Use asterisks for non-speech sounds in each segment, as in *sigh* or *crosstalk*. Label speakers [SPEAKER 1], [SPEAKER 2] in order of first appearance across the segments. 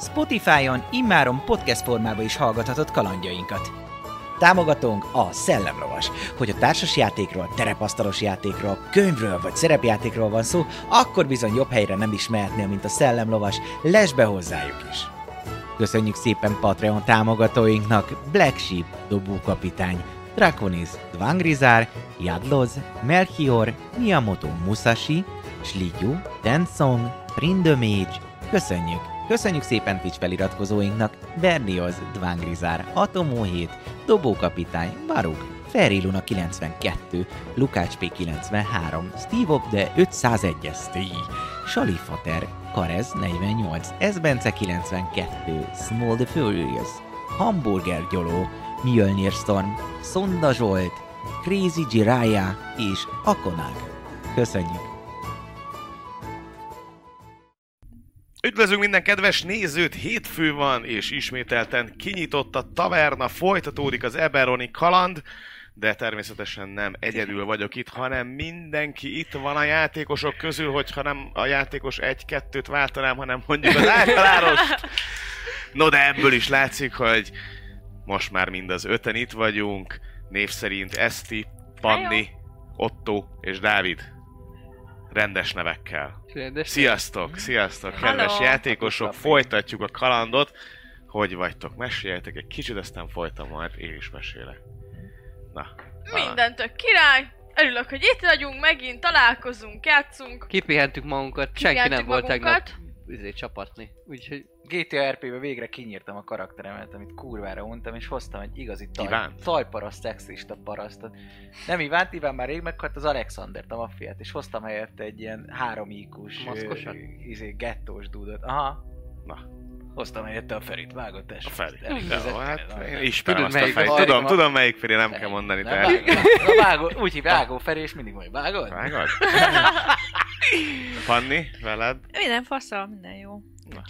[SPEAKER 1] Spotify-on immáron podcast formában is hallgathatod kalandjainkat. Támogatónk a Szellemlovas. Hogy a társas játékról, terepasztalos játékról, könyvről vagy szerepjátékról van szó, akkor bizony jobb helyre nem is mehetnél, mint a Szellemlovas. Lesz be hozzájuk is! Köszönjük szépen Patreon támogatóinknak Black Sheep, Dobó Kapitány, Draconis, Dvangrizár, Jadloz, Melchior, Miyamoto Musashi, Slidyu, Denson, Prindomage, köszönjük! Köszönjük szépen Twitch feliratkozóinknak Bernioz, Dvángrizár, Atomó 7, Dobókapitány, Baruk, Feriluna 92, Lukács P93, Steve Op de 501 STI, Salifater, Karez 48, Ezbence 92, Small the Furious, Hamburger Gyoló, Mjölnir Storm, Szonda Zsolt, Crazy Jiraya és Akonák. Köszönjük!
[SPEAKER 2] Üdvözlünk minden kedves nézőt, hétfő van, és ismételten kinyitott a taverna, folytatódik az Eberoni kaland, de természetesen nem egyedül vagyok itt, hanem mindenki itt van a játékosok közül, hogyha nem a játékos egy-kettőt váltanám, hanem mondjuk az általánost. No, de ebből is látszik, hogy most már mind az öten itt vagyunk, név szerint Eszti, Panni, Otto és Dávid. Rendes nevekkel.
[SPEAKER 3] Rendes.
[SPEAKER 2] Sziasztok, sziasztok, kedves
[SPEAKER 4] Hello.
[SPEAKER 2] játékosok, folytatjuk a kalandot. Hogy vagytok? Meséljetek egy kicsit, aztán folytam majd, én is mesélek. Na. talán.
[SPEAKER 4] Minden tök király! Örülök, hogy itt vagyunk, megint találkozunk, játszunk.
[SPEAKER 3] Kipihentük magunkat, senki
[SPEAKER 4] Kipihentjük
[SPEAKER 3] nem volt tegnap
[SPEAKER 4] magunkat.
[SPEAKER 3] izé, csapatni. Úgyhogy
[SPEAKER 5] GTA RP-be végre kinyírtam a karakteremet, amit kurvára untam, és hoztam egy igazi taj,
[SPEAKER 2] Ivánt?
[SPEAKER 5] tajparaszt, szexista parasztot. Nem Ivánt, Iván már rég meghalt az Alexandert, a maffiát, és hoztam helyette egy ilyen három IQ-s,
[SPEAKER 3] Maszkosat?
[SPEAKER 5] ö, izé, gettós dúdot. Aha.
[SPEAKER 2] Na.
[SPEAKER 5] Hoztam helyette a Ferit, vágott
[SPEAKER 2] A
[SPEAKER 5] tesó.
[SPEAKER 2] Feri.
[SPEAKER 5] Elképzelt
[SPEAKER 2] Jó, hát
[SPEAKER 5] tényleg.
[SPEAKER 2] én ismerem azt
[SPEAKER 3] Tudod,
[SPEAKER 2] a
[SPEAKER 3] melyik
[SPEAKER 2] Feri.
[SPEAKER 5] a
[SPEAKER 2] Tudom,
[SPEAKER 5] harmadik?
[SPEAKER 2] tudom melyik Feri, nem kell mondani,
[SPEAKER 5] Na,
[SPEAKER 2] de...
[SPEAKER 5] vágó, na, vágó, úgy hívja, vágó Feri, és mindig majd vágod?
[SPEAKER 2] Vágod? Panni, veled?
[SPEAKER 6] Minden faszal, minden jó.
[SPEAKER 2] Na.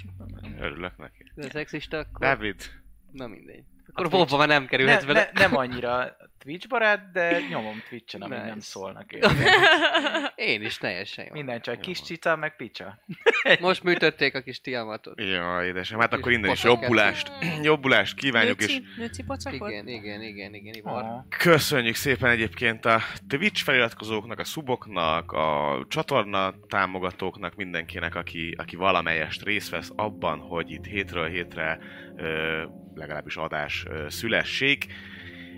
[SPEAKER 2] Örülök neki.
[SPEAKER 3] de szexista, akkor...
[SPEAKER 2] David,
[SPEAKER 3] Na mindegy.
[SPEAKER 5] A
[SPEAKER 3] Akkor
[SPEAKER 5] Twitch-
[SPEAKER 3] Bobba már nem kerülhet
[SPEAKER 2] hát
[SPEAKER 5] Ne,
[SPEAKER 3] vele.
[SPEAKER 5] ne, nem annyira Twitch barát, de nyomom Twitch-en, amíg nem
[SPEAKER 3] Nice.
[SPEAKER 5] szólnak. Én.
[SPEAKER 2] *laughs*
[SPEAKER 3] Én is teljesen jó.
[SPEAKER 5] Minden csak kis cica, meg picsa.
[SPEAKER 3] Most műtötték a kis tiamatot.
[SPEAKER 2] jó édesem, hát
[SPEAKER 3] És
[SPEAKER 2] akkor innen is
[SPEAKER 3] pocakát.
[SPEAKER 2] jobbulást, jobbulást kívánjuk, és
[SPEAKER 6] Nőci, nőci pocakot?
[SPEAKER 3] Igen, igen, igen, igen, Ivar.
[SPEAKER 5] Aha.
[SPEAKER 2] Köszönjük szépen egyébként a Twitch feliratkozóknak, a suboknak, a csatorna támogatóknak, mindenkinek, aki, aki valamelyest részt vesz abban, hogy itt hétről hétre ö, legalábbis adás ö, szülessék.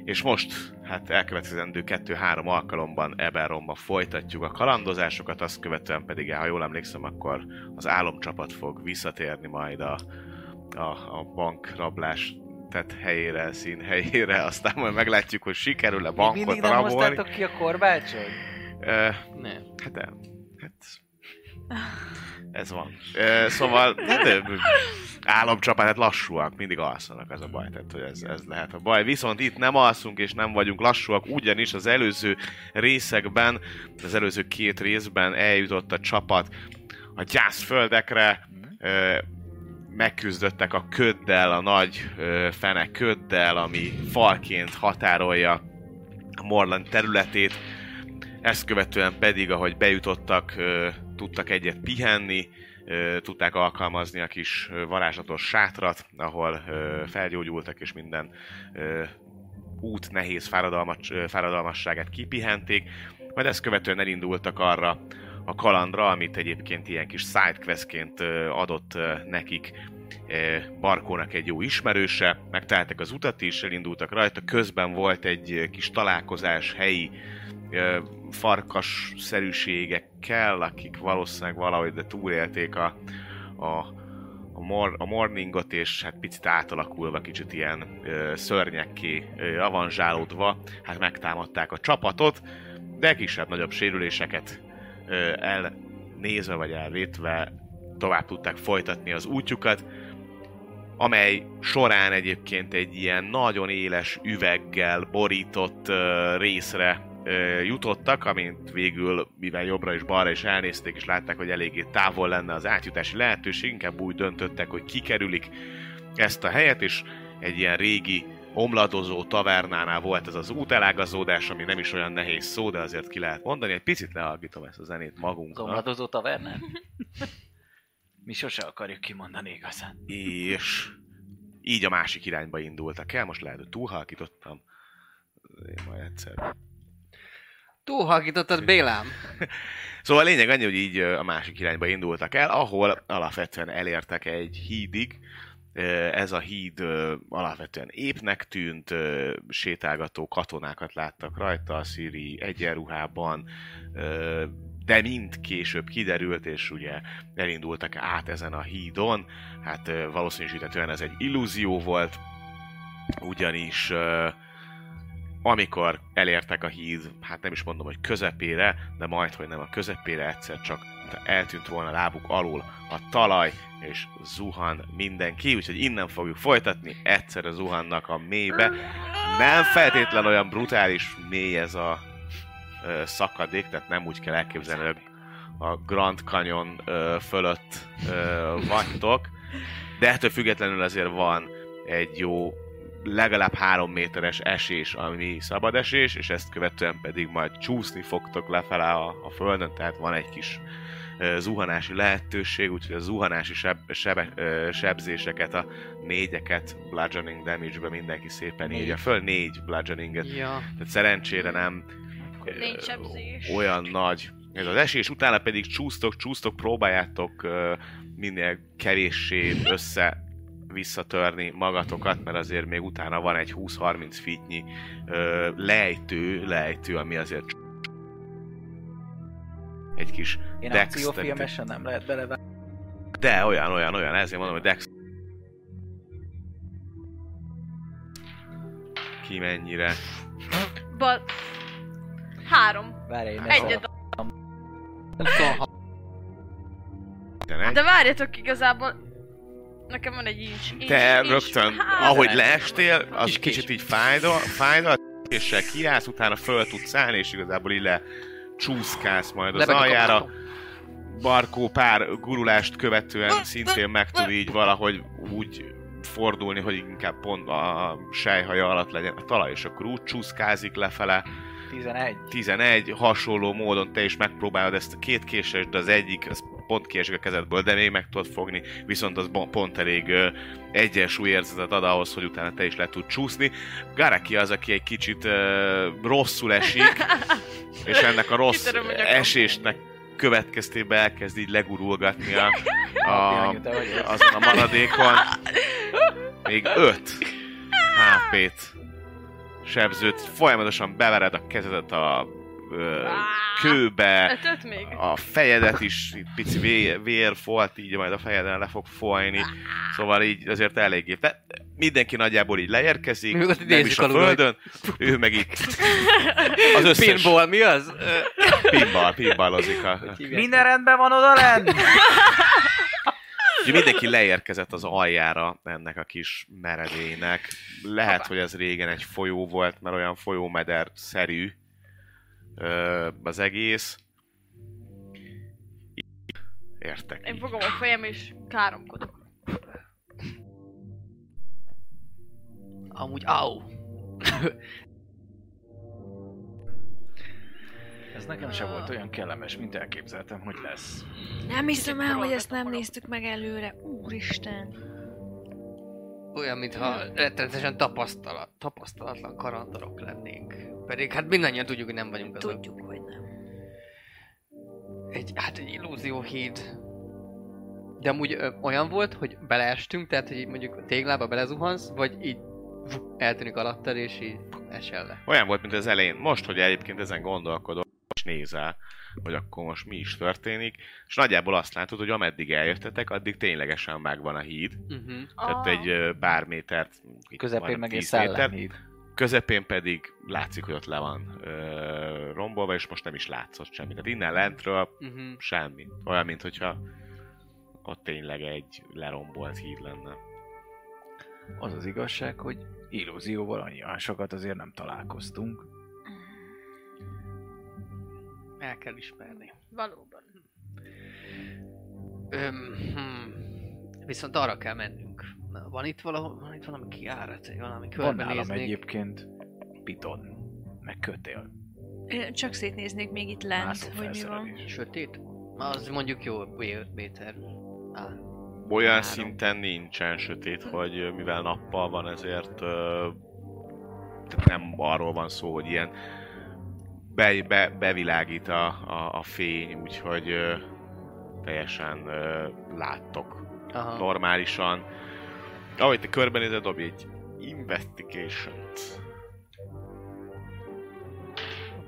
[SPEAKER 2] És most, hát elkövetkezendő kettő-három alkalomban Eberronba folytatjuk a kalandozásokat, azt követően pedig, ha jól emlékszem, akkor az álomcsapat fog visszatérni majd a, a, a bankrablás tett helyére, szín helyére, aztán majd meglátjuk, hogy sikerül-e
[SPEAKER 5] Még
[SPEAKER 2] bankot
[SPEAKER 5] mindig nem
[SPEAKER 2] rabolni.
[SPEAKER 5] hoztátok ki a korbácsot?
[SPEAKER 2] Ö,
[SPEAKER 3] Ne.
[SPEAKER 2] Hát el. Hát... Ez van. Ö, szóval, hát, ö, államcsapat, hát lassúak, mindig alszanak, ez a baj, tehát hogy ez, ez lehet a baj. Viszont itt nem alszunk és nem vagyunk lassúak, ugyanis az előző részekben, az előző két részben eljutott a csapat a gyászföldekre, ö, megküzdöttek a köddel, a nagy ö, fene köddel, ami falként határolja a Morland területét, ezt követően pedig, ahogy bejutottak, ö, tudtak egyet pihenni, ö, tudták alkalmazni a kis ö, varázslatos sátrat, ahol ö, felgyógyultak és minden ö, út nehéz fáradalmas, ö, fáradalmasságát kipihenték, majd ezt követően elindultak arra a kalandra, amit egyébként ilyen kis sidequestként ö, adott ö, nekik ö, Barkónak egy jó ismerőse, megtalálták az utat is, elindultak rajta, közben volt egy ö, kis találkozás helyi ö, farkasszerűségekkel, akik valószínűleg valahogy de túlélték a, a, a, mor, a morningot, és hát picit átalakulva, kicsit ilyen ö, szörnyekké ö, avanzsálódva, hát megtámadták a csapatot, de kisebb-nagyobb sérüléseket ö, elnézve vagy elvétve tovább tudták folytatni az útjukat, amely során egyébként egy ilyen nagyon éles üveggel borított ö, részre ö, jutottak, amint végül, mivel jobbra és balra is elnézték, és látták, hogy eléggé távol lenne az átjutási lehetőség, inkább úgy döntöttek, hogy kikerülik ezt a helyet, és egy ilyen régi omladozó tavernánál volt ez az útelágazódás, ami nem is olyan nehéz szó, de azért ki lehet mondani. Egy picit lehalkítom ezt a zenét magunknak.
[SPEAKER 5] Zomladozó tavernán? Mi sose akarjuk kimondani igazán.
[SPEAKER 2] És így a másik irányba indultak el. Most lehet, hogy túlhalkítottam. Én majd egyszer
[SPEAKER 3] Túlhalkítottad Bélám.
[SPEAKER 2] Szóval a lényeg annyi, hogy így ö, a másik irányba indultak el, ahol alapvetően elértek egy hídig. Ö, Ez a híd ö, alapvetően épnek tűnt, ö, sétálgató katonákat láttak rajta, a szíri egyenruhában, ö, de mind később kiderült, és ugye elindultak át ezen a hídon. Hát ö, valószínűsítetően ez egy illúzió volt, ugyanis ö, amikor elértek a híd, hát nem is mondom, hogy közepére, de majd, hogy nem a közepére, egyszer csak mintha eltűnt volna lábuk alul a talaj, és zuhan mindenki, úgyhogy innen fogjuk folytatni, egyszerre zuhannak a mélybe. Nem feltétlen olyan brutális mély ez a ö, szakadék, tehát nem úgy kell elképzelni, hogy a Grand Canyon ö, fölött ö, vagytok, de ettől függetlenül azért van egy jó legalább három méteres esés, ami szabad esés, és ezt követően pedig majd csúszni fogtok lefele a, a földön, tehát van egy kis ö, zuhanási lehetőség, úgyhogy a zuhanási seb, sebe, ö, sebzéseket, a négyeket, bludgeoning damage-be mindenki szépen
[SPEAKER 6] Négy.
[SPEAKER 2] írja föl, négy bludgeoninget,
[SPEAKER 3] Ja.
[SPEAKER 2] tehát szerencsére nem ö,
[SPEAKER 4] Négy sebzés.
[SPEAKER 2] olyan nagy ez az esés, utána pedig csúsztok, csúsztok, próbáljátok ö, minél kevéssé össze visszatörni magatokat, mert azért még utána van egy 20-30 fitnyi ö, lejtő, lejtő, ami azért egy kis
[SPEAKER 5] Én
[SPEAKER 2] Dexterity.
[SPEAKER 5] akciófilmesen nem lehet belevágni.
[SPEAKER 2] de olyan, olyan, olyan, ezért mondom, hogy Dex. Ki mennyire.
[SPEAKER 4] Ba... Három.
[SPEAKER 5] Várj, én ezt
[SPEAKER 4] Egyet.
[SPEAKER 3] 26.
[SPEAKER 4] De várjatok igazából... Nekem van egy incs. incs
[SPEAKER 2] Te
[SPEAKER 4] incs.
[SPEAKER 2] rögtön,
[SPEAKER 4] Hát,
[SPEAKER 2] ahogy
[SPEAKER 4] *laughs*
[SPEAKER 2] leestél, az
[SPEAKER 3] Kis kés.
[SPEAKER 2] kicsit így fájdal, fájdal, késsel kiállsz, utána föl tudsz állni, és igazából így le csúszkálsz majd az
[SPEAKER 3] Lebeg a
[SPEAKER 2] aljára.
[SPEAKER 3] kapcsolatom.
[SPEAKER 2] Barkó pár gurulást követően szintén meg tud így valahogy úgy fordulni, hogy inkább pont a sejhaja alatt legyen a talaj, és akkor úgy csúszkázik lefele.
[SPEAKER 5] 11.
[SPEAKER 2] 11 hasonló módon te is megpróbálod ezt a két késes, de az egyik az pont kiesik a kezedből, de még meg tudod fogni, viszont az bon- pont elég ö, egyensúlyérzetet ad ahhoz, hogy utána te is le tud csúszni. Garaki az, aki egy kicsit ö, rosszul esik,
[SPEAKER 4] *laughs*
[SPEAKER 2] és ennek a rossz
[SPEAKER 4] Kitöröm a nyakam.
[SPEAKER 2] esésnek következtében elkezd így legurulgatni a, a,
[SPEAKER 5] Anyu, te vagy az.
[SPEAKER 2] azon a maradékon. Még 5 HP-t sebzőt. Folyamatosan bevered a kezedet a ö, kőbe,
[SPEAKER 4] Ötöt Hát még?
[SPEAKER 2] a fejedet is így pici vé- vér folt, így majd a fejeden le fog folyni. Szóval így azért eléggé. De mindenki nagyjából így leérkezik,
[SPEAKER 3] Mi volt,
[SPEAKER 2] nem
[SPEAKER 3] idézzük
[SPEAKER 2] is a
[SPEAKER 3] alul, hogy-
[SPEAKER 2] földön, ő meg így az összes
[SPEAKER 3] Pinball, mi az? Ö,
[SPEAKER 2] pinball, pinballozik a,
[SPEAKER 3] hívják?
[SPEAKER 5] Minden rendben van oda lent?
[SPEAKER 2] Ugye mindenki leérkezett az aljára ennek a kis meredének. Lehet, hogy ez régen egy folyó volt, mert olyan folyómeder-szerű ö, az egész. Értek.
[SPEAKER 4] Én
[SPEAKER 2] így.
[SPEAKER 4] fogom a fejem és káromkodok.
[SPEAKER 3] Amúgy, au.
[SPEAKER 5] Ez nekem sem volt olyan kellemes, mint elképzeltem, hogy lesz.
[SPEAKER 6] Nem hiszem el, hogy ezt nem
[SPEAKER 4] Kicsit
[SPEAKER 6] néztük meg előre. Úristen.
[SPEAKER 3] Olyan, mintha rettenetesen tapasztalat, tapasztalatlan karandarok lennénk. Pedig hát mindannyian tudjuk, hogy nem vagyunk azok.
[SPEAKER 6] Tudjuk, hogy nem.
[SPEAKER 3] Egy, hát egy illúzió híd. De amúgy ö, olyan volt, hogy beleestünk, tehát hogy így mondjuk a téglába belezuhansz, vagy így vuh, eltűnik alattad, és így vuh, esel le.
[SPEAKER 2] Olyan volt, mint az elején. Most, hogy egyébként ezen gondolkodom, és nézel, hogy akkor most mi is történik, és nagyjából azt látod, hogy ameddig eljöttetek, addig ténylegesen megvan a híd.
[SPEAKER 3] Uh-huh.
[SPEAKER 2] Tehát egy ö, pár métert, itt
[SPEAKER 5] Ah. Közepén
[SPEAKER 2] majdnem
[SPEAKER 5] meg egy
[SPEAKER 2] 10 métert,
[SPEAKER 5] szellemhíd.
[SPEAKER 2] közepén pedig látszik, hogy ott le van ö, rombolva, és most nem is látszott semmi. Tehát innen lentről
[SPEAKER 3] Uh-huh.
[SPEAKER 2] semmi. Olyan, mint hogyha ott tényleg egy lerombolt híd lenne.
[SPEAKER 5] Az az igazság, hogy illúzióval annyian sokat azért nem találkoztunk.
[SPEAKER 3] El kell ismerni.
[SPEAKER 4] Valóban.
[SPEAKER 3] Öm, hm. Viszont arra kell mennünk. Na, Van itt, valahol, van itt valami kiárat, vagy valami
[SPEAKER 5] Van
[SPEAKER 3] körbenéznék.
[SPEAKER 5] nálam egyébként piton, meg kötél.
[SPEAKER 6] Én csak szétnéznék még itt lent,
[SPEAKER 5] mászó
[SPEAKER 6] hogy mi van.
[SPEAKER 5] felszerelés.
[SPEAKER 3] Sötét? Az mondjuk jó, B5 méter. Á,
[SPEAKER 2] Olyan
[SPEAKER 3] Három.
[SPEAKER 2] szinten nincsen sötét, hogy ö, mivel nappal van, ezért ö, tehát nem arról van szó, hogy ilyen be, be, bevilágít a, a, a fény, úgyhogy ö, teljesen ö, láttok
[SPEAKER 3] aha.
[SPEAKER 2] normálisan. Ahogy te körbenézed, dobj egy investigation-t.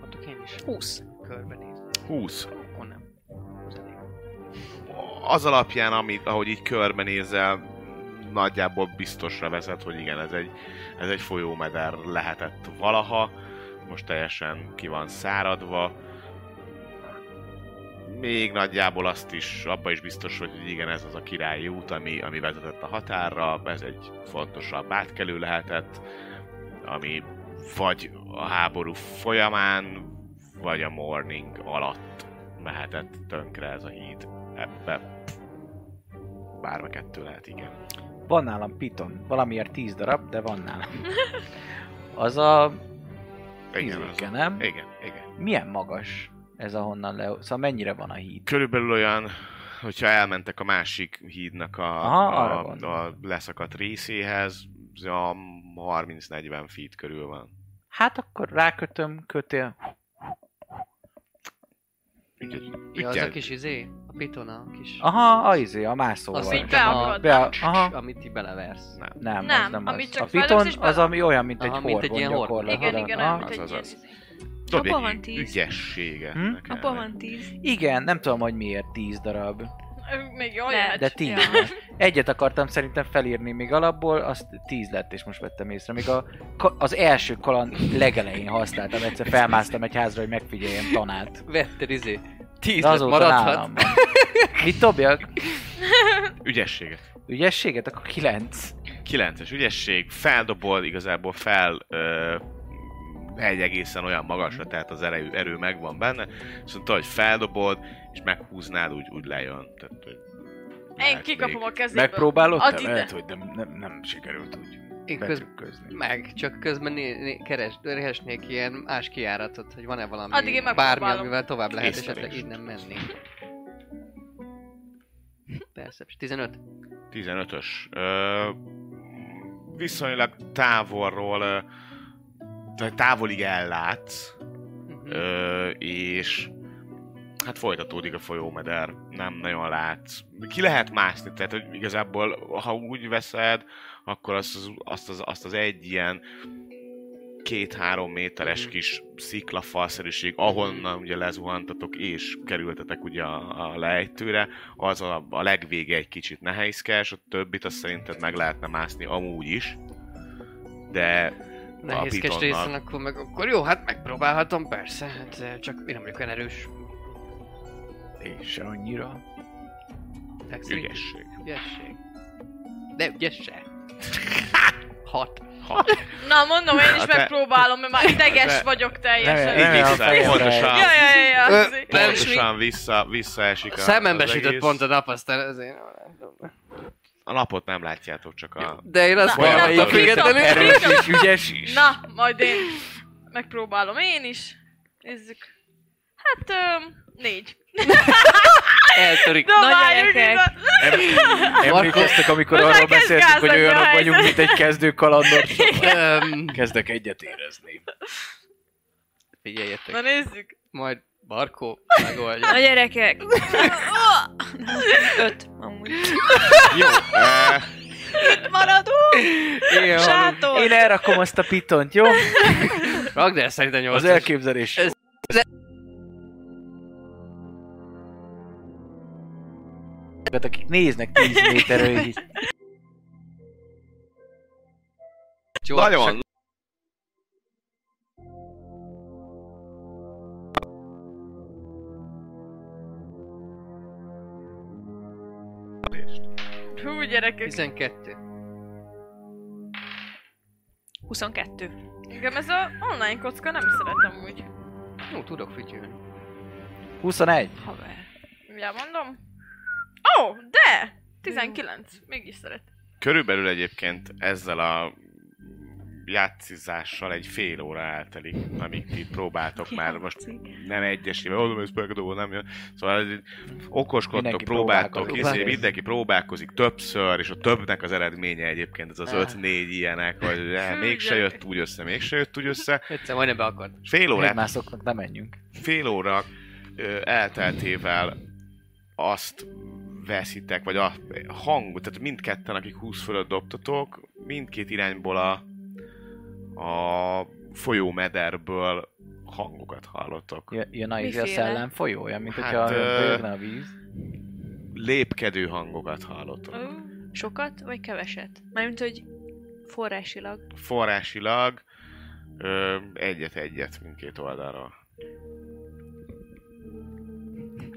[SPEAKER 3] Mondok én is
[SPEAKER 6] 20.
[SPEAKER 3] körbenézni.
[SPEAKER 2] 20.
[SPEAKER 3] Akkor nem. Az elég.
[SPEAKER 2] az alapján, amit, ahogy így körbenézel, nagyjából biztosra vezet, hogy igen, ez egy, ez egy folyómeder lehetett valaha, most teljesen ki van száradva. Még nagyjából azt is, abba is biztos, vagy, hogy igen, ez az a királyi út, ami, ami vezetett a határra, ez egy fontosabb átkelő lehetett, ami vagy a háború folyamán, vagy a morning alatt mehetett tönkre ez a híd ebbe pff, bármi kettő lehet, igen.
[SPEAKER 5] Van nálam piton, valamiért 10 darab, de van
[SPEAKER 4] *laughs*
[SPEAKER 5] nálam. Az a
[SPEAKER 2] Igen, az-
[SPEAKER 5] izéke, nem?
[SPEAKER 2] igen, igen.
[SPEAKER 5] Milyen magas ez ahonnan le... Szóval mennyire van a híd?
[SPEAKER 2] Körülbelül olyan, hogyha elmentek a másik hídnak a,
[SPEAKER 5] Aha, arra
[SPEAKER 2] a,
[SPEAKER 5] gondoltam.
[SPEAKER 2] a leszakadt részéhez, az a 30-40 feet körül van.
[SPEAKER 5] Hát akkor rákötöm, kötél.
[SPEAKER 6] Hm.
[SPEAKER 3] Ja, az
[SPEAKER 2] Ügyel.
[SPEAKER 3] a kis izé? A piton a kis...
[SPEAKER 5] Aha, a izé, a mászóval.
[SPEAKER 3] Az így
[SPEAKER 4] beakad,
[SPEAKER 5] Be a...
[SPEAKER 4] nem?
[SPEAKER 5] Aha.
[SPEAKER 3] Amit így beleversz.
[SPEAKER 2] Nem.
[SPEAKER 5] Nem,
[SPEAKER 4] Nem,
[SPEAKER 5] az nem
[SPEAKER 4] amit
[SPEAKER 5] az.
[SPEAKER 4] csak
[SPEAKER 5] a
[SPEAKER 4] feldobsz
[SPEAKER 5] piton
[SPEAKER 4] és
[SPEAKER 5] az, ami olyan, mint
[SPEAKER 3] Aha,
[SPEAKER 5] egy
[SPEAKER 3] mint egy
[SPEAKER 5] horgon
[SPEAKER 3] ilyen horgon.
[SPEAKER 5] gyakorlatilag.
[SPEAKER 4] Igen, igen,
[SPEAKER 5] Aha.
[SPEAKER 4] olyan, mint
[SPEAKER 2] az,
[SPEAKER 4] egy
[SPEAKER 2] az,
[SPEAKER 4] ilyen
[SPEAKER 2] az.
[SPEAKER 4] izé.
[SPEAKER 2] Dobj
[SPEAKER 6] Abban van
[SPEAKER 2] egy
[SPEAKER 6] 10.
[SPEAKER 2] ügyességet.
[SPEAKER 5] Hm?
[SPEAKER 2] nekem.
[SPEAKER 6] Abban van 10.
[SPEAKER 5] Igen, nem tudom, hogy miért 10 darab,
[SPEAKER 4] Ö, Még jól
[SPEAKER 6] Ne,
[SPEAKER 4] jöhet.
[SPEAKER 5] de 10.
[SPEAKER 6] Ja.
[SPEAKER 5] van. Egyet akartam szerintem felírni még alapból, azt 10 lett, és most vettem észre. Még a, ka- az első kaland legelején használtam, egyszer felmásztam egy házra, hogy megfigyeljem tanát.
[SPEAKER 3] Vettél izé. Tíz
[SPEAKER 5] De
[SPEAKER 3] lett
[SPEAKER 5] azóta
[SPEAKER 3] maradhat.
[SPEAKER 5] nálam van. Mit dobjak?
[SPEAKER 2] Ügyességet.
[SPEAKER 5] Ügyességet? Akkor 9.
[SPEAKER 2] 9-es ügyesség, feldobol, igazából fel ö, egy egészen olyan magasra, tehát az erő, erő megvan benne, viszont ahogy feldobod, és meghúznád, úgy, úgy lejön. Tehát, hogy
[SPEAKER 4] Én
[SPEAKER 2] lehet
[SPEAKER 4] kikapom
[SPEAKER 2] még.
[SPEAKER 4] a kezéből.
[SPEAKER 5] Megpróbálod?
[SPEAKER 4] Add ide.
[SPEAKER 5] Lehet, hogy nem, nem, nem sikerült úgy
[SPEAKER 3] Én közben
[SPEAKER 5] betrükközni.
[SPEAKER 3] meg, csak közben né- né- keres, keresnék ilyen más kiáratot, hogy van-e valami,
[SPEAKER 4] Addig én
[SPEAKER 3] bármi,
[SPEAKER 4] megpróbálom.
[SPEAKER 3] amivel tovább lehet
[SPEAKER 2] Észre
[SPEAKER 3] esetleg
[SPEAKER 2] is.
[SPEAKER 3] innen menni. Persze, 15.
[SPEAKER 2] 15-ös. Ö, viszonylag távolról, ö, tehát távolig ellátsz,
[SPEAKER 3] Mhm.
[SPEAKER 2] ö, és hát folytatódik a folyómeder, nem nagyon látsz. Ki lehet mászni, tehát hogy igazából, ha úgy veszed, akkor azt az, azt az, azt az egy ilyen két-három méteres
[SPEAKER 3] Mhm.
[SPEAKER 2] kis sziklafalszerűség, ahonnan ugye lezuhantatok és kerültetek ugye a, a lejtőre, az a, a legvége egy kicsit nehézkes, a többit azt szerinted meg lehetne mászni amúgy is, de
[SPEAKER 3] Nehézkes
[SPEAKER 2] pitonnal.
[SPEAKER 3] részen, akkor meg akkor jó, hát megpróbálhatom, persze, hát eh, csak én nem vagyok olyan erős.
[SPEAKER 5] Én se annyira.
[SPEAKER 3] Dexterity?
[SPEAKER 2] ügyesség.
[SPEAKER 3] Ügyesség. De ügyes se. Hat.
[SPEAKER 2] Hat.
[SPEAKER 4] Na, mondom, én is
[SPEAKER 2] Hát te-
[SPEAKER 4] megpróbálom, mert már ideges
[SPEAKER 2] te-
[SPEAKER 4] vagyok
[SPEAKER 5] Nem,
[SPEAKER 4] teljesen.
[SPEAKER 5] nem.
[SPEAKER 2] Így vissza,
[SPEAKER 5] fejemre
[SPEAKER 2] pontosan.
[SPEAKER 5] egy.
[SPEAKER 4] Ja, ja, ja, ja.
[SPEAKER 3] Ö,
[SPEAKER 4] az így.
[SPEAKER 3] nem.
[SPEAKER 2] Pontosan vissza, visszaesik a,
[SPEAKER 3] Szemembe
[SPEAKER 2] az
[SPEAKER 3] sütött
[SPEAKER 2] egész.
[SPEAKER 3] pont a nap, aztán ezért...
[SPEAKER 2] A napot nem látjátok, csak a...
[SPEAKER 3] De én azt
[SPEAKER 4] Na,
[SPEAKER 3] mondom,
[SPEAKER 4] na,
[SPEAKER 3] hogy függetlenül...
[SPEAKER 4] na,
[SPEAKER 5] Erős is, ügyes is.
[SPEAKER 4] Na, majd én megpróbálom én is. Nézzük. Hát, öm, négy.
[SPEAKER 3] Eltörik.
[SPEAKER 4] Dobálj,
[SPEAKER 6] gyerekek.
[SPEAKER 4] Judira!
[SPEAKER 5] Emlékeztek, amikor
[SPEAKER 4] Most
[SPEAKER 5] arról
[SPEAKER 4] elkezd
[SPEAKER 5] beszéltünk, hogy
[SPEAKER 4] gázadni a
[SPEAKER 5] olyanok
[SPEAKER 4] helyzet.
[SPEAKER 5] vagyunk, mint egy kezdő kalandor.
[SPEAKER 3] Öm,
[SPEAKER 5] Kezdek egyet érezni.
[SPEAKER 4] Na
[SPEAKER 3] Figyeljetek.
[SPEAKER 4] nézzük.
[SPEAKER 3] Majd Barkó
[SPEAKER 6] A
[SPEAKER 3] megoldja.
[SPEAKER 6] gyerekek! Öt. Amúgy.
[SPEAKER 3] *laughs*
[SPEAKER 2] Jó, eh,
[SPEAKER 6] Maradunk!
[SPEAKER 5] Én,
[SPEAKER 6] Sátor!
[SPEAKER 5] Én elrakom azt a pitont, jó?
[SPEAKER 3] Ragd el szerintem nyolc.
[SPEAKER 5] Az elképzelés.
[SPEAKER 3] Ez-
[SPEAKER 5] Tehát Hát, akik néznek 10 méterről, így
[SPEAKER 2] nagyon...
[SPEAKER 4] Hú, gyerekek.
[SPEAKER 3] 12.
[SPEAKER 6] 22.
[SPEAKER 4] Engem ez a online kocka nem szeretem úgy.
[SPEAKER 3] Jó, tudok fütyülni.
[SPEAKER 5] 21.
[SPEAKER 6] Haver.
[SPEAKER 4] Mindjárt mondom. Ó, oh, de! 19. Mégis szeret.
[SPEAKER 2] Körülbelül egyébként ezzel a játszizással egy fél óra eltelik, amíg ti próbáltok már most nem egyesével, mondom, ez pegdó, nem jön. Szóval ez így okoskodtok,
[SPEAKER 5] Mindenki
[SPEAKER 2] próbáltok,
[SPEAKER 5] próbálkozik.
[SPEAKER 2] izé, mindenki próbálkozik többször, és a többnek az eredménye egyébként ez az 5-4 ilyenek, hogy eh, mégse jött úgy össze, mégse jött úgy össze.
[SPEAKER 3] Egyszer majdnem be akart.
[SPEAKER 2] És Fél órát
[SPEAKER 5] Hegymászoknak nem menjünk.
[SPEAKER 2] fél óra ö, elteltével azt veszitek, vagy a hang, tehát mindketten, akik 20 fölött dobtatok, mindkét irányból a, a folyómederből hangokat hallotok.
[SPEAKER 5] Jö- Jön a, izé a
[SPEAKER 6] Miféle?
[SPEAKER 5] szellem folyója, mint
[SPEAKER 2] Hát,
[SPEAKER 5] hogyha
[SPEAKER 2] ö-
[SPEAKER 5] bőgne a víz.
[SPEAKER 2] Lépkedő hangokat hallottok.
[SPEAKER 4] Ó,
[SPEAKER 6] Sokat vagy keveset? Mármint, hogy forrásilag.
[SPEAKER 2] Forrásilag ö, egyet-egyet mindkét oldalról.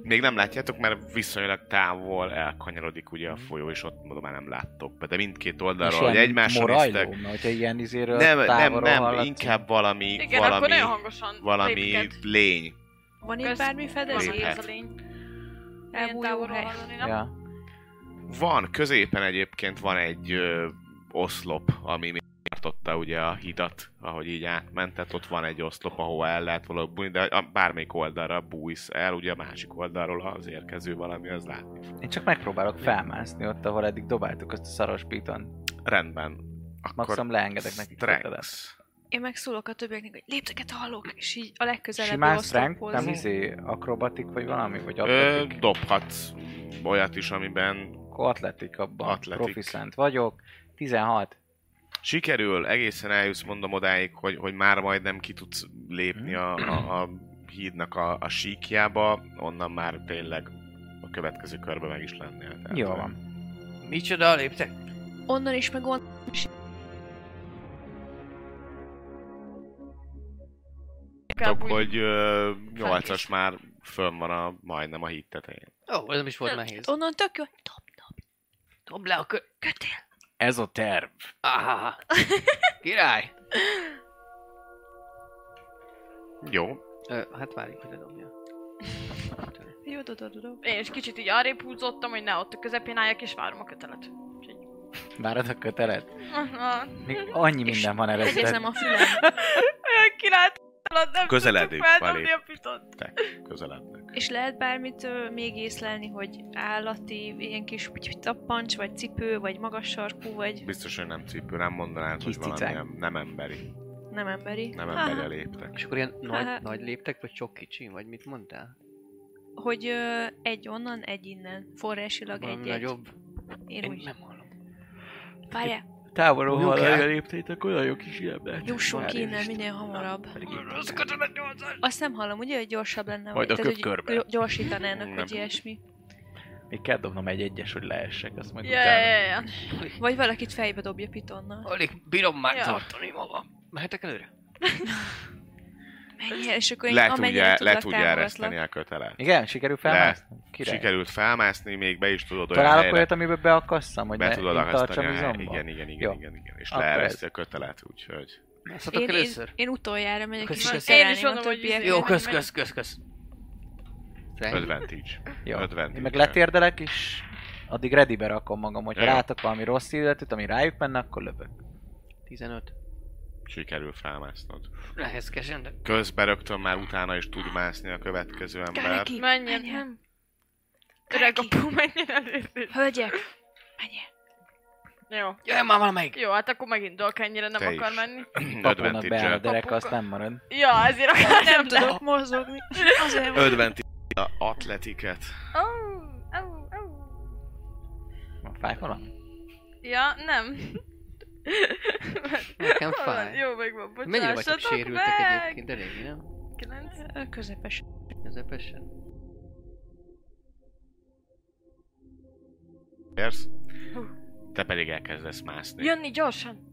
[SPEAKER 2] Még nem látjátok, mert viszonylag távol elkanyarodik ugye a folyó, és ott mondom, már nem láttok be, de mindkét
[SPEAKER 5] És
[SPEAKER 2] oldalról, hogy
[SPEAKER 5] ilyen
[SPEAKER 2] egymásra
[SPEAKER 5] morajló,
[SPEAKER 2] néztek.
[SPEAKER 5] mert hogyha ilyen izéről
[SPEAKER 2] Nem, nem,
[SPEAKER 5] távolról
[SPEAKER 2] nem,
[SPEAKER 5] hallatszik.
[SPEAKER 2] inkább valami,
[SPEAKER 4] Igen, akkor
[SPEAKER 2] valami,
[SPEAKER 4] nagyon hangosan
[SPEAKER 2] valami
[SPEAKER 4] lépked.
[SPEAKER 2] lény.
[SPEAKER 6] Van itt
[SPEAKER 4] Kösz-
[SPEAKER 6] bármi
[SPEAKER 4] Van
[SPEAKER 6] fedezék?
[SPEAKER 2] Léphet.
[SPEAKER 4] ez a lény. Milyen
[SPEAKER 6] Elbújó
[SPEAKER 4] távolról
[SPEAKER 6] hely.
[SPEAKER 4] hallani, nem?
[SPEAKER 5] Ja.
[SPEAKER 2] Van, középen egyébként van egy ö, oszlop, ami még tartotta ugye a hidat, ahogy így átment, tehát ott van egy oszlop, ahova el lehet valahogy bújni, de a, bármelyik oldalra bújsz el, ugye a másik oldalról az érkező valami, az látni fog.
[SPEAKER 5] Én csak megpróbálok felmászni ott, ahol eddig dobáltuk azt a szaros pitont.
[SPEAKER 2] Rendben. Akkor
[SPEAKER 5] Maximum leengedek nekik kötelet.
[SPEAKER 2] Strength.
[SPEAKER 6] Én meg szólok a többieknek, hogy lépteket hallok, és így a legközelebbi
[SPEAKER 5] Simán strength,
[SPEAKER 6] oszlophoz.
[SPEAKER 5] nem izé akrobatik vagy valami, vagy
[SPEAKER 2] Ö,
[SPEAKER 5] atletik.
[SPEAKER 2] dobhatsz olyat is, amiben
[SPEAKER 5] Akkor atletik abban,
[SPEAKER 2] Atletik.
[SPEAKER 5] atletik. profi szent vagyok. 16.
[SPEAKER 2] Sikerül, egészen eljussz, mondom odáig, hogy, hogy már majdnem ki tudsz lépni a, a, a hídnak a, a síkjába, onnan már tényleg a következő körbe meg is lennél. Tehát,
[SPEAKER 5] Jó van.
[SPEAKER 3] Micsoda, léptek?
[SPEAKER 6] Onnan is meg onnan.
[SPEAKER 4] Kell
[SPEAKER 2] Tudok,
[SPEAKER 4] bújni.
[SPEAKER 2] hogy ö, 8-as
[SPEAKER 4] Felkész.
[SPEAKER 2] már fönn van a, majdnem a híd tetején.
[SPEAKER 3] Ó, ez nem is volt nehéz.
[SPEAKER 6] Onnan tök jó. Dob, dob,
[SPEAKER 3] Dobd le a kö...
[SPEAKER 6] kötél.
[SPEAKER 5] Ez a terv.
[SPEAKER 3] Áhá. Király!
[SPEAKER 2] Jó.
[SPEAKER 3] Ö, hát várjuk, hogy ledobja.
[SPEAKER 6] Jó, dob, dob, dob.
[SPEAKER 4] Én is kicsit így arrébb húzottam, hogy ne ott a közepén álljak, és várom a kötelet.
[SPEAKER 5] Várod a kötelet?
[SPEAKER 4] Aha.
[SPEAKER 5] Még annyi
[SPEAKER 6] És
[SPEAKER 5] minden van
[SPEAKER 6] Hegyezem
[SPEAKER 5] előtte.
[SPEAKER 6] a fülem,
[SPEAKER 4] Olyan királyt alatt nem
[SPEAKER 2] Közeledünk
[SPEAKER 4] tudtuk feldobni
[SPEAKER 2] felé.
[SPEAKER 4] a pitot.
[SPEAKER 2] Közelednek.
[SPEAKER 6] és lehet bármit ö, még észlelni, hogy állati, ilyen kis tappancs, vagy cipő, vagy magas sarkú, vagy
[SPEAKER 2] Biztos, hogy nem cipő, nem mondanám, hogy
[SPEAKER 5] Kis
[SPEAKER 2] valami
[SPEAKER 5] cicák.
[SPEAKER 2] nem, nem emberi.
[SPEAKER 6] nem emberi.
[SPEAKER 2] Nem
[SPEAKER 6] Aha.
[SPEAKER 2] emberi léptek.
[SPEAKER 3] És akkor ilyen
[SPEAKER 6] Áhá.
[SPEAKER 3] nagy, nagy léptek, vagy sok kicsi, vagy mit mondtál?
[SPEAKER 6] Hogy ö, egy onnan, egy innen. Forrásilag
[SPEAKER 3] Valami
[SPEAKER 6] egy-egy.
[SPEAKER 3] nagyobb?
[SPEAKER 6] Én
[SPEAKER 3] Én
[SPEAKER 6] úgy.
[SPEAKER 3] nem hallom.
[SPEAKER 6] Várjál,
[SPEAKER 5] Távolról
[SPEAKER 3] Jó kell.
[SPEAKER 5] hallani a léptétek, olyan jó kis ember.
[SPEAKER 6] jussunk ki
[SPEAKER 5] Várj,
[SPEAKER 6] innen
[SPEAKER 5] Isten.
[SPEAKER 6] minél hamarabb.
[SPEAKER 5] Pedig itt
[SPEAKER 3] Rossz kötelet nyolcas!
[SPEAKER 6] Azt nem hallom, ugye, hogy gyorsabb lenne?
[SPEAKER 5] Majd
[SPEAKER 6] vagy-
[SPEAKER 5] a
[SPEAKER 6] tehát, hogy
[SPEAKER 5] köpkörbe.
[SPEAKER 6] gyo- Gyorsítanának,
[SPEAKER 2] Nem.
[SPEAKER 6] vagy ilyesmi.
[SPEAKER 5] Még kell dobnom egy egyes, hogy leessek, azt majd
[SPEAKER 4] Ja, ja, ja.
[SPEAKER 6] Vagy valakit fejbe dobja pitonnal.
[SPEAKER 3] Alig bírom már
[SPEAKER 4] Ja.
[SPEAKER 3] tartani magam. Mehetek előre?
[SPEAKER 6] Menjél, és akkor én
[SPEAKER 2] Le
[SPEAKER 6] amennyire
[SPEAKER 2] tudja, le
[SPEAKER 6] tudlak,
[SPEAKER 2] tudja
[SPEAKER 6] támogatlak.
[SPEAKER 2] ereszteni a kötelet.
[SPEAKER 5] Igen, sikerül felmászni? Király.
[SPEAKER 2] Sikerült felmászni, még be is tudod olyan
[SPEAKER 5] Találok
[SPEAKER 2] helyre
[SPEAKER 5] olyat, amiben beakasszam, hogy
[SPEAKER 2] Be
[SPEAKER 5] ne
[SPEAKER 2] tudod
[SPEAKER 5] én tartsam
[SPEAKER 2] akasztani, a-
[SPEAKER 5] izomba?
[SPEAKER 2] igen, igen, igen,
[SPEAKER 5] Jó.
[SPEAKER 2] igen, igen, és
[SPEAKER 5] Akkor
[SPEAKER 2] leereszti a
[SPEAKER 5] ez.
[SPEAKER 2] kötelet, úgyhogy
[SPEAKER 3] Azt mondtok
[SPEAKER 6] Én, én,
[SPEAKER 3] Hát először?
[SPEAKER 6] én, utoljára megyek, és
[SPEAKER 3] Köszi, köszi.
[SPEAKER 4] Én is
[SPEAKER 6] szerelném a
[SPEAKER 4] mondom, hogy
[SPEAKER 6] többiek.
[SPEAKER 4] izé-
[SPEAKER 3] Jó,
[SPEAKER 4] Meg-
[SPEAKER 3] kösz,
[SPEAKER 4] meg-
[SPEAKER 3] kösz, kösz, kösz. Strength.
[SPEAKER 2] advantage.
[SPEAKER 5] Jó.
[SPEAKER 2] Advantage.
[SPEAKER 5] Én meg letérdelek, és addig readybe rakom magam, hogyha
[SPEAKER 2] Jó.
[SPEAKER 5] látok valami rossz illetőt, ami rájuk menne, akkor lövök.
[SPEAKER 3] 15.
[SPEAKER 2] Sikerül felmásznod.
[SPEAKER 3] Nehézkesen, de...
[SPEAKER 2] Közben rögtön már utána is tud mászni a következő ember.
[SPEAKER 6] Ki?
[SPEAKER 4] Menjen,
[SPEAKER 6] Menjen.
[SPEAKER 4] nem? Öreg apu, menjen először.
[SPEAKER 6] Hölgyek, menjél.
[SPEAKER 4] Jó.
[SPEAKER 3] Jöjjön már valamelyik!
[SPEAKER 4] Jó, hát akkor megint dolg, ennyire nem
[SPEAKER 2] Te is.
[SPEAKER 4] akar
[SPEAKER 2] *clears throat*
[SPEAKER 4] menni.
[SPEAKER 5] Papónak beáll a
[SPEAKER 2] Advantage-el.
[SPEAKER 5] derek,
[SPEAKER 4] Papuka.
[SPEAKER 5] azt nem marad.
[SPEAKER 4] Ja, ezért akár
[SPEAKER 6] Nem tudok mozogni. Azért van.
[SPEAKER 2] Advantage a atletiket.
[SPEAKER 4] Ó, ó, ó.
[SPEAKER 5] Van fájkolom?
[SPEAKER 4] Ja, nem.
[SPEAKER 3] Nekem
[SPEAKER 4] Hol van?
[SPEAKER 3] fáj.
[SPEAKER 4] Jó, meg van,
[SPEAKER 3] Mennyire vagytok
[SPEAKER 4] bocsássatok
[SPEAKER 3] sérültek
[SPEAKER 4] meg!
[SPEAKER 3] egyébként? Elég, nem?
[SPEAKER 4] Kilenc.
[SPEAKER 6] Ö, Közepes.
[SPEAKER 3] Közepesen.
[SPEAKER 2] Érsz?
[SPEAKER 4] Hú.
[SPEAKER 2] Te pedig elkezdesz mászni.
[SPEAKER 4] Jönni gyorsan!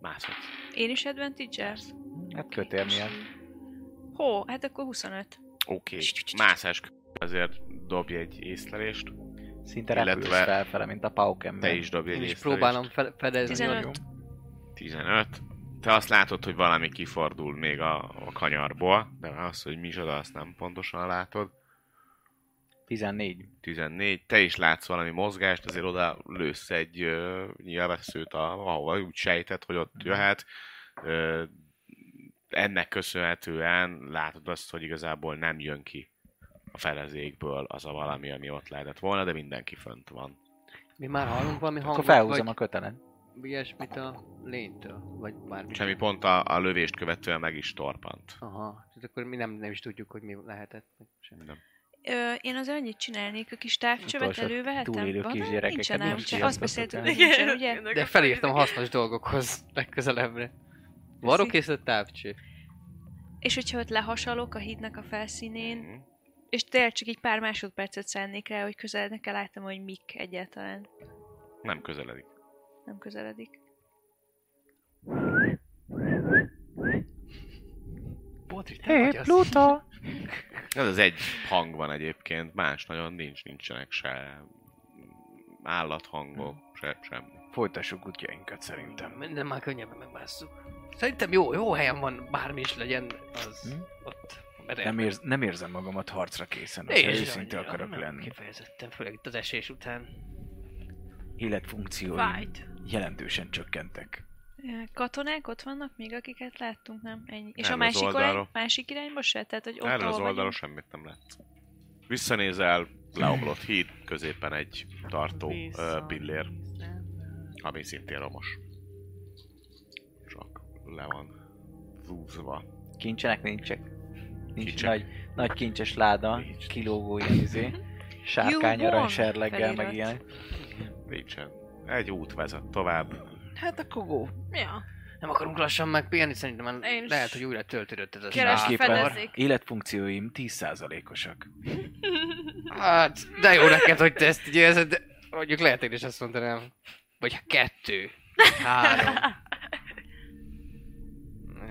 [SPEAKER 2] Mászod.
[SPEAKER 6] Én is advantage
[SPEAKER 5] Hát kötél miatt.
[SPEAKER 6] Hó, hát akkor 25.
[SPEAKER 2] Oké. Mászás közben azért dobj egy észlelést.
[SPEAKER 5] Szinte
[SPEAKER 2] Illetve
[SPEAKER 5] repülsz felfele, mint a Paukember.
[SPEAKER 2] Te is dobj egy
[SPEAKER 3] Én is
[SPEAKER 2] észlelést.
[SPEAKER 3] próbálom fel- fedezni.
[SPEAKER 5] Nagyon
[SPEAKER 6] Tizenöt.
[SPEAKER 5] jó.
[SPEAKER 2] 15. Te azt látod, hogy valami kifordul még a, a kanyarból, de az, hogy mi oda, azt nem pontosan látod.
[SPEAKER 5] 14.
[SPEAKER 2] 14. Te is látsz valami mozgást, azért oda lősz egy ö, nyilvesszőt, a- ahova úgy sejtett, hogy ott jöhet. Ö, ennek köszönhetően látod azt, hogy igazából nem jön ki a felezékből az a valami, ami ott lehetett volna, de mindenki fönt van.
[SPEAKER 3] Mi már hallunk valami
[SPEAKER 5] Akkor
[SPEAKER 3] hangot,
[SPEAKER 5] felhúzom a
[SPEAKER 3] vagy
[SPEAKER 5] kötelen.
[SPEAKER 3] ilyesmit a lénytől, vagy bármi.
[SPEAKER 2] Semmi pont a, a lövést követően meg is torpant.
[SPEAKER 3] Aha, tehát akkor mi nem, nem is tudjuk, hogy mi lehetett. meg Semmi.
[SPEAKER 2] Nem.
[SPEAKER 6] Ö, én az annyit csinálnék, a kis távcsövet
[SPEAKER 5] Utolsó
[SPEAKER 6] elővehetem.
[SPEAKER 5] túlélő
[SPEAKER 6] Van?
[SPEAKER 5] kisgyerekeket
[SPEAKER 6] Nincsen
[SPEAKER 5] most
[SPEAKER 6] ám, csak azt
[SPEAKER 5] írtottuk
[SPEAKER 6] beszéltük,
[SPEAKER 5] el.
[SPEAKER 6] hogy nincsen, ugye?
[SPEAKER 3] De felírtam hasznos dolgokhoz legközelebbre. Varrókészlet távcső.
[SPEAKER 6] És hogyha ott lehasalok a hídnak a felszínén,
[SPEAKER 2] Mhm.
[SPEAKER 6] és tényleg csak így pár másodpercet szánnék rá, hogy közelednek el, láttam, hogy mik egyáltalán
[SPEAKER 2] Nem közeledik.
[SPEAKER 6] nem közeledik.
[SPEAKER 3] Botri, te
[SPEAKER 5] Hé,
[SPEAKER 3] vagy az.
[SPEAKER 5] Pluto!
[SPEAKER 2] Ez az egy hang van egyébként, más nagyon nincs, nincsenek se állathangok, se, semmi.
[SPEAKER 5] *laughs* Folytassuk útjainkat szerintem.
[SPEAKER 3] Minden már könnyebben megmásszuk. Szerintem jó, jó helyen van, bármi is legyen az
[SPEAKER 5] Hm?
[SPEAKER 3] ott.
[SPEAKER 5] Nem, érz, nem érzem magamat harcra készen,
[SPEAKER 3] Én
[SPEAKER 5] ha
[SPEAKER 3] is
[SPEAKER 5] őszinte
[SPEAKER 3] annyira,
[SPEAKER 5] akarok
[SPEAKER 3] nem
[SPEAKER 5] lenni.
[SPEAKER 3] Kifejezetten, főleg itt az esés után.
[SPEAKER 5] Életfunkcióim
[SPEAKER 4] Fájt.
[SPEAKER 5] jelentősen csökkentek.
[SPEAKER 6] Ö, Katonák ott vannak még, akiket láttunk, nem? Ennyi. És
[SPEAKER 2] Nem,
[SPEAKER 6] a
[SPEAKER 2] az
[SPEAKER 6] másik,
[SPEAKER 2] oldalról.
[SPEAKER 6] oldalról. másik irányba se? Tehát, hogy ott,
[SPEAKER 2] Erről az
[SPEAKER 6] ahol
[SPEAKER 2] oldalról
[SPEAKER 6] vagyunk,
[SPEAKER 2] semmit nem lett. Visszanézel, leomlott híd, középen egy tartó ö, pillér, ami szintén romos. Csak le van zúzva.
[SPEAKER 5] Kincsenek nincsek. Nincs
[SPEAKER 2] Kincsek.
[SPEAKER 5] nagy, nagy kincses láda,
[SPEAKER 2] Nincs.
[SPEAKER 5] kilógó ilyen izé. Sárkány
[SPEAKER 6] You
[SPEAKER 5] arany
[SPEAKER 6] won
[SPEAKER 5] serleggel, meg
[SPEAKER 6] felirat.
[SPEAKER 5] ilyenek.
[SPEAKER 2] Nincsen. Egy út vezet tovább.
[SPEAKER 5] Hát akkor go.
[SPEAKER 4] Ja.
[SPEAKER 3] Nem akarunk lassan megpihenni, szerintem már
[SPEAKER 4] Én is.
[SPEAKER 3] lehet, hogy újra töltődött ez a
[SPEAKER 4] Keres
[SPEAKER 3] sár.
[SPEAKER 4] Másképpen. fedezni. fedezzék.
[SPEAKER 5] életfunkcióim 10%-osak.
[SPEAKER 3] Hát, de jó neked, hogy te ezt így érzed, de mondjuk lehet én is azt mondanám. Vagy kettő. Három.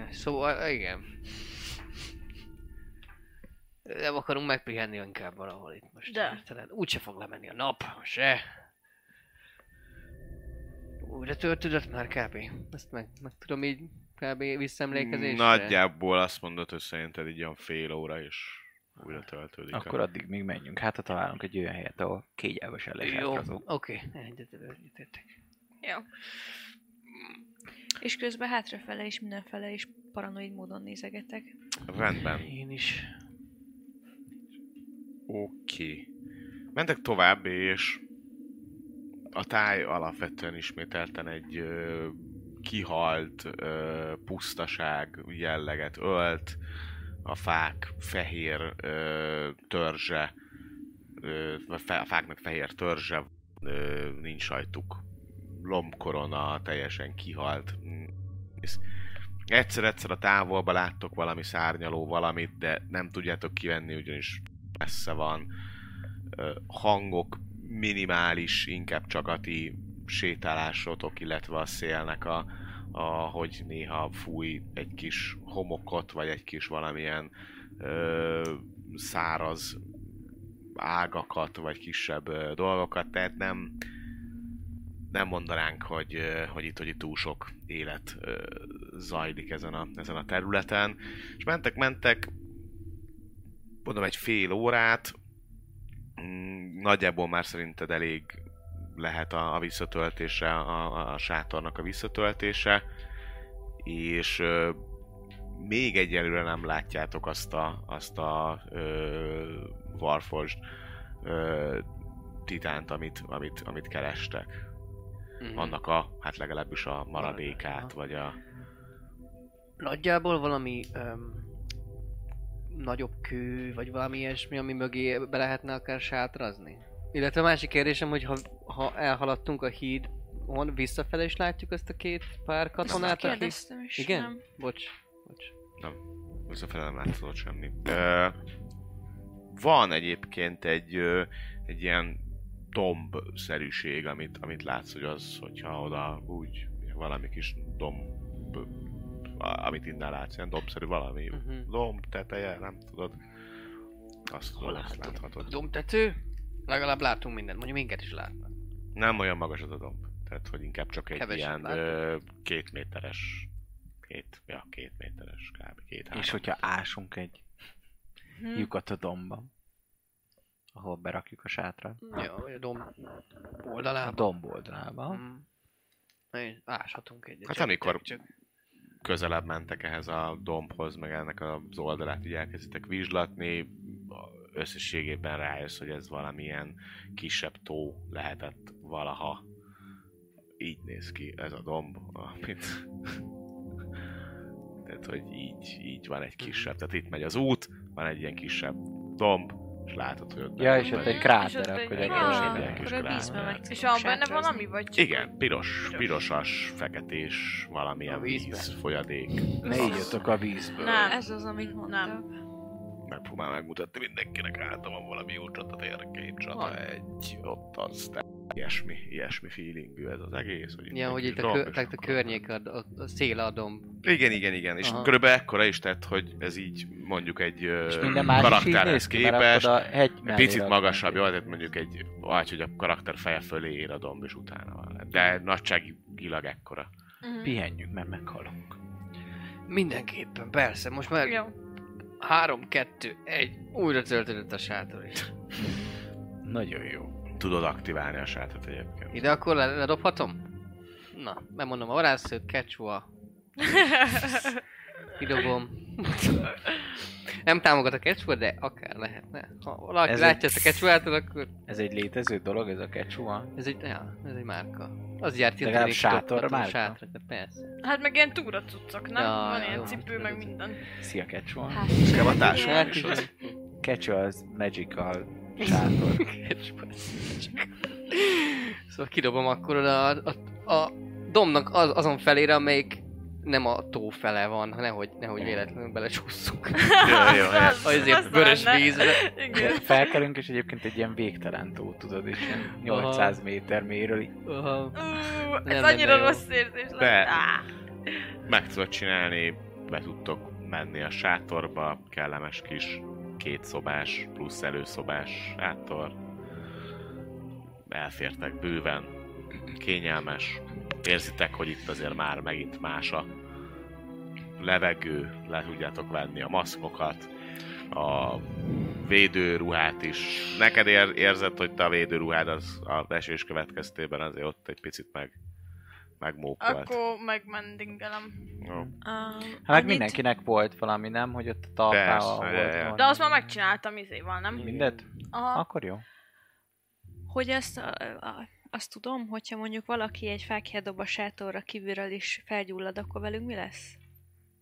[SPEAKER 3] Szóval, igen. Nem akarunk megpihenni inkább valahol itt most.
[SPEAKER 4] De.
[SPEAKER 3] Talán úgyse fog lemenni a nap, se. Újra töltődött már kb. Ezt meg, meg tudom így kb. visszaemlékezésre.
[SPEAKER 2] Nagyjából azt mondod, hogy szerinted így olyan fél óra, és újra töltődik. a-
[SPEAKER 5] Akkor addig még menjünk. Hát, ha találunk egy olyan helyet, ahol kényelmesen
[SPEAKER 3] Jó,
[SPEAKER 5] lehátrazó.
[SPEAKER 3] oké. Egyetértek.
[SPEAKER 4] Jó.
[SPEAKER 6] és közben hátrafele és mindenfele is paranoid módon nézegetek.
[SPEAKER 2] Rendben.
[SPEAKER 3] Én is.
[SPEAKER 2] Oké. Mentek tovább, és a táj alapvetően ismételten egy ö, kihalt ö, pusztaság jelleget ölt, a fák fehér ö, törzse, ö, vagy fe- a fáknak fehér törzse, ö, nincs rajtuk lombkorona, teljesen kihalt. mm, és Egyszer-egyszer a távolba láttok valami szárnyaló valamit, de nem tudjátok kivenni, ugyanis messze van, ö, hangok minimális, inkább csak a ti sétálásotok, illetve a szélnek a, a hogy néha fúj egy kis homokot, vagy egy kis valamilyen ö, száraz ágakat, vagy kisebb ö, dolgokat, tehát nem nem mondanánk, hogy, ö, hogy itt, hogy itt túl sok élet ö, zajlik ezen a, ezen a területen. És mentek, mentek, mondom, egy fél órát, Mm, nagyjából már szerinted elég lehet a, a visszatöltése, a, a- a sátornak a visszatöltése, és ö, még egyelőre nem látjátok azt a, azt a ö, Warforged ö, titánt, amit, amit, amit kerestek.
[SPEAKER 3] Mhm.
[SPEAKER 2] Annak a, hát legalábbis a maradékát,
[SPEAKER 3] Maradék,
[SPEAKER 2] vagy a...
[SPEAKER 3] Nagyjából valami öm, nagyobb kő, vagy valami ilyesmi, ami mögé be lehetne akár sátrazni. Illetve a másik kérdésem, hogy ha, ha elhaladtunk a hídon, visszafele is látjuk ezt a két pár katonát, aki...
[SPEAKER 6] Kérdeztem is,
[SPEAKER 3] Igen?
[SPEAKER 6] nem.
[SPEAKER 3] Bocs, bocs.
[SPEAKER 2] Visszafele nem látszott semmi. Ö, van egyébként egy, ö, egy ilyen domb-szerűség, amit, amit látsz, hogy az, hogyha oda úgy valami kis domb, a- amit innen látsz, ilyen dombszerű valami,
[SPEAKER 3] Uh-huh.
[SPEAKER 2] domb teteje, nem tudod. Azt tudod, azt láthatod.
[SPEAKER 3] Domtető? Legalább látunk mindent, mondjuk minket is látnak.
[SPEAKER 2] Nem olyan magas az a domb. Tehát, hogy inkább csak egy
[SPEAKER 3] Keveset
[SPEAKER 2] ilyen
[SPEAKER 3] látok.
[SPEAKER 2] ö, két méteres, két, ja, két méteres, kb. két három.
[SPEAKER 5] És hogyha ásunk egy
[SPEAKER 4] Hm.
[SPEAKER 5] lyukat a domban, ahol berakjuk a sátrat.
[SPEAKER 3] Ja, vagy a dom
[SPEAKER 5] A
[SPEAKER 3] oldalába.
[SPEAKER 5] domb oldalába.
[SPEAKER 3] Mm. Én áshatunk egyet.
[SPEAKER 2] Hát
[SPEAKER 3] csak-
[SPEAKER 2] amikor-
[SPEAKER 3] Csak,
[SPEAKER 2] közelebb mentek ehhez a dombhoz, meg ennek az oldalát így elkezditek vizslatni, összességében rájössz, hogy ez valamilyen kisebb tó lehetett valaha. Így néz ki ez a domb, amit... *laughs* tehát, hogy így, így van egy kisebb. Tehát itt megy az út, van egy ilyen kisebb domb, és látod, hogy ott...
[SPEAKER 5] Ja, és
[SPEAKER 2] ott
[SPEAKER 5] ott
[SPEAKER 2] megy.
[SPEAKER 5] egy
[SPEAKER 4] És ott
[SPEAKER 5] kráter,
[SPEAKER 4] egy-
[SPEAKER 5] akkor
[SPEAKER 4] Ah,
[SPEAKER 5] gyakorlatilag.
[SPEAKER 2] kis
[SPEAKER 6] akkor a vízbe
[SPEAKER 2] gránát.
[SPEAKER 6] meg
[SPEAKER 4] És
[SPEAKER 6] tudunk
[SPEAKER 4] van benne
[SPEAKER 6] sátrazni.
[SPEAKER 4] valami, vagy
[SPEAKER 2] Igen, piros, pirosas, feketés, valamilyen
[SPEAKER 3] A vízbe.
[SPEAKER 2] víz, folyadék.
[SPEAKER 5] Ne ígyatok a vízből.
[SPEAKER 4] Nem.
[SPEAKER 6] Ez az, amit mondtam.
[SPEAKER 2] megpróbál megmutatni mindenkinek általában valami úr csata tér, két
[SPEAKER 3] Van.
[SPEAKER 2] csata, egy, ott aztán ilyesmi, ilyesmi feelingű ez az egész. Hogy
[SPEAKER 3] ilyen,
[SPEAKER 2] egy
[SPEAKER 3] hogy
[SPEAKER 2] kis
[SPEAKER 3] itt a,
[SPEAKER 2] domb,
[SPEAKER 3] kö,
[SPEAKER 2] és
[SPEAKER 3] tehát a
[SPEAKER 2] akkor-
[SPEAKER 3] környék, a, a, a széle a domb.
[SPEAKER 2] Igen, igen, igen. És
[SPEAKER 3] Aha.
[SPEAKER 2] körülbelül ekkora is tett, hogy ez így mondjuk egy
[SPEAKER 5] És
[SPEAKER 2] ö,
[SPEAKER 5] minden más is így
[SPEAKER 2] karakterhez
[SPEAKER 5] néz ki, mert
[SPEAKER 2] képest.
[SPEAKER 5] akkor a hegy
[SPEAKER 2] Egy
[SPEAKER 5] mellé
[SPEAKER 2] picit
[SPEAKER 5] raknánk
[SPEAKER 2] magasabb,
[SPEAKER 5] egy-
[SPEAKER 2] jó, tehát mondjuk egy, vagy hogy a karakter feje fölé ér a domb, és utána van. De nagyságilag ekkora.
[SPEAKER 5] Pihenjünk, mert meghalunk.
[SPEAKER 3] Mindenképpen, persze, most már
[SPEAKER 4] Jó.
[SPEAKER 3] 3, 2, 1, újra töltődött a sátor is.
[SPEAKER 5] Nagyon jó.
[SPEAKER 2] Tudod aktiválni a sátrat egyébként.
[SPEAKER 3] Ide akkor le- ledobhatom? Na, megmondom a varázsszőt, kecsua, kidobom. *laughs* Nem támogat a kecsua, de akár lehetne. Ha valaki
[SPEAKER 5] Ez
[SPEAKER 3] ez
[SPEAKER 5] egy-
[SPEAKER 3] látja ezt a kecsuától, akkor
[SPEAKER 5] Ez egy létező dolog, ez a kecsua?
[SPEAKER 3] ez egy, ja, ez egy márka. Az járt
[SPEAKER 5] Legalább sátor márka.
[SPEAKER 3] Sátor, de persze.
[SPEAKER 4] Hát meg ilyen túracuccok, nem?
[SPEAKER 3] Ja,
[SPEAKER 4] Van
[SPEAKER 3] ja,
[SPEAKER 4] ilyen
[SPEAKER 3] jó,
[SPEAKER 4] cipő,
[SPEAKER 3] hát
[SPEAKER 4] meg
[SPEAKER 3] ez-
[SPEAKER 4] minden.
[SPEAKER 5] Szia kecsua.
[SPEAKER 2] Inkább a társadalom
[SPEAKER 3] Hát,
[SPEAKER 2] is az.
[SPEAKER 3] igen.
[SPEAKER 5] Kecsua az
[SPEAKER 4] *laughs*
[SPEAKER 5] magical sátor.
[SPEAKER 3] Kecsua. Szóval kidobom akkor oda a, a, a domnak az, azon felére, amelyik nem a tó fele van, ha nehogy, nehogy véletlenül
[SPEAKER 4] *laughs*
[SPEAKER 3] belecsúszunk.
[SPEAKER 2] Jó, jó,
[SPEAKER 3] *laughs*
[SPEAKER 4] Az-
[SPEAKER 2] jó.
[SPEAKER 3] Azért
[SPEAKER 4] az
[SPEAKER 3] vörös
[SPEAKER 4] lenne.
[SPEAKER 3] vízbe.
[SPEAKER 4] *laughs* Igen.
[SPEAKER 5] Felkelünk, és egyébként egy ilyen végtelen tó, tudod, és ilyen 800 méter mélyről így
[SPEAKER 3] Aha.
[SPEAKER 4] Ú, ez annyira
[SPEAKER 3] Nem lenne jó.
[SPEAKER 4] rossz érzés
[SPEAKER 2] De.
[SPEAKER 4] lenne. Á,
[SPEAKER 2] meg tudod csinálni, be tudtok menni a sátorba, kellemes kis kétszobás plusz előszobás sátor. Elfértek bőven, kényelmes. Érzitek, hogy itt azért már megint más a levegő, le tudjátok venni a maszkokat, a védőruhát is. Neked ér, érzed, hogy te a védőruhád az a esés következtében azért ott egy picit meg megmókolt.
[SPEAKER 4] Akkor megmendingelem.
[SPEAKER 2] Jó.
[SPEAKER 6] Ah,
[SPEAKER 5] Hát meg
[SPEAKER 6] amit-
[SPEAKER 5] mindenkinek volt valami, nem? Hogy ott a
[SPEAKER 2] Persze,
[SPEAKER 5] talpával volt
[SPEAKER 2] ja, ja.
[SPEAKER 5] valami.
[SPEAKER 4] De azt már megcsináltam izéval, nem?
[SPEAKER 5] Mindet?
[SPEAKER 4] Aha.
[SPEAKER 5] Akkor jó.
[SPEAKER 6] Hogy azt, a, a, azt tudom, hogyha mondjuk valaki egy fákját dob a sátorra kívülről is felgyullad, akkor velünk mi lesz?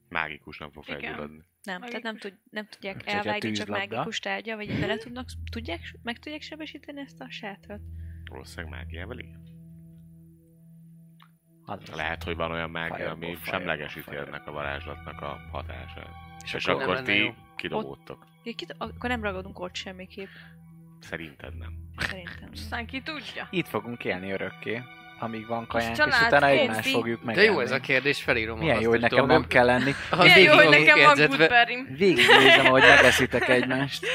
[SPEAKER 2] mágikusan fog
[SPEAKER 4] Igen.
[SPEAKER 2] felgyulladni.
[SPEAKER 6] Nem, tehát nem, tud, nem tudják
[SPEAKER 5] Csak egy
[SPEAKER 6] elvágni, csak
[SPEAKER 5] tűzlabda.
[SPEAKER 6] mágikus tárgya, vagy bele tudnak, tudják, meg tudják sebesíteni ezt a sátrat?
[SPEAKER 2] Valószínűleg mágiával igen.
[SPEAKER 5] Az az.
[SPEAKER 2] Lehet, hogy van olyan mágia,
[SPEAKER 5] Fireball,
[SPEAKER 2] ami
[SPEAKER 5] fireball,
[SPEAKER 2] semlegesíti
[SPEAKER 5] fireball.
[SPEAKER 2] ennek a varázslatnak a hatását. És,
[SPEAKER 3] akkor
[SPEAKER 2] akkor
[SPEAKER 3] nem lenne
[SPEAKER 2] ti
[SPEAKER 3] jó.
[SPEAKER 2] kidobódtok.
[SPEAKER 6] Ja, kit, akkor nem ragadunk ott semmiképp,
[SPEAKER 2] Szerinted nem.
[SPEAKER 6] szerintem.
[SPEAKER 4] Aztán ki tudja?
[SPEAKER 5] Itt fogunk élni örökké, amíg van kajánk, és
[SPEAKER 4] család,
[SPEAKER 5] utána
[SPEAKER 4] kézi.
[SPEAKER 5] egymást fogjuk meg.
[SPEAKER 3] De jó ez a kérdés, felírom.
[SPEAKER 5] Milyen
[SPEAKER 3] azt,
[SPEAKER 5] jó, hogy nekem nem kell lenni.
[SPEAKER 3] Az
[SPEAKER 4] Milyen jó, hogy
[SPEAKER 3] végig
[SPEAKER 4] nekem van
[SPEAKER 3] jegyzetve-
[SPEAKER 4] Goodberry-m.
[SPEAKER 5] Végignézem, ahogy megeszitek egymást.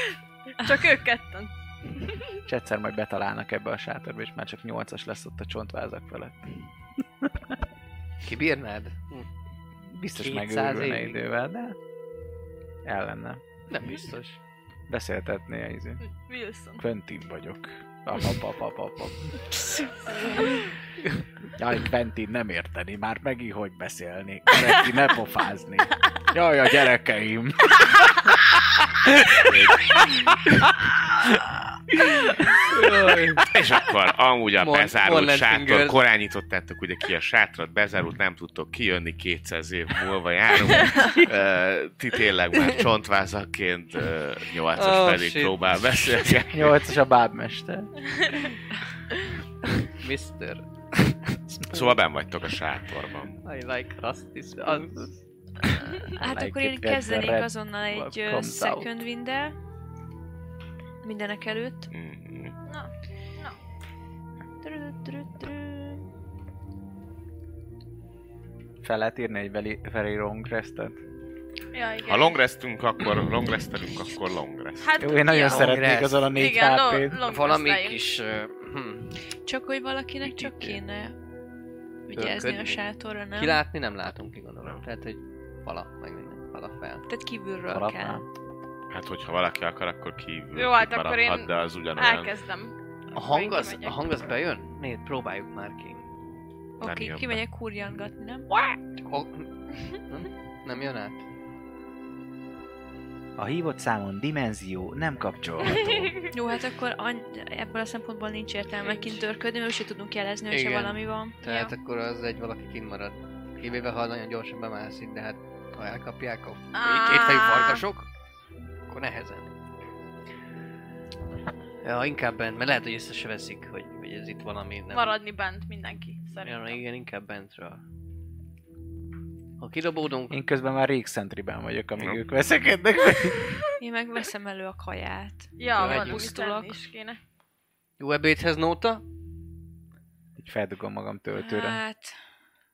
[SPEAKER 4] Csak ők ketten.
[SPEAKER 5] És egyszer majd betalálnak ebbe a sátorba, és már csak nyolcas lesz ott a csontvázak vele.
[SPEAKER 3] Kibírnád? Hm,
[SPEAKER 5] Biztos
[SPEAKER 3] 200
[SPEAKER 5] megőrülne
[SPEAKER 3] évig.
[SPEAKER 5] idővel, de ellenne.
[SPEAKER 3] Nem biztos.
[SPEAKER 5] Beszéltetné a izé.
[SPEAKER 4] Wilson.
[SPEAKER 5] Quentin vagyok. Ap, ap, ap, ap, ap, ap. Jaj, Quentin nem érteni, már megint hogy beszélni. Quentin ne pofázni. Jaj, a gyerekeim.
[SPEAKER 2] És akkor amúgy a
[SPEAKER 3] Mon-
[SPEAKER 2] bezárult
[SPEAKER 3] Monlenfinger.
[SPEAKER 2] sátor, korán nyitottátok ugye ki a sátrat, bezárult, nem tudtok kijönni, 200 év múlva
[SPEAKER 3] *laughs*
[SPEAKER 2] járunk. Ö, Ti tényleg már csontvázakként, 8-as
[SPEAKER 3] Oh,
[SPEAKER 2] pedig
[SPEAKER 3] shit.
[SPEAKER 2] próbál beszélgetni.
[SPEAKER 5] Nyolcas a bábmester.
[SPEAKER 3] Mister,
[SPEAKER 2] Szóval ben vagytok a sátorban.
[SPEAKER 3] I like Rustis. Az...
[SPEAKER 6] Hát
[SPEAKER 5] Like
[SPEAKER 6] akkor
[SPEAKER 5] it
[SPEAKER 6] én
[SPEAKER 5] when the
[SPEAKER 6] kezdenék
[SPEAKER 5] red
[SPEAKER 6] azonnal
[SPEAKER 5] blood
[SPEAKER 6] egy ö,
[SPEAKER 5] comes
[SPEAKER 6] second wind Mindenek előtt.
[SPEAKER 2] Mhm.
[SPEAKER 6] Trü-trü-trü.
[SPEAKER 5] Fel lehet írni egy veli, Feri Rongrestet.
[SPEAKER 4] Ja, igen.
[SPEAKER 2] Ha longrestünk, akkor longresztelünk, akkor longrest.
[SPEAKER 4] Hát,
[SPEAKER 5] Jó, én nagyon
[SPEAKER 4] ja.
[SPEAKER 5] szeretnék
[SPEAKER 3] Longrest.
[SPEAKER 5] azon a négy
[SPEAKER 4] Igen, lo-
[SPEAKER 5] HP-t.
[SPEAKER 4] long
[SPEAKER 3] Valami
[SPEAKER 4] rest-eljünk.
[SPEAKER 3] kis... Uh, hm.
[SPEAKER 6] Csak hogy valakinek
[SPEAKER 3] Itt,
[SPEAKER 6] csak
[SPEAKER 3] itt.
[SPEAKER 6] kéne vigyázni a
[SPEAKER 3] Fölködni.
[SPEAKER 6] sátorra, nem?
[SPEAKER 3] Kilátni nem látunk ki, gondolom. Tehát, hogy vala, meg minden, vala fel.
[SPEAKER 6] Tehát kívülről
[SPEAKER 5] Alapnál.
[SPEAKER 6] kell.
[SPEAKER 2] Hát, hogyha valaki akar, akkor kívül
[SPEAKER 4] Jó, hát
[SPEAKER 2] itt
[SPEAKER 4] akkor
[SPEAKER 2] maradhat,
[SPEAKER 4] én
[SPEAKER 2] de az ugyanolyan.
[SPEAKER 4] Elkezdem.
[SPEAKER 3] A
[SPEAKER 4] Akkor én
[SPEAKER 3] hang az,
[SPEAKER 4] kimegyek.
[SPEAKER 3] a hang az bejön? Nézd, próbáljuk már ki.
[SPEAKER 2] jön
[SPEAKER 6] Oké,
[SPEAKER 2] be.
[SPEAKER 6] okay, kimegyek kurjantgatni, nem?
[SPEAKER 3] Csak- Nem, nem jön át?
[SPEAKER 1] A hívott számon dimenzió nem kapcsolható.
[SPEAKER 6] Jó, hát akkor any- ebből a szempontból nincs értelme
[SPEAKER 4] Nincs.
[SPEAKER 6] kint törködni, mert se tudunk jelezni, hogy se
[SPEAKER 3] Igen.
[SPEAKER 6] valami van.
[SPEAKER 3] Tehát akkor az egy valaki kint marad. Kivéve, ha nagyon gyorsan bemászik, de hát ha elkapják a
[SPEAKER 6] Ah.
[SPEAKER 4] Á.
[SPEAKER 3] kétfejű farkasok, akkor nehezen. Ja, inkább bent, mert lehet, hogy észre se veszik, hogy, hogy ez itt valami nem...
[SPEAKER 4] Maradni bent mindenki,
[SPEAKER 3] Ja,
[SPEAKER 4] szerintem.
[SPEAKER 3] igen, inkább bentről. Ha kidobódunk,
[SPEAKER 5] Én közben már rég szentriben vagyok, amíg
[SPEAKER 2] Jó.
[SPEAKER 5] ők veszekednek. meg.
[SPEAKER 6] Én meg veszem elő a kaját.
[SPEAKER 4] Ja,
[SPEAKER 3] Jó,
[SPEAKER 4] valami
[SPEAKER 6] pusztulok.
[SPEAKER 4] tenni is kéne.
[SPEAKER 3] jó ebédhez nóta?
[SPEAKER 5] Így feldugom magam töltőre.
[SPEAKER 6] Hát,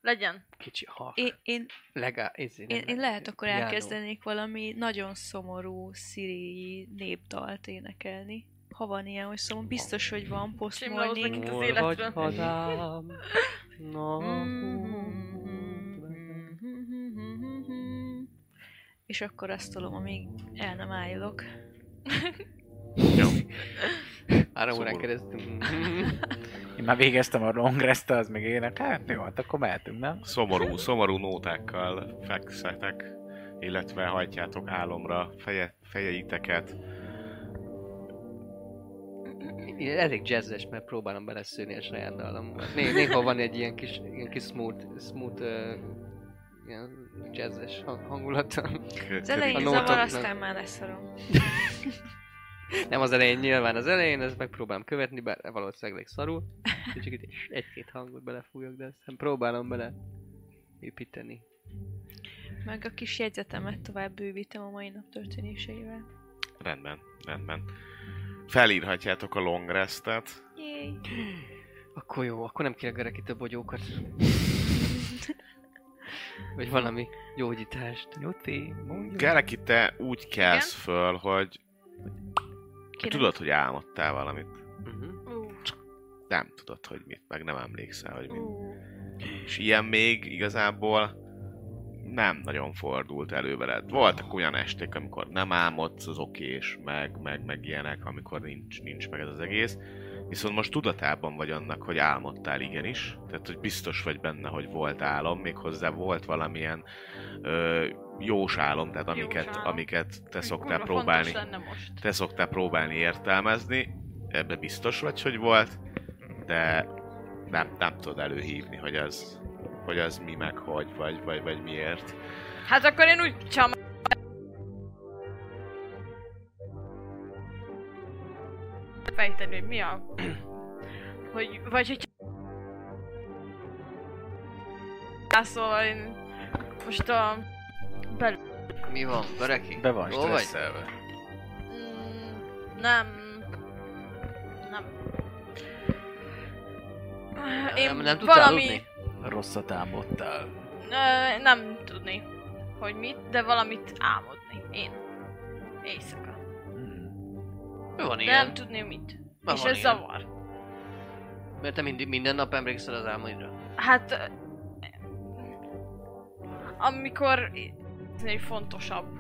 [SPEAKER 4] Legyen.
[SPEAKER 3] Kicsi halk.
[SPEAKER 6] én, én,
[SPEAKER 3] Legá... izé, nem
[SPEAKER 6] én, én
[SPEAKER 3] legá-
[SPEAKER 6] lehet akkor
[SPEAKER 3] járó.
[SPEAKER 6] elkezdenék valami nagyon szomorú szíriai népdalt énekelni. Ha van ilyen, hogy szomorú, biztos, hogy van
[SPEAKER 4] Simlóznak
[SPEAKER 6] posztmorning.
[SPEAKER 4] itt az
[SPEAKER 3] Hol
[SPEAKER 4] életről.
[SPEAKER 3] vagy hazám? Na,
[SPEAKER 6] Mm-hmm.
[SPEAKER 3] Ah,
[SPEAKER 6] És akkor azt tolom, amíg el nem ájulok.
[SPEAKER 3] Három órán
[SPEAKER 2] Szomorú.
[SPEAKER 3] keresztül.
[SPEAKER 5] Én már végeztem a longrest, az még ének. Hát jó, hát akkor mehetünk, nem?
[SPEAKER 2] Szomorú, szomorú nótákkal fekszetek, illetve hajtjátok álomra feje, fejeiteket.
[SPEAKER 3] Én elég jazzes, mert próbálom beleszőni a saját dallamban. Né- néha van egy ilyen kis, ilyen kis smooth, smooth uh, ilyen jazzes hang- hangulata.
[SPEAKER 6] Az elején
[SPEAKER 3] A
[SPEAKER 6] zavar,
[SPEAKER 3] nótoknak.
[SPEAKER 6] aztán már leszarom.
[SPEAKER 3] Nem az elején, nyilván az elején, ezt megpróbálom követni, bár valószínűleg elég szarul. Kicsit itt egy-két hangot belefújok, de aztán próbálom bele építeni.
[SPEAKER 6] Meg a kis jegyzetemet tovább bővítem a mai nap történéseivel.
[SPEAKER 2] Rendben, rendben. Felírhatjátok a long restet.
[SPEAKER 6] Jéj!
[SPEAKER 3] Akkor jó, akkor nem kiregerek itt a *laughs* bogyókat. Vagy valami gyógyítást.
[SPEAKER 5] Nyuti, mondjuk.
[SPEAKER 2] Gerek, itt te úgy kelsz föl, hogy
[SPEAKER 6] Kérem.
[SPEAKER 2] tudod, hogy álmodtál valamit.
[SPEAKER 3] Uh-huh.
[SPEAKER 4] Ú,
[SPEAKER 2] Nem tudod, hogy mit, meg nem emlékszel, hogy mit.
[SPEAKER 4] ú.
[SPEAKER 2] És ilyen még igazából nem nagyon fordult elő veled. Voltak olyan esték, amikor nem álmodsz, az okés, meg, meg, meg ilyenek, amikor nincs, nincs meg ez az egész. Viszont most tudatában vagy annak, hogy álmodtál igenis, tehát hogy biztos vagy benne, hogy volt álom, méghozzá volt valamilyen ö, jós álom, tehát
[SPEAKER 4] Jós
[SPEAKER 2] amiket,
[SPEAKER 4] álom.
[SPEAKER 2] amiket te
[SPEAKER 4] Úgy
[SPEAKER 2] szoktál
[SPEAKER 4] Hm, kurva
[SPEAKER 2] próbálni
[SPEAKER 4] Fontos lenne most.
[SPEAKER 2] te szoktál próbálni értelmezni, ebbe biztos vagy, hogy volt, de nem, nem tudod előhívni, hogy az, hogy az mi meg hogy, vagy, vagy, vagy miért.
[SPEAKER 4] Hát akkor én úgy csam... Fejteni, hogy mi a... Hogy, vagy hogy... Szóval én most a... Bel...
[SPEAKER 3] Mi van, Bereki?
[SPEAKER 5] Be van
[SPEAKER 3] Hol vagy?
[SPEAKER 5] stresszelve.
[SPEAKER 4] Mm, nem... Nem. Én
[SPEAKER 3] nem, nem tudtál
[SPEAKER 4] valami...
[SPEAKER 3] aludni?
[SPEAKER 5] Rosszat álmodtál.
[SPEAKER 4] Ö, nem tudni, hogy mit, de valamit álmodni. Én. Éjszaka.
[SPEAKER 5] Hmm.
[SPEAKER 3] Mi
[SPEAKER 4] De
[SPEAKER 3] van
[SPEAKER 4] nem
[SPEAKER 3] ilyen?
[SPEAKER 4] tudni mit.
[SPEAKER 3] Na,
[SPEAKER 4] és
[SPEAKER 3] van
[SPEAKER 4] ez
[SPEAKER 3] ilyen.
[SPEAKER 4] zavar.
[SPEAKER 3] Mert te mindig, minden nap emlékszel az álmaidra.
[SPEAKER 4] Hát... ö, Amikor... Ez egy fontosabb.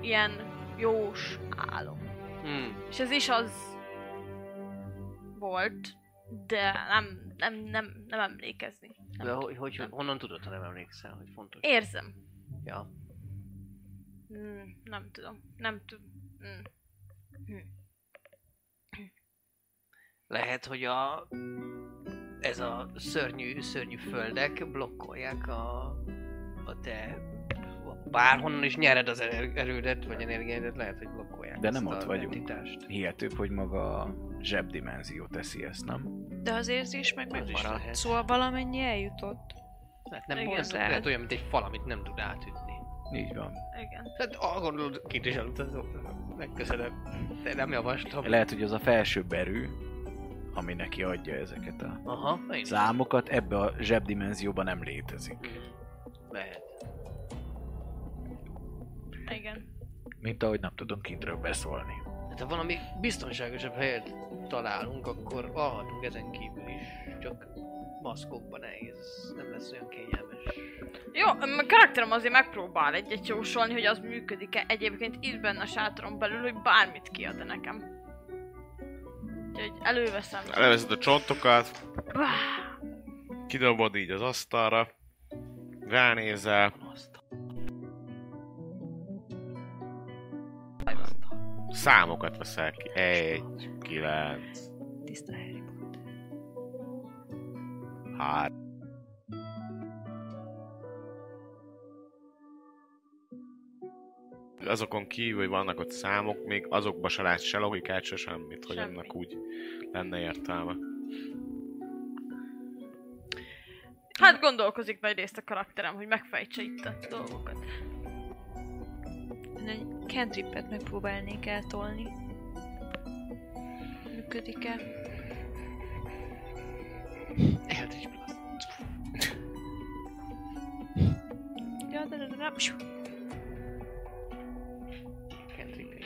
[SPEAKER 4] Ilyen jós álom.
[SPEAKER 3] Hmm.
[SPEAKER 4] És ez is az... Volt. De nem, nem, nem, nem emlékezni.
[SPEAKER 3] De hogy, hogy,
[SPEAKER 4] nem.
[SPEAKER 3] honnan tudod, ha nem emlékszel, hogy fontos?
[SPEAKER 4] Érzem.
[SPEAKER 3] Ja.
[SPEAKER 4] Mm, nem tudom. Nem tudom. Mm.
[SPEAKER 3] Lehet, hogy a... Ez a szörnyű, szörnyű földek blokkolják a... A te... Bárhonnan is nyered az ener- erődet, vagy energiádat, lehet, hogy blokkolják
[SPEAKER 5] De nem
[SPEAKER 3] ezt
[SPEAKER 5] ott
[SPEAKER 3] a
[SPEAKER 5] vagyunk.
[SPEAKER 3] Entitást.
[SPEAKER 5] Hihetőbb, hogy maga a zsebdimenzió teszi ezt, nem?
[SPEAKER 6] De az érzés meg
[SPEAKER 3] Az is
[SPEAKER 6] megmaradt.
[SPEAKER 3] lehet.
[SPEAKER 6] Szóval valamennyi eljutott.
[SPEAKER 3] Hát nem
[SPEAKER 4] Igen.
[SPEAKER 3] igen, lehet olyan, mint egy fal, amit nem tud átütni.
[SPEAKER 5] Így van.
[SPEAKER 4] Igen.
[SPEAKER 3] Hát ah, gondolod, kint is elutazom. Megköszönöm. De nem javaslom.
[SPEAKER 5] Lehet, hogy az a felsőbb erő, ami neki adja ezeket a
[SPEAKER 3] Aha, én
[SPEAKER 5] Szóval-
[SPEAKER 3] is.
[SPEAKER 5] számokat, ebbe a zsebdimenzióban nem létezik.
[SPEAKER 3] Lehet.
[SPEAKER 4] Igen.
[SPEAKER 5] Mint ahogy nem tudom kintről beszólni.
[SPEAKER 3] Hát ha valami biztonságosabb helyet találunk, akkor alhatunk ezen kívül is. Csak maszkokban nehéz. Nem lesz olyan kényelmes.
[SPEAKER 4] Jó, a karakterem azért megpróbál egyet jósolni, hogy az működik-e egyébként itt benne a sátron belül, hogy bármit kiad -e nekem. Úgyhogy előveszem.
[SPEAKER 2] Elveszed a csontokat,
[SPEAKER 4] Bá,
[SPEAKER 2] kidobod így az asztalra, ránézel. Számokat veszel ki. Egy, kilenc,
[SPEAKER 6] Tiszta Harry Potter.
[SPEAKER 2] Hát. Azokon kívül, hogy vannak ott számok, még azokba se látsz se logikát, se semmit, hogy
[SPEAKER 4] Semmi.
[SPEAKER 2] annak úgy lenne értelme.
[SPEAKER 4] Hát gondolkozik nagy részt a karakterem, hogy megfejtse itt a dolgokat.
[SPEAKER 6] Én egy cantripet megpróbálnék eltolni. Működik-e?
[SPEAKER 3] Eldritch Blast.
[SPEAKER 6] Ja, de, de, de, de. pshu,
[SPEAKER 3] Kendrick.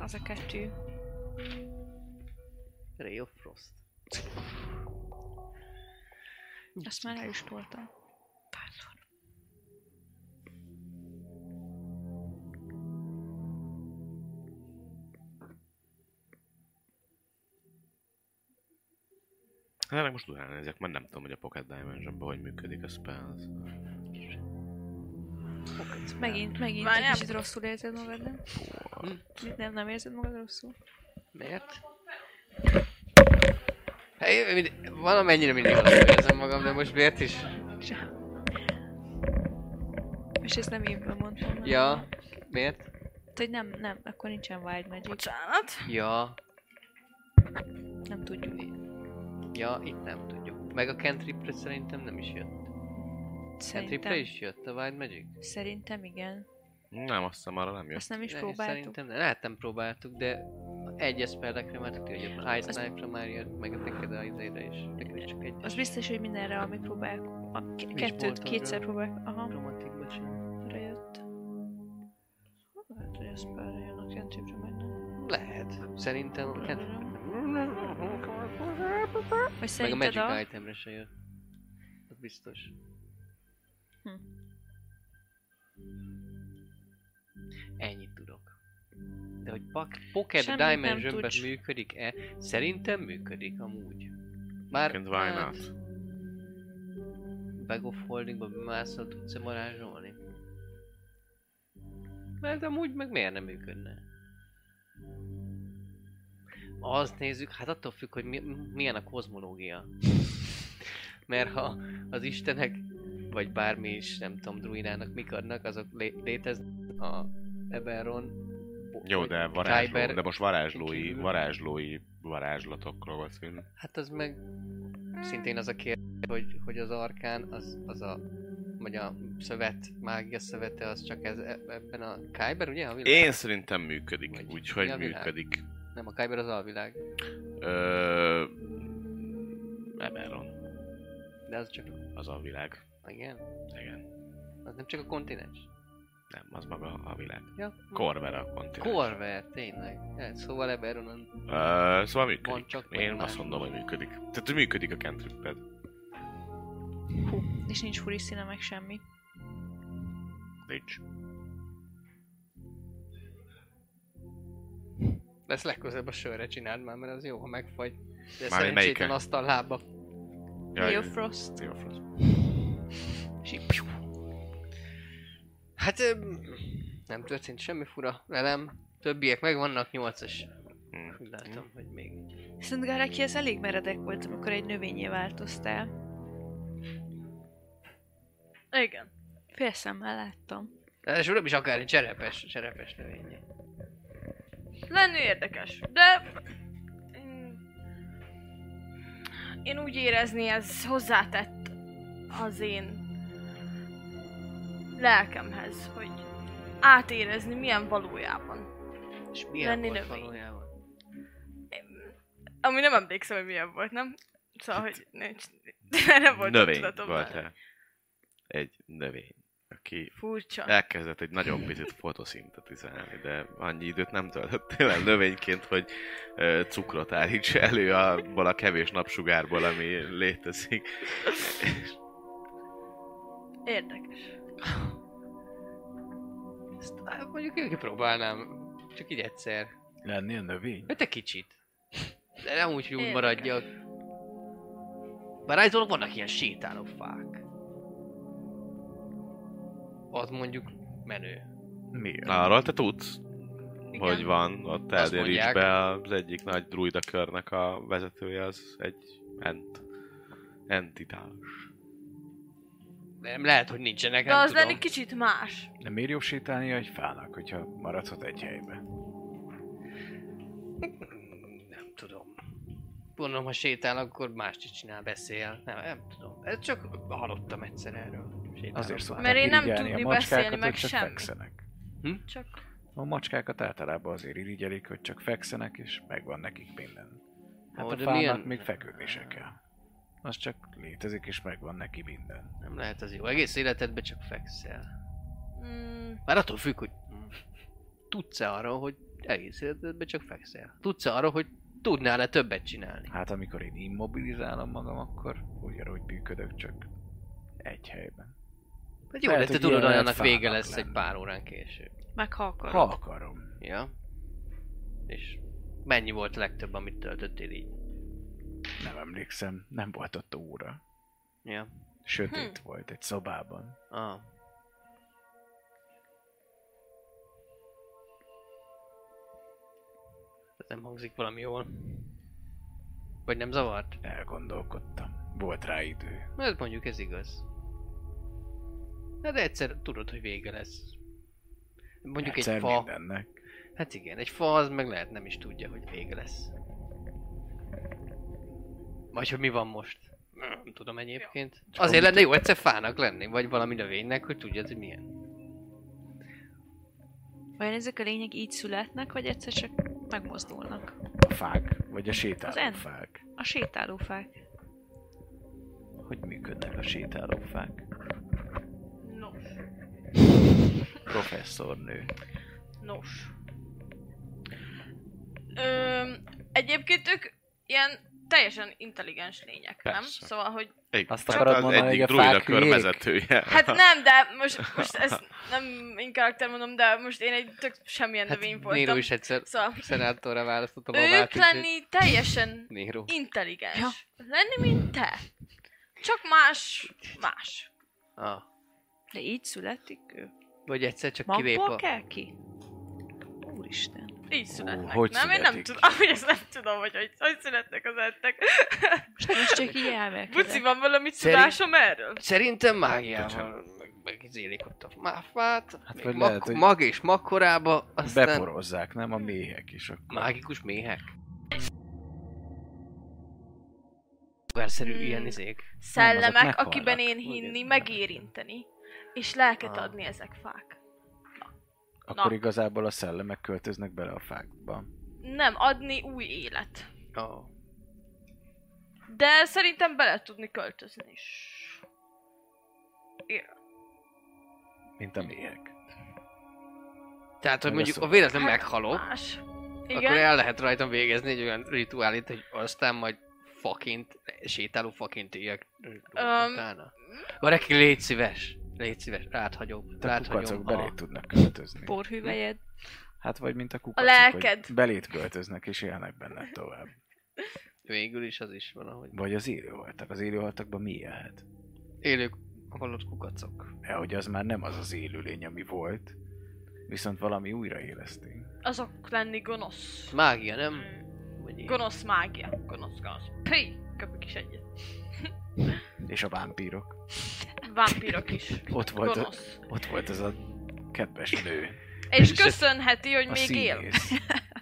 [SPEAKER 6] Az a kettő.
[SPEAKER 3] Ray of Frost.
[SPEAKER 6] Azt már el is toltam. Pardon.
[SPEAKER 2] Hát ennek most utána nézek, mert nem tudom, hogy a Pocket dimension hogy működik a spells.
[SPEAKER 6] Megint, megint egy
[SPEAKER 4] Várjál.
[SPEAKER 6] kicsit rosszul érzed magad, nem? Mit nem, nem érzed magad rosszul?
[SPEAKER 3] Miért? Hát én mind, valamennyire mindig azt érzem magam, de most miért is?
[SPEAKER 6] És ezt nem évben mondtam. hanem-
[SPEAKER 3] Ja. Miért?
[SPEAKER 6] Hát, hogy nem, nem, akkor nincsen Wild Magic.
[SPEAKER 4] Bocsánat.
[SPEAKER 3] Ja.
[SPEAKER 6] Nem tudjuk.
[SPEAKER 3] Ja, itt nem tudjuk. Meg a Kentripre szerintem nem is jött. Kentripre
[SPEAKER 6] Szerintem,
[SPEAKER 3] is jött a Wild Magic?
[SPEAKER 6] szerintem igen.
[SPEAKER 2] Nem, azt hiszem arra nem jött.
[SPEAKER 6] Azt nem is
[SPEAKER 3] Ne,
[SPEAKER 6] próbáltuk.
[SPEAKER 3] Szerintem nem. Lehet nem próbáltuk, de egyes perlekre már tudja, hogy a Ice Knife-ra már jött, meg a teked a izére is. Neked csak egy
[SPEAKER 6] Az biztos, hogy mindenre, amit próbáljuk. A k-
[SPEAKER 3] Mi is
[SPEAKER 6] kettőt,
[SPEAKER 3] voltam
[SPEAKER 6] kétszer
[SPEAKER 3] rá.
[SPEAKER 6] próbáljuk. Aha,
[SPEAKER 3] romantikba csinálni.
[SPEAKER 6] arra jött. Lehet, hogy ez pár jön a kentripre meg. nem.
[SPEAKER 3] Lehet. Szerintem a Kentripre.
[SPEAKER 6] Vagy
[SPEAKER 3] Meg a
[SPEAKER 6] szerinted
[SPEAKER 3] Magic
[SPEAKER 6] a...
[SPEAKER 3] Itemre se jött. Az biztos.
[SPEAKER 6] Hm.
[SPEAKER 3] Ennyit tudok. De hogy pak- Pocket
[SPEAKER 6] Semmit nem
[SPEAKER 3] Dimensionben
[SPEAKER 6] tudsz.
[SPEAKER 3] működik-e? Szerintem működik amúgy. Már...
[SPEAKER 2] Egyébként why
[SPEAKER 3] hát,
[SPEAKER 2] not?
[SPEAKER 3] Bag of Holdingba bemászol, tudsz-e varázsolni? Mert amúgy meg miért nem működne? Azt nézzük, hát attól függ, hogy mi, milyen a kozmológia. *laughs* Mert ha az istenek, vagy bármi is, nem tudom, druidának mik adnak, azok lé- léteznek a Eberron.
[SPEAKER 2] Jó, de varázsló,
[SPEAKER 3] Kyber-
[SPEAKER 2] de most varázslói,
[SPEAKER 3] kívül.
[SPEAKER 2] varázslói varázslatokról beszélünk.
[SPEAKER 3] Hát az meg szintén az a kérdés, hogy, hogy az arkán, az, az a vagy a szövet, mágia szövete, az csak ez, e- ebben a Kyber, ugye? A világ?
[SPEAKER 2] Én szerintem működik,
[SPEAKER 3] Vagy mi
[SPEAKER 2] úgyhogy
[SPEAKER 3] a világ?
[SPEAKER 2] működik.
[SPEAKER 3] Nem, a Kyber az alvilág,
[SPEAKER 2] Ö... Eberron,
[SPEAKER 3] de az csak...
[SPEAKER 2] az a világ.
[SPEAKER 3] Igen?
[SPEAKER 2] Igen.
[SPEAKER 3] Az nem csak a kontinens?
[SPEAKER 2] Nem, az maga a világ.
[SPEAKER 3] Ja.
[SPEAKER 2] Korver a kontinens.
[SPEAKER 3] Korver, tényleg. Ja, szóval Eberronon
[SPEAKER 2] Ö, szóval
[SPEAKER 3] van
[SPEAKER 2] működik.
[SPEAKER 3] csak...
[SPEAKER 2] Én
[SPEAKER 3] más.
[SPEAKER 2] azt mondom, hogy működik. Tehát, hogy működik a cantriped.
[SPEAKER 6] Hú, és nincs furi színe, meg semmi.
[SPEAKER 2] Nincs.
[SPEAKER 3] De ezt legközelebb a sörre csináld már, mert az jó, ha megfagy. De
[SPEAKER 2] Mármint
[SPEAKER 3] szerencsétlen
[SPEAKER 2] melyikre?
[SPEAKER 3] azt a lába.
[SPEAKER 6] Ray of Frost.
[SPEAKER 2] Ray of Frost.
[SPEAKER 3] És így piu. Hát öm, nem történt semmi fura velem. Többiek meg vannak, nyolcas.
[SPEAKER 2] Mm.
[SPEAKER 3] Úgy látom, hogy még.
[SPEAKER 6] Viszont Garaki, ez elég meredek volt, amikor egy növényé változtál.
[SPEAKER 4] Igen.
[SPEAKER 6] Félszemmel láttam.
[SPEAKER 3] És uram is akár egy cserepes, cserepes növénye.
[SPEAKER 4] Lenne érdekes, de... Én úgy érezni, ez hozzátett az én lelkemhez, hogy átérezni milyen valójában.
[SPEAKER 3] És milyen
[SPEAKER 4] Lenni
[SPEAKER 3] volt
[SPEAKER 4] növény.
[SPEAKER 3] valójában?
[SPEAKER 4] Ami nem emlékszem, hogy milyen volt, nem? Szóval, hogy nincs... *laughs* Nem volt
[SPEAKER 2] Növény
[SPEAKER 3] hát.
[SPEAKER 4] tudatom
[SPEAKER 2] volt
[SPEAKER 4] benne.
[SPEAKER 2] -e. Egy növény. aki
[SPEAKER 4] Furcsa.
[SPEAKER 2] elkezdett egy nagyon picit fotoszintetizálni, de annyi időt nem töltöttél el növényként, hogy ö, cukrot állíts elő abból a kevés napsugárból, ami létezik.
[SPEAKER 4] Érdekes.
[SPEAKER 3] Ezt á, mondjuk én kipróbálnám. Csak így egyszer.
[SPEAKER 5] Lenni a növény?
[SPEAKER 3] Hát egy kicsit. De nem úgy, hogy úgy
[SPEAKER 4] Érdekes.
[SPEAKER 3] maradjak. Bár állítólag vannak ilyen sétáló fák. Az mondjuk menő.
[SPEAKER 5] Miért?
[SPEAKER 2] Na, arról te tudsz, Igen.
[SPEAKER 4] Igen.
[SPEAKER 2] hogy van ott
[SPEAKER 3] Azt
[SPEAKER 2] Elderich-be az egyik nagy druida körnek a vezetője, az egy ent, entitás.
[SPEAKER 3] Nem, lehet, hogy nincsenek,
[SPEAKER 4] De
[SPEAKER 3] nem
[SPEAKER 4] az
[SPEAKER 3] tudom.
[SPEAKER 4] lenni kicsit más.
[SPEAKER 5] De miért jobb sétálni egy fának, hogyha maradhat egy helyben?
[SPEAKER 3] Nem tudom. Gondolom, ha sétál, akkor mást is csinál, beszél. Nem, nem tudom. Ez csak hallottam egyszer erről. Hát, Sétáló
[SPEAKER 5] Azért
[SPEAKER 3] fák.
[SPEAKER 5] szokták
[SPEAKER 4] Mert én nem
[SPEAKER 5] irigyelni
[SPEAKER 4] tudni
[SPEAKER 5] a macskákat,
[SPEAKER 4] beszélni,
[SPEAKER 5] hogy
[SPEAKER 4] meg
[SPEAKER 5] csak
[SPEAKER 4] semmit.
[SPEAKER 5] Fekszenek.
[SPEAKER 4] Csak
[SPEAKER 5] A macskákat általában azért irigyelik, hogy csak fekszenek, és megvan nekik minden. Hát
[SPEAKER 3] Ó,
[SPEAKER 5] a
[SPEAKER 3] de
[SPEAKER 5] fának
[SPEAKER 3] milyen-
[SPEAKER 5] még feküdni se kell. Az csak létezik, és megvan neki minden.
[SPEAKER 3] Nem lehet az jó. Egész életedben csak fekszel.
[SPEAKER 4] mm,
[SPEAKER 3] Már attól függ, hogy tudsz-e arról, hogy egész életedben csak fekszel. Tudsz-e arról, hogy tudnál-e többet csinálni?
[SPEAKER 5] Hát amikor én immobilizálom magam, akkor ugyanúgy működök, csak egy helyben.
[SPEAKER 3] Hát jó,
[SPEAKER 5] Lehet,
[SPEAKER 3] de te
[SPEAKER 5] hogy
[SPEAKER 3] tudod, hogy
[SPEAKER 5] ilyen
[SPEAKER 3] annak vége
[SPEAKER 5] fának
[SPEAKER 3] lesz
[SPEAKER 5] lenne.
[SPEAKER 3] egy pár órán később.
[SPEAKER 6] Meg ha akarod.
[SPEAKER 5] Ha akarom.
[SPEAKER 3] Ja? És mennyi volt a legtöbb, amit töltöttél így?
[SPEAKER 5] Nem emlékszem, nem volt ott óra.
[SPEAKER 3] Ja?
[SPEAKER 5] Sötét
[SPEAKER 3] Hm.
[SPEAKER 5] volt egy szobában.
[SPEAKER 3] Ah. Ez nem hangzik valami jól. Vagy nem zavart?
[SPEAKER 5] Elgondolkodtam. Volt rá idő.
[SPEAKER 3] Na, ez mondjuk ez igaz. Na, de egyszer tudod, hogy vége lesz. Mondjuk
[SPEAKER 5] Egyszer
[SPEAKER 3] egy fa.
[SPEAKER 5] mindennek.
[SPEAKER 3] Hát igen, egy fa az meg lehet nem is tudja, hogy vége lesz. Vagy hogy mi van most. Nem tudom egyébként.
[SPEAKER 5] Csak
[SPEAKER 3] Azért
[SPEAKER 5] amit-
[SPEAKER 3] lenne jó egyszer fának lenni, vagy valami növénynek, hogy tudjad, hogy milyen.
[SPEAKER 6] Vajon ezek a lények így születnek, vagy egyszer csak megmozdulnak?
[SPEAKER 5] A fák, vagy a
[SPEAKER 6] Az
[SPEAKER 5] sétáló
[SPEAKER 6] en-
[SPEAKER 5] fák.
[SPEAKER 6] A sétálófák.
[SPEAKER 5] Hogy működnek a sétáló fák?
[SPEAKER 4] nos,
[SPEAKER 5] Professzornő.
[SPEAKER 4] nos. Öm, egyébként ők ilyen teljesen intelligens lények, nem?
[SPEAKER 2] Persze.
[SPEAKER 4] Szóval, hogy...
[SPEAKER 2] Egy,
[SPEAKER 5] Azt akarod
[SPEAKER 2] az
[SPEAKER 5] mondani,
[SPEAKER 2] egyik
[SPEAKER 5] hogy a
[SPEAKER 2] druida
[SPEAKER 5] fák
[SPEAKER 2] kör
[SPEAKER 5] hülyék?
[SPEAKER 2] vezetője.
[SPEAKER 3] *laughs*
[SPEAKER 4] Hát nem, de most, most ezt nem én karakter mondom, de most én egy tök semmilyen
[SPEAKER 3] Hát
[SPEAKER 4] növény
[SPEAKER 3] Nero
[SPEAKER 4] voltam.
[SPEAKER 3] is Szóval egyszer
[SPEAKER 4] Szóval
[SPEAKER 3] szenátorra választottam
[SPEAKER 4] ők
[SPEAKER 3] úgyhogy
[SPEAKER 4] lenni teljesen
[SPEAKER 3] Nero.
[SPEAKER 4] intelligens.
[SPEAKER 6] Ja.
[SPEAKER 4] Lenni, mint te. Csak más, más.
[SPEAKER 3] Ah.
[SPEAKER 6] De így születik ő.
[SPEAKER 3] Vagy egyszer csak kilép
[SPEAKER 6] Magból
[SPEAKER 3] a...
[SPEAKER 6] kell ki? Úristen.
[SPEAKER 4] Így születnek,
[SPEAKER 5] hogy
[SPEAKER 4] nem? Én nem
[SPEAKER 5] születik?
[SPEAKER 4] tudom, *laughs* amúgy ezt nem tudom, hogy hogy, hogy születnek az ettek.
[SPEAKER 6] Most, most csak így elmélkedek.
[SPEAKER 4] Buci, van valami
[SPEAKER 3] Szerint-
[SPEAKER 4] tudásom erről?
[SPEAKER 3] Szerintem mágiával meg, megizélik ott a máfát,
[SPEAKER 5] Hát
[SPEAKER 3] hát,
[SPEAKER 5] vagy
[SPEAKER 3] mak-
[SPEAKER 5] lehet, hogy-
[SPEAKER 3] mag és makkorába, aztán
[SPEAKER 5] Beporozzák, nem a méhek is. Akkor.
[SPEAKER 3] mágikus méhek. Verszerű
[SPEAKER 4] Hmm.
[SPEAKER 3] ilyen izék.
[SPEAKER 5] Nem,
[SPEAKER 4] Szellemek,
[SPEAKER 5] azok
[SPEAKER 4] akiben én
[SPEAKER 5] meghalnak.
[SPEAKER 4] hinni,
[SPEAKER 5] Úgy
[SPEAKER 4] megérinteni, és lelket
[SPEAKER 3] Ah.
[SPEAKER 4] adni ezek fák.
[SPEAKER 5] Akkor
[SPEAKER 4] Na.
[SPEAKER 5] igazából a szellemek költöznek bele a fákba.
[SPEAKER 4] Nem, adni új élet.
[SPEAKER 3] Oh.
[SPEAKER 4] De szerintem bele tudni költözni is.
[SPEAKER 5] Mint a méhek.
[SPEAKER 3] Tehát, hogy
[SPEAKER 5] Meg
[SPEAKER 3] mondjuk
[SPEAKER 5] a szó-
[SPEAKER 3] a véletlen
[SPEAKER 4] Hát,
[SPEAKER 3] meghalok,
[SPEAKER 4] Más.
[SPEAKER 3] akkor
[SPEAKER 4] Igen,
[SPEAKER 3] el lehet rajtam végezni egy olyan rituálét, hogy aztán majd faként, sétáló faként éljek
[SPEAKER 4] Öm.
[SPEAKER 3] utána. Valaki légy szíves, légy szíves, ráthagyom,
[SPEAKER 5] Te kukacok
[SPEAKER 3] ráthagyom.
[SPEAKER 5] belé
[SPEAKER 3] A...
[SPEAKER 5] tudnak költözni.
[SPEAKER 6] Porhüvelyed.
[SPEAKER 5] Hát vagy mint a kukacok,
[SPEAKER 4] lelked.
[SPEAKER 5] hogy belét költöznek és élnek benne tovább.
[SPEAKER 3] Végül is az is van, ahogy
[SPEAKER 5] Vagy az élőhaltak. Az élőhaltakban mi élhet?
[SPEAKER 3] élők halott kukacok.
[SPEAKER 5] E, hogy az már nem az az élőlény, ami volt, viszont valami újraéleszték.
[SPEAKER 4] azok lenni gonosz.
[SPEAKER 3] Mágia, nem?
[SPEAKER 4] Mm.
[SPEAKER 3] Vagy ilyen.
[SPEAKER 4] Gonosz mágia. Gonosz, gonosz. Pi! Köpök is egyet. *laughs*
[SPEAKER 5] És a vámpírok.
[SPEAKER 4] Vámpírok is.
[SPEAKER 5] Ott volt, a,
[SPEAKER 4] Gonosz.
[SPEAKER 5] ott volt ez a kedves nő.
[SPEAKER 2] *laughs*
[SPEAKER 4] És köszönheti, hogy
[SPEAKER 5] A
[SPEAKER 4] még él.
[SPEAKER 5] színész.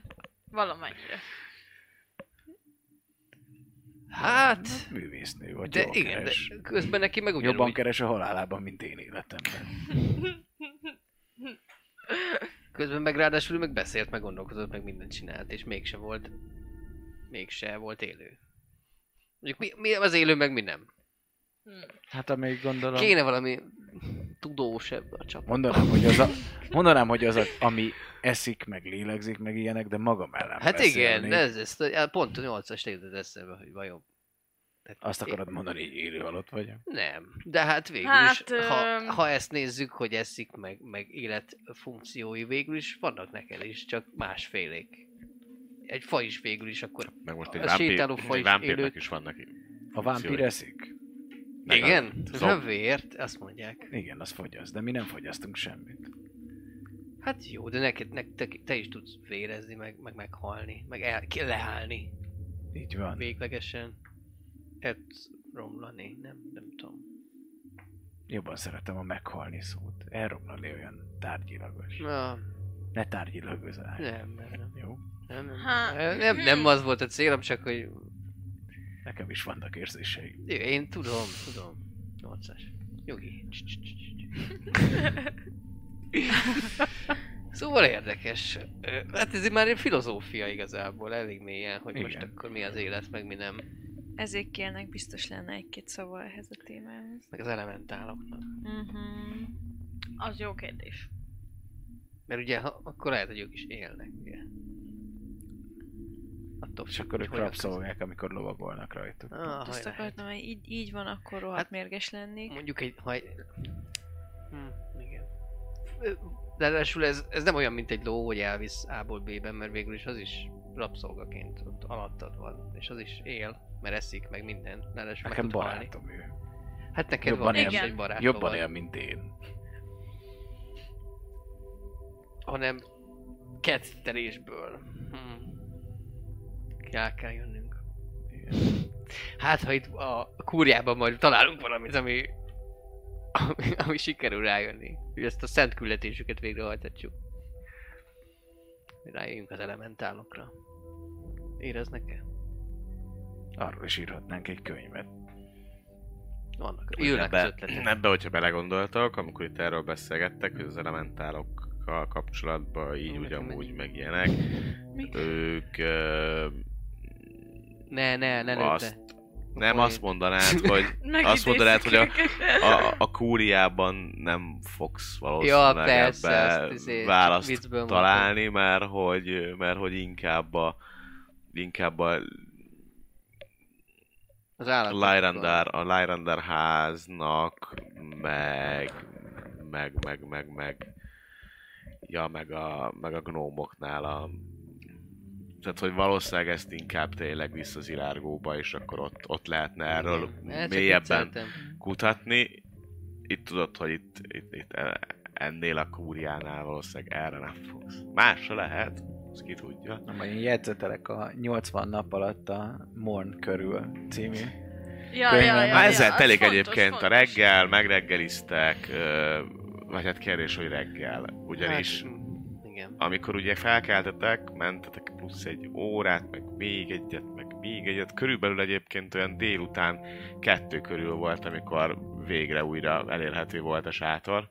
[SPEAKER 3] *laughs*
[SPEAKER 4] Valamennyire.
[SPEAKER 3] Hát,
[SPEAKER 5] Művésznő vagy.
[SPEAKER 3] de
[SPEAKER 5] jól
[SPEAKER 3] igen,
[SPEAKER 5] keres.
[SPEAKER 3] de közben neki meg ugyanúgy.
[SPEAKER 5] Jobban keres a halálában, mint én életemben.
[SPEAKER 3] Közben meg ráadásul ő meg beszélt, meg gondolkozott, meg mindent csinált, és mégse volt, mégse volt élő. Mondjuk mi, mi az élő, meg mi nem.
[SPEAKER 4] Hmm.
[SPEAKER 5] Hát amelyik gondolom...
[SPEAKER 3] Kéne valami tudós ebbe a csapat.
[SPEAKER 7] Mondanám, hogy az, a, mondanám, hogy az a, ami eszik, meg lélegzik, meg ilyenek, de magam ellen
[SPEAKER 3] Hát igen,
[SPEAKER 7] beszélnék.
[SPEAKER 3] de ez, ez, ez pont a 8-as jutott eszembe, hogy vajon.
[SPEAKER 7] Azt akarod mondani, hogy élő halott vagy?
[SPEAKER 3] Nem, de hát végül
[SPEAKER 4] Hát,
[SPEAKER 3] is, ha,
[SPEAKER 4] öm.
[SPEAKER 3] ha ezt nézzük, hogy eszik, meg, meg életfunkciói végül is vannak neked is, csak másfélék. Egy fa is végül is, akkor
[SPEAKER 2] Meg most egy,
[SPEAKER 3] A
[SPEAKER 2] vámpír,
[SPEAKER 3] sétáló fa
[SPEAKER 2] egy
[SPEAKER 3] is
[SPEAKER 2] vámpírnak
[SPEAKER 3] élő-
[SPEAKER 2] is vannak itt.
[SPEAKER 7] A vámpír eszik?
[SPEAKER 2] Meg a-
[SPEAKER 3] igen,
[SPEAKER 2] zomb-
[SPEAKER 3] nem vért, azt mondják.
[SPEAKER 7] Igen, az fogyaszt, de mi nem fogyasztunk semmit.
[SPEAKER 3] Hát jó, de neked, nek, te, te is tudsz vérezni, meg, meg meghalni, meg el, ki- leállni
[SPEAKER 7] Így van.
[SPEAKER 3] véglegesen. Ez romlani, nem, nem tudom.
[SPEAKER 7] Jobban szeretem a meghalni szót. Elromlani olyan tárgyilagos.
[SPEAKER 3] Na,
[SPEAKER 7] Ne tárgyilagozál.
[SPEAKER 3] nem, nem, nem.
[SPEAKER 7] Jó?
[SPEAKER 3] Nem, nem,
[SPEAKER 4] Há.
[SPEAKER 3] nem, nem, nem az volt a célom, csak hogy
[SPEAKER 7] Nekem is vannak érzéseim.
[SPEAKER 3] Jó, én tudom, tudom. 8-as. Nyugi. Cs, cs, cs, cs. Szóval érdekes. Ö, Hát ez már egy filozófia igazából, elég mélyen, hogy Igen. most
[SPEAKER 7] Igen.
[SPEAKER 3] akkor mi az élet, meg mi nem.
[SPEAKER 6] Ezért kérnek, biztos lenne egy-két szava ehhez a témához.
[SPEAKER 3] Meg az elementáloknak.
[SPEAKER 6] Mhm.
[SPEAKER 4] Az jó kérdés.
[SPEAKER 3] Mert ugye, ha, akkor lehet, hogy ők is élnek, ugye. Attól
[SPEAKER 7] És
[SPEAKER 3] függ,
[SPEAKER 7] akkor
[SPEAKER 3] hogy
[SPEAKER 7] ők
[SPEAKER 3] hogy
[SPEAKER 7] rabszolgák, amikor lovagolnak rajtuk.
[SPEAKER 3] akarsz. Ah,
[SPEAKER 6] Azt
[SPEAKER 3] hajrá.
[SPEAKER 6] akartam, hogy így, így van, akkor rohadt
[SPEAKER 3] Hát-
[SPEAKER 6] hát, mérges lennék.
[SPEAKER 3] Mondjuk egy... Ha... egy- Hm, igen. Ö, Ráadásul ez, ez nem olyan, mint egy ló, hogy elvisz A-ból B-ben, mert végül is az is rabszolgaként ott alattad van, és az is él, mert eszik, meg mindent. Ráadásul
[SPEAKER 7] Nekem
[SPEAKER 3] meg tud halni.
[SPEAKER 7] barátom ő.
[SPEAKER 3] Hát neked
[SPEAKER 7] Jobban
[SPEAKER 3] van
[SPEAKER 7] él.
[SPEAKER 3] is
[SPEAKER 4] Igen.
[SPEAKER 3] egy barátod.
[SPEAKER 7] Jobban él, mint én.
[SPEAKER 3] Hanem kettelésből. Hm. El kell jönnünk. Hát, ha itt a kúriában majd találunk valamit, ami, ami, ami sikerül rájönni. Hogy ezt a szent küldetésüket végrehajtatjuk. Hogy Rájöjjünk az elementálokra. Éreznek-e?
[SPEAKER 7] Arról is írhatnánk egy könyvet.
[SPEAKER 3] Vannak.
[SPEAKER 2] Hogy
[SPEAKER 3] Jönnek az
[SPEAKER 2] ebbe,
[SPEAKER 3] ötletek.
[SPEAKER 2] ebbe, hogyha belegondoltok, amikor itt erről beszélgettek, hogy az elementálokkal kapcsolatban így
[SPEAKER 3] Nekem
[SPEAKER 2] ugyanúgy
[SPEAKER 3] ennyi.
[SPEAKER 2] meg ilyenek, ők ö,
[SPEAKER 3] Ne, ne, ne, ne,
[SPEAKER 2] azt,
[SPEAKER 3] ne.
[SPEAKER 2] nem
[SPEAKER 3] Akkor
[SPEAKER 2] azt
[SPEAKER 3] én- *laughs*
[SPEAKER 2] mondanád, hogy Azt mondanád, hogy a- a, a kúriában nem fogsz valószínűleg
[SPEAKER 3] Ja, persze,
[SPEAKER 2] ebbe
[SPEAKER 3] azt izé
[SPEAKER 2] választ
[SPEAKER 3] viccből mondtam.
[SPEAKER 2] találni, mert hogy, mert hogy inkább a inkább a
[SPEAKER 3] Az állat.
[SPEAKER 2] Lyrandar, a Lyrandar háznak, meg, meg, meg, meg, meg, ja, meg a, meg a gnómoknál a tehát, hogy valószínűleg ezt inkább tényleg vissza az irárgóba, és akkor ott, ott lehetne erről mélyebben kutatni. Itt tudod, hogy itt, itt, itt e, ennél a kúriánál valószínűleg erre nem fogsz. Másra lehet, azt ki tudja.
[SPEAKER 5] Na, majd én jegyzetelek a 80 nap alatt a Morn körül című.
[SPEAKER 4] Ja, ja,
[SPEAKER 5] könyvem.
[SPEAKER 4] ja,
[SPEAKER 2] Ja,
[SPEAKER 4] ja,
[SPEAKER 2] Na, ezzel
[SPEAKER 4] az
[SPEAKER 2] telik
[SPEAKER 4] fontos,
[SPEAKER 2] egyébként
[SPEAKER 4] fontos.
[SPEAKER 2] a reggel, megreggeliztek, ö, vagy hát kérdés, hogy reggel. Ugyanis
[SPEAKER 4] Hát,
[SPEAKER 3] Igen.
[SPEAKER 2] amikor ugye felkeltetek, mentetek plusz egy órát, meg még egyet, meg még egyet. Körülbelül egyébként olyan délután kettő körül volt, amikor végre újra elérhető volt a sátor.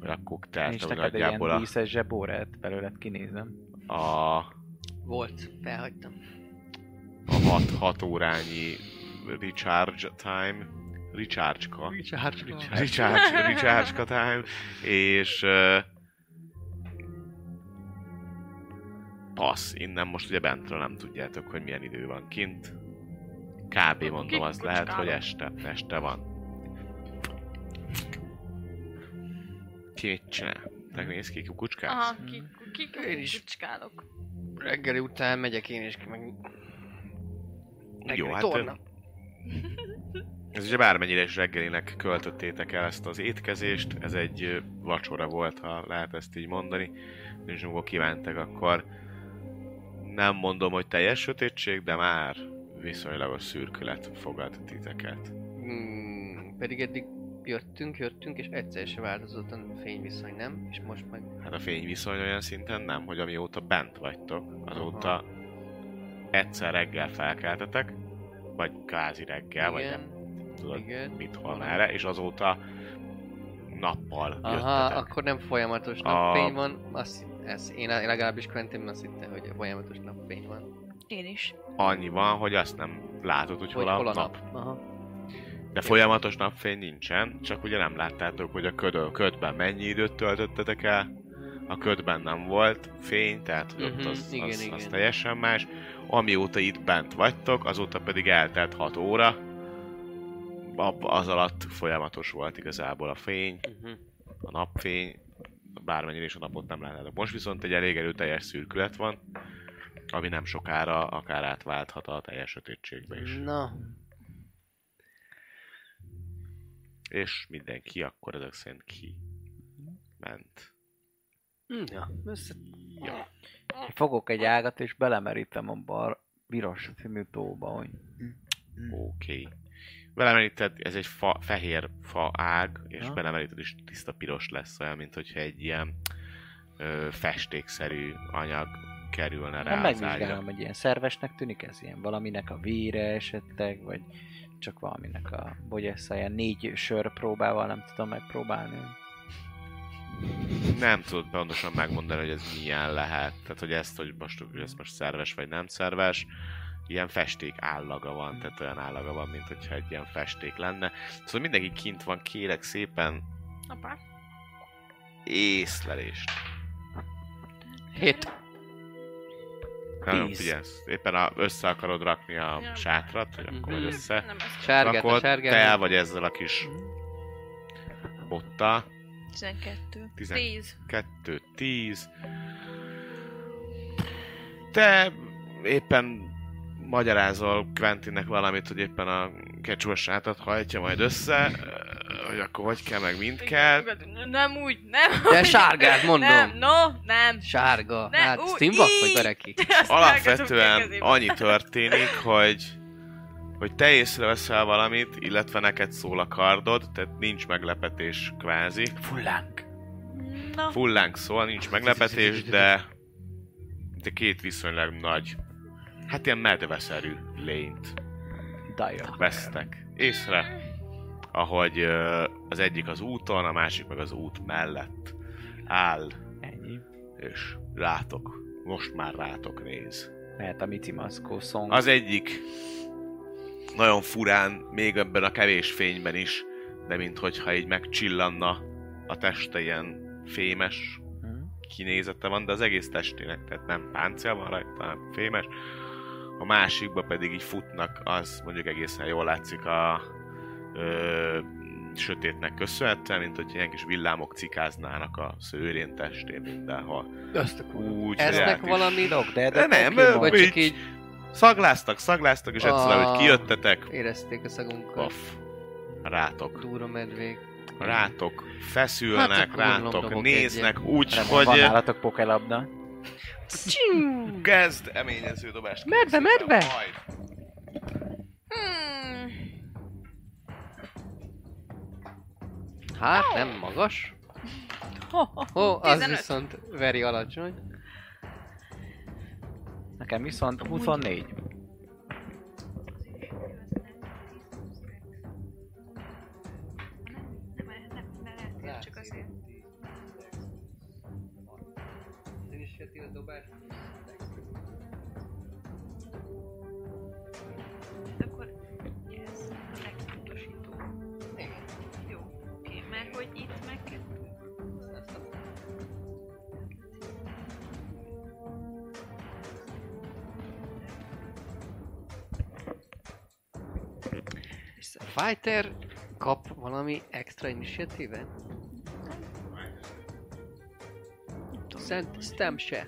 [SPEAKER 2] Mert a koktált,
[SPEAKER 5] Nincs
[SPEAKER 2] ami
[SPEAKER 5] neked egy
[SPEAKER 2] nagyjából
[SPEAKER 5] ilyen
[SPEAKER 2] a,
[SPEAKER 5] díszes zsebórát belőled kinézem.
[SPEAKER 2] a
[SPEAKER 3] Volt, felhagytam.
[SPEAKER 2] a 6 órányi recharge time, recharge-ka,
[SPEAKER 3] Richard,
[SPEAKER 2] recharge, recharge-ka time, és ö, passz, innen most ugye bentről nem tudjátok, hogy milyen idő van kint. Kb. mondom, az lehet, hogy este, este van. Ki mit csinál? Megnéz ki, kukucskálsz?
[SPEAKER 4] Aha, ki- ki-
[SPEAKER 3] Én is.
[SPEAKER 4] kicskálok.
[SPEAKER 3] Reggeli után megyek én is, meg...
[SPEAKER 2] Jó, hát
[SPEAKER 3] torna.
[SPEAKER 2] Ez ugye bármennyire is reggelinek költöttétek el ezt az étkezést, ez egy ö, vacsora volt, ha lehet ezt így mondani, és amikor kívántak, akkor nem mondom, hogy teljes sötétség, de már viszonylagos szürkület fogad titeket.
[SPEAKER 3] Mm, pedig eddig jöttünk, jöttünk, és egyszer se változott a fényviszony, nem? És most meg...
[SPEAKER 2] Hát a fényviszony olyan szinten nem, hogy amióta bent vagytok, azóta egyszer reggel felkeltetek, vagy kázi reggel, vagy nem tudod,
[SPEAKER 3] igen.
[SPEAKER 2] mit hol merre, és azóta nappal
[SPEAKER 3] Aha,
[SPEAKER 2] jöttetek.
[SPEAKER 3] akkor nem folyamatos
[SPEAKER 2] A-
[SPEAKER 3] napfény van. Azt, ez, én én legalábbis Quentin azt hittem, hogy folyamatos napfény van.
[SPEAKER 6] Én is.
[SPEAKER 2] Annyi van, hogy azt nem látod, hogy,
[SPEAKER 3] Hogy
[SPEAKER 2] hol a,
[SPEAKER 3] hol a
[SPEAKER 2] nap.
[SPEAKER 3] nap. Aha.
[SPEAKER 2] De folyamatos napfény nincsen, csak ugye nem láttátok, hogy a ködön, ködben mennyi időt töltöttetek el, a ködben nem volt fény, tehát hogy ott
[SPEAKER 3] Mhm,
[SPEAKER 2] az,
[SPEAKER 3] igen,
[SPEAKER 2] az, az
[SPEAKER 3] igen.
[SPEAKER 2] teljesen más. Amióta itt bent vagytok, azóta pedig eltelt 6 óra, Ab- az alatt folyamatos volt igazából a fény,
[SPEAKER 3] Mhm.
[SPEAKER 2] a napfény, bármennyire is a napot nem látnátok. Most viszont egy elég erőteljes szürkület van, ami nem sokára akár átválthat a teljes sötétségbe is.
[SPEAKER 3] Na,
[SPEAKER 2] És mindenki akkor ezek szerint ki ment.
[SPEAKER 3] ja, össze...
[SPEAKER 2] Ja.
[SPEAKER 5] Fogok egy ágat és belemerítem a bar piros színű tóba, hogy
[SPEAKER 2] Oké. Okay. Belemeríted, ez egy fa, fehér fa ág, és
[SPEAKER 5] Aha.
[SPEAKER 2] belemeríted is tiszta piros lesz, olyan, mint hogyha egy ilyen ö, festékszerű anyag kerülne
[SPEAKER 5] nem
[SPEAKER 2] rá az ágyra.
[SPEAKER 5] megvizsgálom, hogy ilyen szervesnek tűnik ez ilyen valaminek a vére esetleg, vagy csak valaminek a bogyessza, ilyen négy sör próbával nem tudom megpróbálni.
[SPEAKER 2] Nem tudod pontosan megmondani, hogy ez milyen lehet. Tehát, hogy ezt, hogy most, hogy ez most szerves vagy nem szerves, ilyen festék állaga van, tehát olyan állaga van, mint hogyha egy ilyen festék lenne. Szóval mindenki kint van, kérek szépen
[SPEAKER 4] Apá.
[SPEAKER 2] észlelést.
[SPEAKER 3] Hét.
[SPEAKER 2] Nem, nem
[SPEAKER 5] Tíz.
[SPEAKER 2] figyelsz. Éppen a, össze akarod rakni a
[SPEAKER 4] Ja.
[SPEAKER 2] sátrat, hogy akkor vagy
[SPEAKER 3] Mhm.
[SPEAKER 2] össze.
[SPEAKER 4] Nem ez kell.
[SPEAKER 3] Sárgát, a
[SPEAKER 2] Rakod, te el
[SPEAKER 3] sárgát.
[SPEAKER 2] vagy ezzel a kis botta.
[SPEAKER 6] 12.
[SPEAKER 4] 10.
[SPEAKER 2] 12, 10. Te éppen magyarázol Quentinnek valamit, hogy éppen a kecsús sátat hajtja majd össze, ö, hogy akkor hogy kell, meg mind kell.
[SPEAKER 4] Nem úgy, nem
[SPEAKER 3] De
[SPEAKER 4] úgy.
[SPEAKER 3] sárgát mondom.
[SPEAKER 4] Nem, no, nem.
[SPEAKER 3] Sárga.
[SPEAKER 4] Ne,
[SPEAKER 3] hát,
[SPEAKER 4] ú,
[SPEAKER 3] színvak vagy
[SPEAKER 4] így.
[SPEAKER 3] bereki?
[SPEAKER 4] Azt vágatok
[SPEAKER 2] Alapvetően
[SPEAKER 4] még
[SPEAKER 2] annyi történik, hogy hogy te észreveszel valamit, illetve neked szól a kardod, tehát nincs meglepetés kvázi.
[SPEAKER 5] Fullánk!
[SPEAKER 6] Na,
[SPEAKER 2] Fullánk szól, nincs meglepetés, de, de két viszonylag nagy, hát ilyen medveszerű lényt
[SPEAKER 5] Dajon.
[SPEAKER 2] vesztek észre, ahogy ö, az egyik az úton, a másik meg az út mellett áll,
[SPEAKER 5] Ennyi.
[SPEAKER 2] és rátok, most már rátok néz.
[SPEAKER 5] Lehet a Mici Maszkó szong.
[SPEAKER 2] Az egyik nagyon furán, még ebben a kevés fényben is, de minthogyha így megcsillanna a teste ilyen fémes
[SPEAKER 5] Hm?
[SPEAKER 2] kinézete van, de az egész testének, tehát nem páncél van rajta, hanem fémes. A másikba pedig így futnak, az mondjuk egészen jól látszik a ö, sötétnek köszönhetően, mint hogy ilyen kis villámok cikáznának a szőrén testén mindenhol.
[SPEAKER 3] Azt a kurva.
[SPEAKER 2] Úgy, hogy
[SPEAKER 3] Esznek
[SPEAKER 2] át is-
[SPEAKER 3] valamit?
[SPEAKER 5] Dok, de,
[SPEAKER 2] De
[SPEAKER 5] de
[SPEAKER 2] nem,
[SPEAKER 5] Pokémon.
[SPEAKER 2] ö,
[SPEAKER 3] Hát Vagy csak így
[SPEAKER 2] Szagláztak, szagláztak, és egyszerűen, hogy
[SPEAKER 3] Ah.
[SPEAKER 2] kijöttetek,
[SPEAKER 3] érezték a szagunkat.
[SPEAKER 2] paf, rátok.
[SPEAKER 3] Dúra medvék.
[SPEAKER 2] Rátok feszülnek,
[SPEAKER 3] Hát akkor
[SPEAKER 2] rátok
[SPEAKER 3] lomlomlomok
[SPEAKER 2] néznek, úgy,
[SPEAKER 5] Remélem,
[SPEAKER 2] hogy
[SPEAKER 5] van nálatok pokelabda.
[SPEAKER 2] kezd eményező dobást.
[SPEAKER 3] Medve,
[SPEAKER 2] kérek szépen,
[SPEAKER 3] medve!
[SPEAKER 2] majd.
[SPEAKER 4] Hmm.
[SPEAKER 3] Hát, nem magas.
[SPEAKER 4] Ho, ho.
[SPEAKER 3] Ó, oh, az
[SPEAKER 4] 15.
[SPEAKER 3] viszont veri alacsony.
[SPEAKER 5] Nekem viszont 24.
[SPEAKER 6] Csak azért. akkor ez a legpontosító. Jó, oké, mert hogy itt meg kell...
[SPEAKER 3] Fighter kap valami extra initiatívet? Szent Stem se.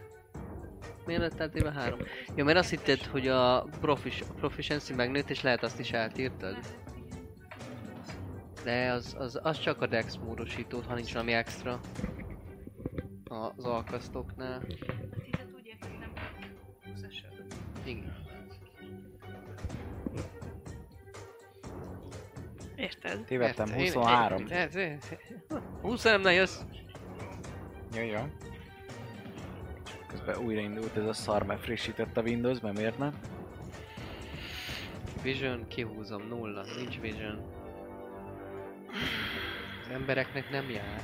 [SPEAKER 3] Miért lett átírva három? Ja, mert azt hitted, hogy a profis, proficiency megnőtt, és lehet azt is átírtad. De az, az, az csak a dex módosítót, ha nincs valami extra. Az alkasztóknál.
[SPEAKER 6] Tizet úgy értettem, hogy 20-as
[SPEAKER 3] Igen.
[SPEAKER 4] Érted?
[SPEAKER 5] Tévedtem,
[SPEAKER 3] Érted? Én-
[SPEAKER 5] 23.
[SPEAKER 3] én- ez- ez- 20 nem jössz.
[SPEAKER 5] Jó, jó. Közben újraindult ez a szar, mert frissített a Windows, mert miért nem?
[SPEAKER 3] Vision, kihúzom, nulla, nincs vision. Az embereknek nem jár.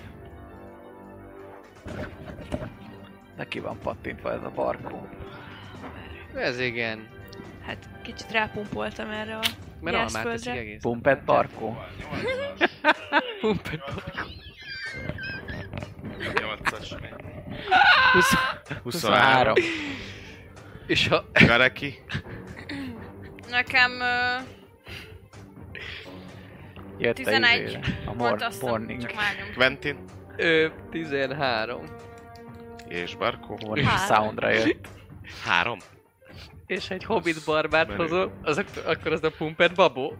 [SPEAKER 5] Neki van pattintva ez a barkó.
[SPEAKER 3] Ez igen.
[SPEAKER 6] hát kicsit rápumpoltam erre a
[SPEAKER 3] Mert almát teszik
[SPEAKER 6] jelszföldre.
[SPEAKER 3] egész.
[SPEAKER 5] Pumpet parkó?
[SPEAKER 3] Pumpet.
[SPEAKER 2] 8-as.
[SPEAKER 5] 23.
[SPEAKER 2] 23.
[SPEAKER 3] És ha
[SPEAKER 2] Gareki.
[SPEAKER 4] Nekem ö,
[SPEAKER 5] Jött a
[SPEAKER 4] 11
[SPEAKER 5] izére, A
[SPEAKER 4] volt
[SPEAKER 5] mor-
[SPEAKER 4] azt hiszem,
[SPEAKER 5] morning.
[SPEAKER 4] csak mányom.
[SPEAKER 2] Quentin.
[SPEAKER 3] ö, 13.
[SPEAKER 2] És Barkó.
[SPEAKER 5] Morning
[SPEAKER 6] Három.
[SPEAKER 5] soundra jött.
[SPEAKER 2] Három.
[SPEAKER 3] És egy hobbit barbárt
[SPEAKER 2] Menő.
[SPEAKER 3] hozol, az, ak- akkor az a pumpet *laughs* babó.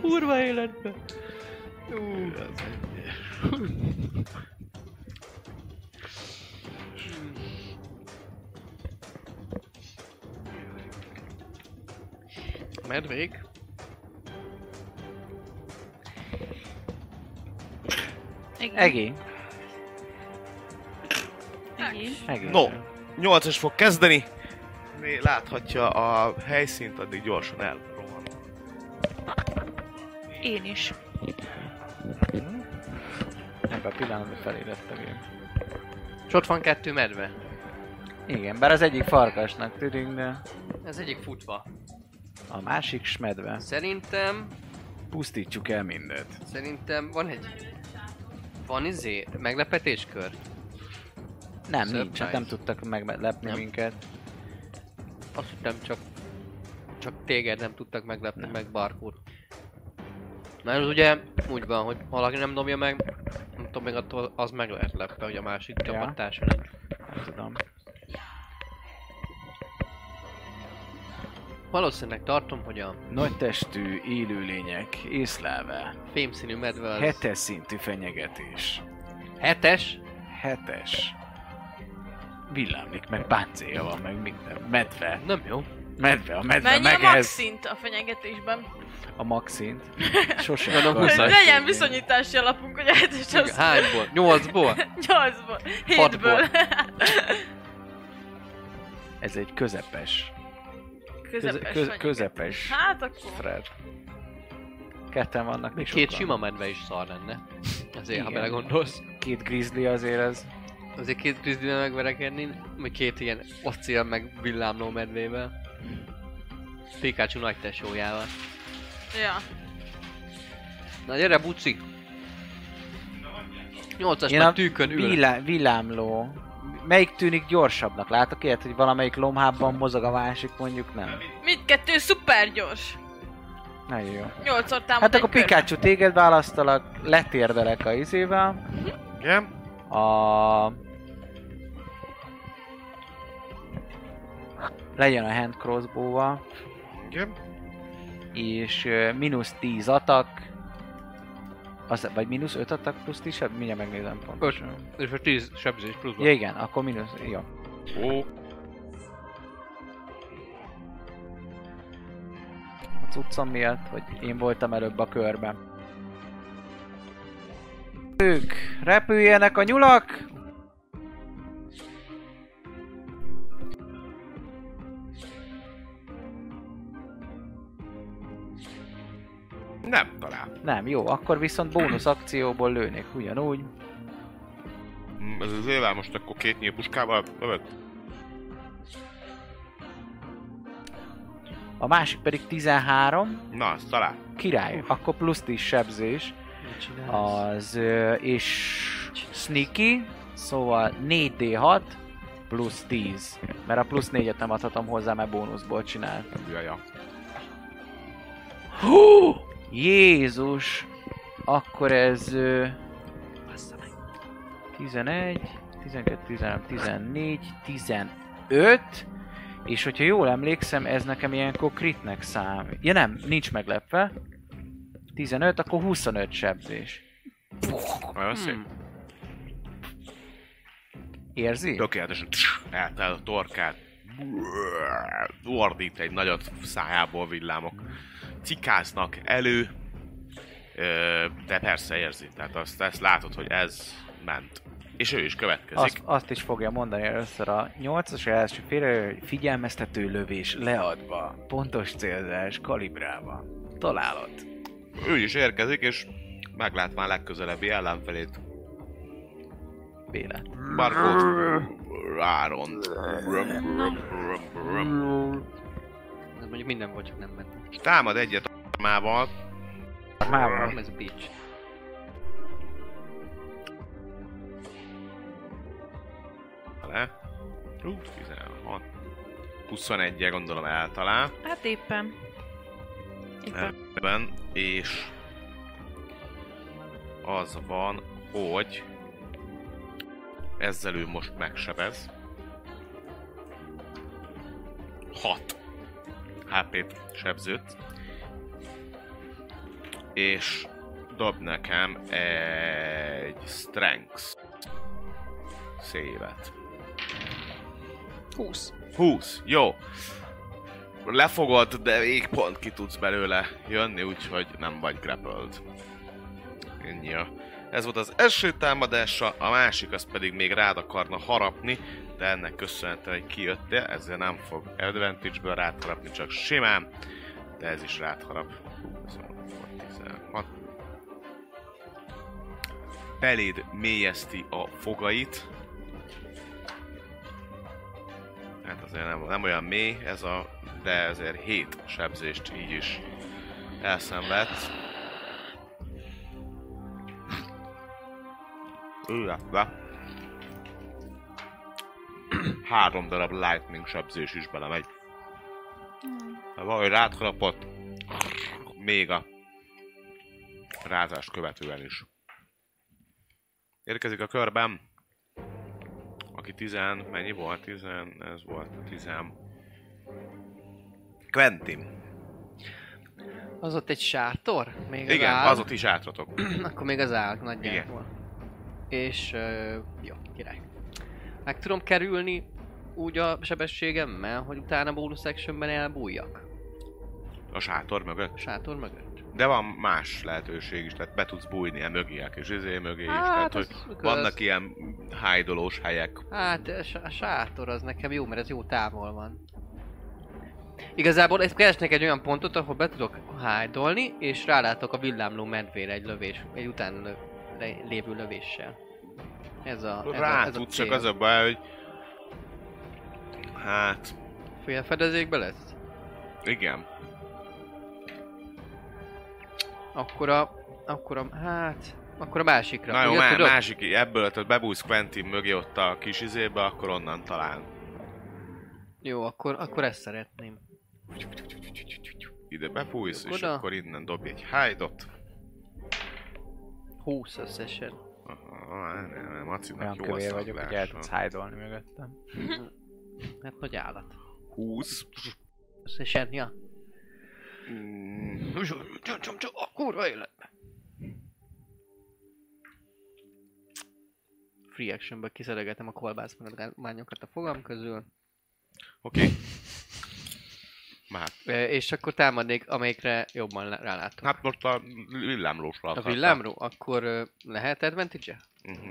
[SPEAKER 3] Kurva életbe. Ú, Medvék.
[SPEAKER 6] Igen.
[SPEAKER 5] Egi.
[SPEAKER 6] Egi.
[SPEAKER 5] Egi.
[SPEAKER 2] No, 8-as fog kezdeni. Né- Láthatja a helyszínt, addig gyorsan elrohan.
[SPEAKER 6] Én is.
[SPEAKER 5] Ebben a pillanatban felérettem én.
[SPEAKER 3] És ott van kettő medve.
[SPEAKER 5] Igen, bár az egyik farkasnak tűnik, de
[SPEAKER 3] Ez egyik futva.
[SPEAKER 5] a másik smedve.
[SPEAKER 3] Szerintem,
[SPEAKER 7] Pusztítsuk el mindet.
[SPEAKER 3] szerintem van egy... Van izé, meglepetéskör.
[SPEAKER 5] Nem,
[SPEAKER 3] Surprise.
[SPEAKER 5] nincs, hát nem tudtak meglepni
[SPEAKER 3] Nem.
[SPEAKER 5] minket.
[SPEAKER 3] Azt hittem csak... Csak téged nem tudtak meglepni,
[SPEAKER 5] Nem.
[SPEAKER 3] meg Barkót. Mert az ugye úgy van, hogy ha valaki nem dobja meg, nem tudom, még attól az meg lehet lepve, hogy a másik
[SPEAKER 5] Ja.
[SPEAKER 3] csapattársa nem.
[SPEAKER 5] Nem tudom.
[SPEAKER 3] Valószínűleg tartom, hogy a
[SPEAKER 7] Nagy testű élőlények észlelve.
[SPEAKER 3] fémszínű medve az...
[SPEAKER 7] Hetes szintű fenyegetés.
[SPEAKER 3] Hetes?
[SPEAKER 7] Hetes. Villámlik, meg páncélja van, meg minden. Medve.
[SPEAKER 3] Nem jó.
[SPEAKER 7] Medve, a medve
[SPEAKER 4] Mennyi a max
[SPEAKER 7] megez.
[SPEAKER 4] szint a fenyegetésben?
[SPEAKER 5] A maxint. Sose
[SPEAKER 3] Van a
[SPEAKER 5] akartam.
[SPEAKER 3] huszas.
[SPEAKER 4] Legyen viszonyítási alapunk, hogy a 7
[SPEAKER 3] Igen,
[SPEAKER 4] az
[SPEAKER 3] Hányból? Nyolcból?
[SPEAKER 5] Hát,
[SPEAKER 4] 8-ból,
[SPEAKER 3] Hatból.
[SPEAKER 4] 7-ből.
[SPEAKER 5] Ez egy közepes.
[SPEAKER 4] *laughs* Közepes
[SPEAKER 5] köz-
[SPEAKER 4] fenyegetés.
[SPEAKER 5] közepes.
[SPEAKER 4] Hát akkor...
[SPEAKER 5] Fred. Ketten vannak még
[SPEAKER 3] Két
[SPEAKER 5] sokan.
[SPEAKER 3] sima medve is szar lenne. Azért, ha
[SPEAKER 5] Igen.
[SPEAKER 3] belegondolsz.
[SPEAKER 5] Két grizzly azért az.
[SPEAKER 3] Azért két grizzlyvel megverekedni, meg két ilyen océl meg villámló medvével. Pikachu nagy tesójával.
[SPEAKER 4] Ja.
[SPEAKER 3] Na gyere, buci! Nyolcas
[SPEAKER 5] Én
[SPEAKER 3] már
[SPEAKER 5] a
[SPEAKER 3] tűkön ül.
[SPEAKER 5] Villá- villámló. Melyik tűnik gyorsabbnak? Látok ilyet, hogy valamelyik lomhábban mozog, a másik mondjuk nem?
[SPEAKER 4] Mindkettő szuper gyors.
[SPEAKER 5] Nagyon jó.
[SPEAKER 4] Nyolcszor támad
[SPEAKER 5] Hát
[SPEAKER 4] egy
[SPEAKER 5] akkor
[SPEAKER 4] körben.
[SPEAKER 5] Pikachu téged választalak, letérdelek a izével.
[SPEAKER 2] Igen?
[SPEAKER 5] A... Legyen a hand crossbow-val,
[SPEAKER 2] Igen?
[SPEAKER 5] és ö, mínusz 10 atak, az, vagy mínusz 5 atak plusz 10, mindjárt megnézem pontosan.
[SPEAKER 3] És a 10 sebzés pluszban.
[SPEAKER 5] Ja igen, akkor mínusz, jó.
[SPEAKER 2] Ó,
[SPEAKER 5] A cuccom miatt, hogy én voltam előbb a körben. Ők repüljenek a nyulak!
[SPEAKER 2] nem talál.
[SPEAKER 5] Nem, jó, akkor viszont bónusz akcióból lőnék ugyanúgy.
[SPEAKER 2] Mm, Ez az ével most akkor két nyíl puskával övet.
[SPEAKER 5] A másik pedig 13,
[SPEAKER 2] Na, azt talál.
[SPEAKER 5] király. Akkor plusz 10 sebzés,
[SPEAKER 3] Mit csinálsz?
[SPEAKER 5] az, ö, és sneaky, szóval 4d6 plusz 10. Mert a plusz 4-et nem adhatom hozzá, mert bónuszból csinál.
[SPEAKER 2] Jaja.
[SPEAKER 5] Hú! Jézus! Akkor ez... Ö... 11, 12, 13, 14, 15, és hogyha jól emlékszem, ez nekem ilyenkor kritnek szám. Ja nem, nincs meglepve. 15, akkor 25 sebzés.
[SPEAKER 2] Nagyon szép.
[SPEAKER 5] Érzi?
[SPEAKER 2] Tökéletesen hát eltel a torkát. Ordít egy nagyot szájából villámok. Cikáznak elő. Ö, De persze érzi. Tehát azt, ezt látod, hogy ez ment. És ő is következik.
[SPEAKER 5] Azt, azt is fogja mondani először a 8-as első félre, hogy
[SPEAKER 7] Figyelmeztető lövés leadva, pontos célzás kalibrálva. Találod.
[SPEAKER 2] Ő is érkezik, és meglát már legközelebbi ellenfelét.
[SPEAKER 5] Béla.
[SPEAKER 2] Barkóz. Áron.
[SPEAKER 3] Ez mondjuk minden volt, csak nem ment.
[SPEAKER 2] Támad egyet a mával.
[SPEAKER 5] Hát Már
[SPEAKER 3] Ez bitch.
[SPEAKER 2] Le. Hú, 16. 21-je gondolom eltalál.
[SPEAKER 6] Hát éppen. Éppen.
[SPEAKER 2] Ebben, és az van, hogy ezzel ő most megsebez. 6 HP-t sebzőt. És dob nekem egy Strength szévet.
[SPEAKER 6] 20.
[SPEAKER 2] 20, jó. Lefogod, de ég pont ki tudsz belőle jönni, úgyhogy nem vagy grappled. Ennyi a... Ez volt az első támadása, a másik az pedig még rád akarna harapni, de ennek köszönhetően, hogy kijöttél, ezzel nem fog advantage-ből rád harapni, csak simán, de ez is rád harap. Hú, ez volt 16. Beléd mélyezti a fogait, Hát azért nem, nem olyan mély ez a, de azért 7 sebzést így is elszenvedt. Illetve három darab lightning sebzés is belemegy. Ha valahogy rád harapott, még a rázást követően is. Érkezik a körben aki 10, mennyi volt? 10, ez volt 10. Quentin.
[SPEAKER 3] Az ott egy sátor? Még az
[SPEAKER 2] Igen,
[SPEAKER 3] áll.
[SPEAKER 2] az ott is átratok.
[SPEAKER 3] Akkor még az áll
[SPEAKER 2] Igen.
[SPEAKER 3] nagyjából. És ö, jó, király. Meg tudom kerülni úgy a sebességemmel, hogy utána bónusz actionben elbújjak.
[SPEAKER 2] A sátor mögött.
[SPEAKER 3] A sátor mögött.
[SPEAKER 2] De van más lehetőség is, tehát be tudsz bújni e mögiek és izé mögé is. tehát, hogy
[SPEAKER 3] Hát, az igaz.
[SPEAKER 2] vannak ilyen hájdolós helyek.
[SPEAKER 3] Hát a s- a sátor az nekem jó, mert ez jó távol van. Igazából ezt keresnek egy olyan pontot, ahol be tudok hájdolni, és rálátok a villámló medvére egy lövés, egy utána lő, le- lévő lövéssel. Ez a, ez
[SPEAKER 2] Rá
[SPEAKER 3] a, ez a
[SPEAKER 2] tudsz, csak
[SPEAKER 3] cél.
[SPEAKER 2] az a baj, hogy... Hát,
[SPEAKER 3] Félfedezékbe lesz?
[SPEAKER 2] igen.
[SPEAKER 3] Akkor a... Akkor a... Hát... Akkor a másikra.
[SPEAKER 2] Na jó,
[SPEAKER 3] Ugye,
[SPEAKER 2] má,
[SPEAKER 3] tudod?
[SPEAKER 2] másik, ebből, tehát bebújsz Quentin mögé ott a kis izébe, akkor onnan talán
[SPEAKER 3] Jó, akkor, akkor ezt szeretném.
[SPEAKER 2] ide bebújsz, és
[SPEAKER 3] Oda.
[SPEAKER 2] akkor innen dobj egy hide-ot.
[SPEAKER 3] 20 összesen.
[SPEAKER 2] Aha, nem, nem,
[SPEAKER 5] olyan
[SPEAKER 2] Macinak jó
[SPEAKER 5] kövér vagyok, hogy el
[SPEAKER 2] szaglása.
[SPEAKER 5] tudsz hájdolni mögöttem.
[SPEAKER 3] Hát nagy állat.
[SPEAKER 2] 20.
[SPEAKER 3] Összesen, ja.
[SPEAKER 2] Mm,
[SPEAKER 3] Csum, csum, csum, a kurva életben. Free actionből kiszeregetem a kolbász maradványokat a fogam közül.
[SPEAKER 2] Oké. Már.
[SPEAKER 3] Ö, És akkor támadnék, amelyikre jobban le- rálátok.
[SPEAKER 2] Hát most a villámlósra
[SPEAKER 3] A
[SPEAKER 2] akartam.
[SPEAKER 3] villámról? Akkor ö, lehet advantage
[SPEAKER 2] Mhm.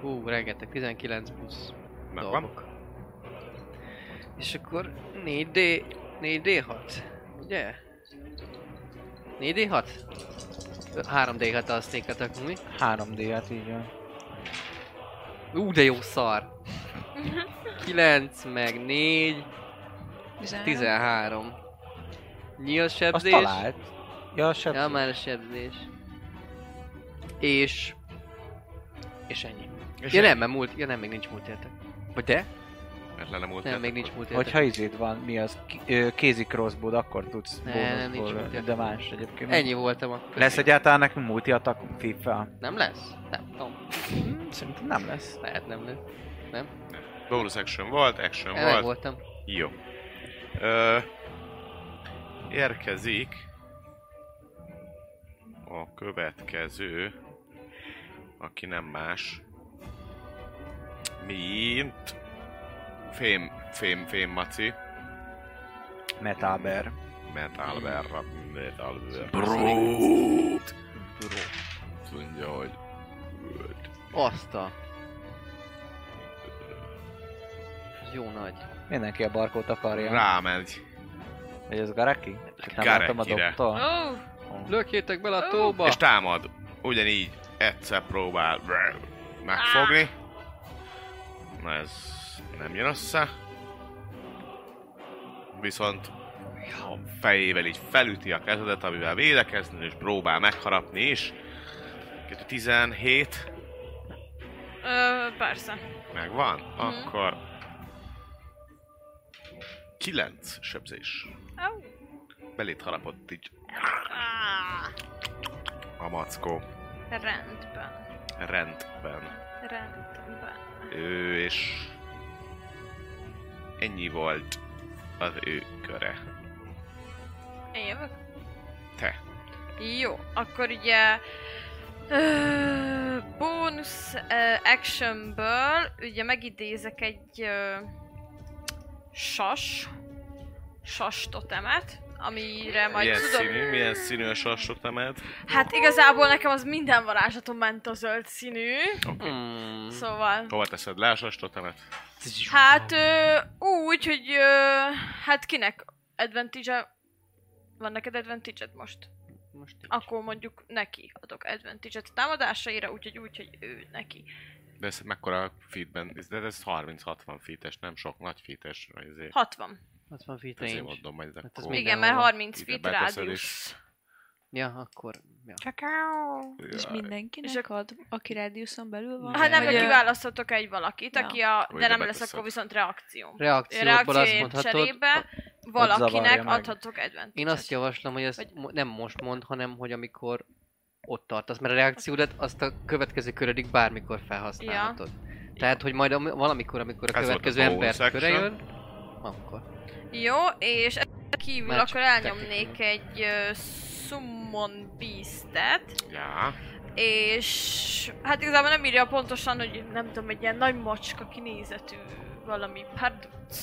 [SPEAKER 3] Hú, rengeteg, 19 plusz
[SPEAKER 2] Megvan.
[SPEAKER 3] dolgok. És akkor 4D... 4D6, ugye? 4D6? 3D6 a sneak attack, mi?
[SPEAKER 5] 3D-et így van.
[SPEAKER 3] Ú, de jó szar! 9, meg 4,
[SPEAKER 6] 13.
[SPEAKER 3] 13. Nyílt
[SPEAKER 1] Azt
[SPEAKER 3] sebzés.
[SPEAKER 1] talált. Ja, sem.
[SPEAKER 3] Ja, már a sebzés. És... És ennyi.
[SPEAKER 2] És
[SPEAKER 3] ja nem, mert múlt... Ja nem, még nincs múlt értek. Vagy de?
[SPEAKER 2] Mert le nem volt.
[SPEAKER 3] Nem, még nincs múlt értek.
[SPEAKER 5] Hogyha izéd van, mi az, ki- ö, kézi crossbow akkor tudsz
[SPEAKER 3] Ne, nem, nincs
[SPEAKER 5] bónuszból,
[SPEAKER 3] mit.
[SPEAKER 5] de más egyébként.
[SPEAKER 3] Ennyi voltam akkor.
[SPEAKER 5] Lesz egyáltalán nekünk multi attack FIFA?
[SPEAKER 3] Nem lesz? Nem tudom.
[SPEAKER 5] Hm, Szerintem nem lesz.
[SPEAKER 3] Lehet nem lesz.
[SPEAKER 2] Bonus action volt, action
[SPEAKER 3] Elég
[SPEAKER 2] volt.
[SPEAKER 3] voltam.
[SPEAKER 2] Jó. Ö, érkezik a következő, aki nem más, mint Fém, Fém, Fém Maci,
[SPEAKER 5] Metaber.
[SPEAKER 2] Metalver, Metalver. Bro! Mondja, hogy
[SPEAKER 3] Azt a... Ez Jó nagy.
[SPEAKER 5] Mindenki a barkót akarja.
[SPEAKER 2] rámegy.
[SPEAKER 5] Vagy ez Garaki? Csak Nem
[SPEAKER 2] Garakire.
[SPEAKER 5] láttam a
[SPEAKER 4] Ó,
[SPEAKER 5] doktor.
[SPEAKER 4] oh,
[SPEAKER 3] Lökjétek bele a
[SPEAKER 4] Ó.
[SPEAKER 3] tóba!
[SPEAKER 2] És támad. Ugyanígy egyszer próbál megfogni. Na ez nem jön össze. Viszont a fejével így felüti a kezedet, amivel védekezni, és próbál megharapni is. 17
[SPEAKER 4] Ö, persze.
[SPEAKER 2] megvan, akkor 9 sebzés.
[SPEAKER 4] Au.
[SPEAKER 2] Belét harapott így
[SPEAKER 4] Á,
[SPEAKER 2] a mackó
[SPEAKER 4] Rendben.
[SPEAKER 2] rendben.
[SPEAKER 4] Rendben.
[SPEAKER 2] Ő és ennyi volt az ő köre.
[SPEAKER 4] Én jövök?
[SPEAKER 2] Te.
[SPEAKER 4] Jó, akkor ugye ö, bónusz ö, actionből ugye megidézek egy ö, sas, sas totemet, amire majd
[SPEAKER 2] milyen
[SPEAKER 4] tudom...
[SPEAKER 2] színű, milyen színű a sarsot emed?
[SPEAKER 4] Hát igazából nekem az minden varázslatom ment a zöld színű,
[SPEAKER 3] Mm.
[SPEAKER 2] Mhm.
[SPEAKER 4] szóval...
[SPEAKER 2] Hova teszed le a sarsot emed?
[SPEAKER 4] Hát ö, úgy, hogy ö, hát kinek advantage Van neked advantage most?
[SPEAKER 3] Most így.
[SPEAKER 4] Akkor mondjuk neki adok advantage-et a támadásaira, úgyhogy úgy, hogy ő neki.
[SPEAKER 2] De ez mekkora feedben? ez- De ez 30-60 feetes, nem sok nagy feetes. Ezért,
[SPEAKER 4] 60.
[SPEAKER 3] 60 feet
[SPEAKER 2] ezért
[SPEAKER 3] range.
[SPEAKER 2] mondom, hogy ez
[SPEAKER 3] Hát ez
[SPEAKER 2] akkor...
[SPEAKER 3] még-
[SPEAKER 4] Igen, mert
[SPEAKER 3] Mindenhova.
[SPEAKER 4] 30
[SPEAKER 2] Ide
[SPEAKER 4] feet
[SPEAKER 2] beteszed
[SPEAKER 4] rádiusz.
[SPEAKER 3] Ja, akkor... Ja.
[SPEAKER 6] És
[SPEAKER 2] Jaj.
[SPEAKER 6] mindenkinek
[SPEAKER 4] És ak-
[SPEAKER 6] ad, aki rádiuszon belül van?
[SPEAKER 4] Hát nem,
[SPEAKER 6] Vagy,
[SPEAKER 4] mert
[SPEAKER 6] ö,
[SPEAKER 4] kiválaszthatok egy valakit,
[SPEAKER 6] Ja.
[SPEAKER 4] aki a...
[SPEAKER 2] Akkor
[SPEAKER 4] De
[SPEAKER 2] ide
[SPEAKER 4] nem lesz
[SPEAKER 2] beteszed.
[SPEAKER 4] akkor viszont reakció.
[SPEAKER 3] Reakcióból azt
[SPEAKER 4] Reakcióért
[SPEAKER 3] mondhatod...
[SPEAKER 4] cserébe valakinek
[SPEAKER 5] zavarja meg.
[SPEAKER 4] adhatok advantage
[SPEAKER 3] Én azt javaslom, hogy ezt mo- nem most mond, hanem hogy amikor ott tartasz, mert a reakciódat azt a következő körödig bármikor felhasználhatod. Ja. Tehát, hogy majd am- valamikor, amikor a
[SPEAKER 2] Ez volt a
[SPEAKER 3] következő
[SPEAKER 2] bonus
[SPEAKER 3] ember köre
[SPEAKER 2] action.
[SPEAKER 3] jön, akkor.
[SPEAKER 4] Jó, és ezen kívül
[SPEAKER 3] Már csak
[SPEAKER 4] akkor elnyomnék
[SPEAKER 3] technikai.
[SPEAKER 4] egy uh, Summon Beast-et,
[SPEAKER 2] Ja.
[SPEAKER 4] és hát igazából nem írja pontosan, hogy nem tudom, egy ilyen nagy macska kinézetű valami Hát, párduc...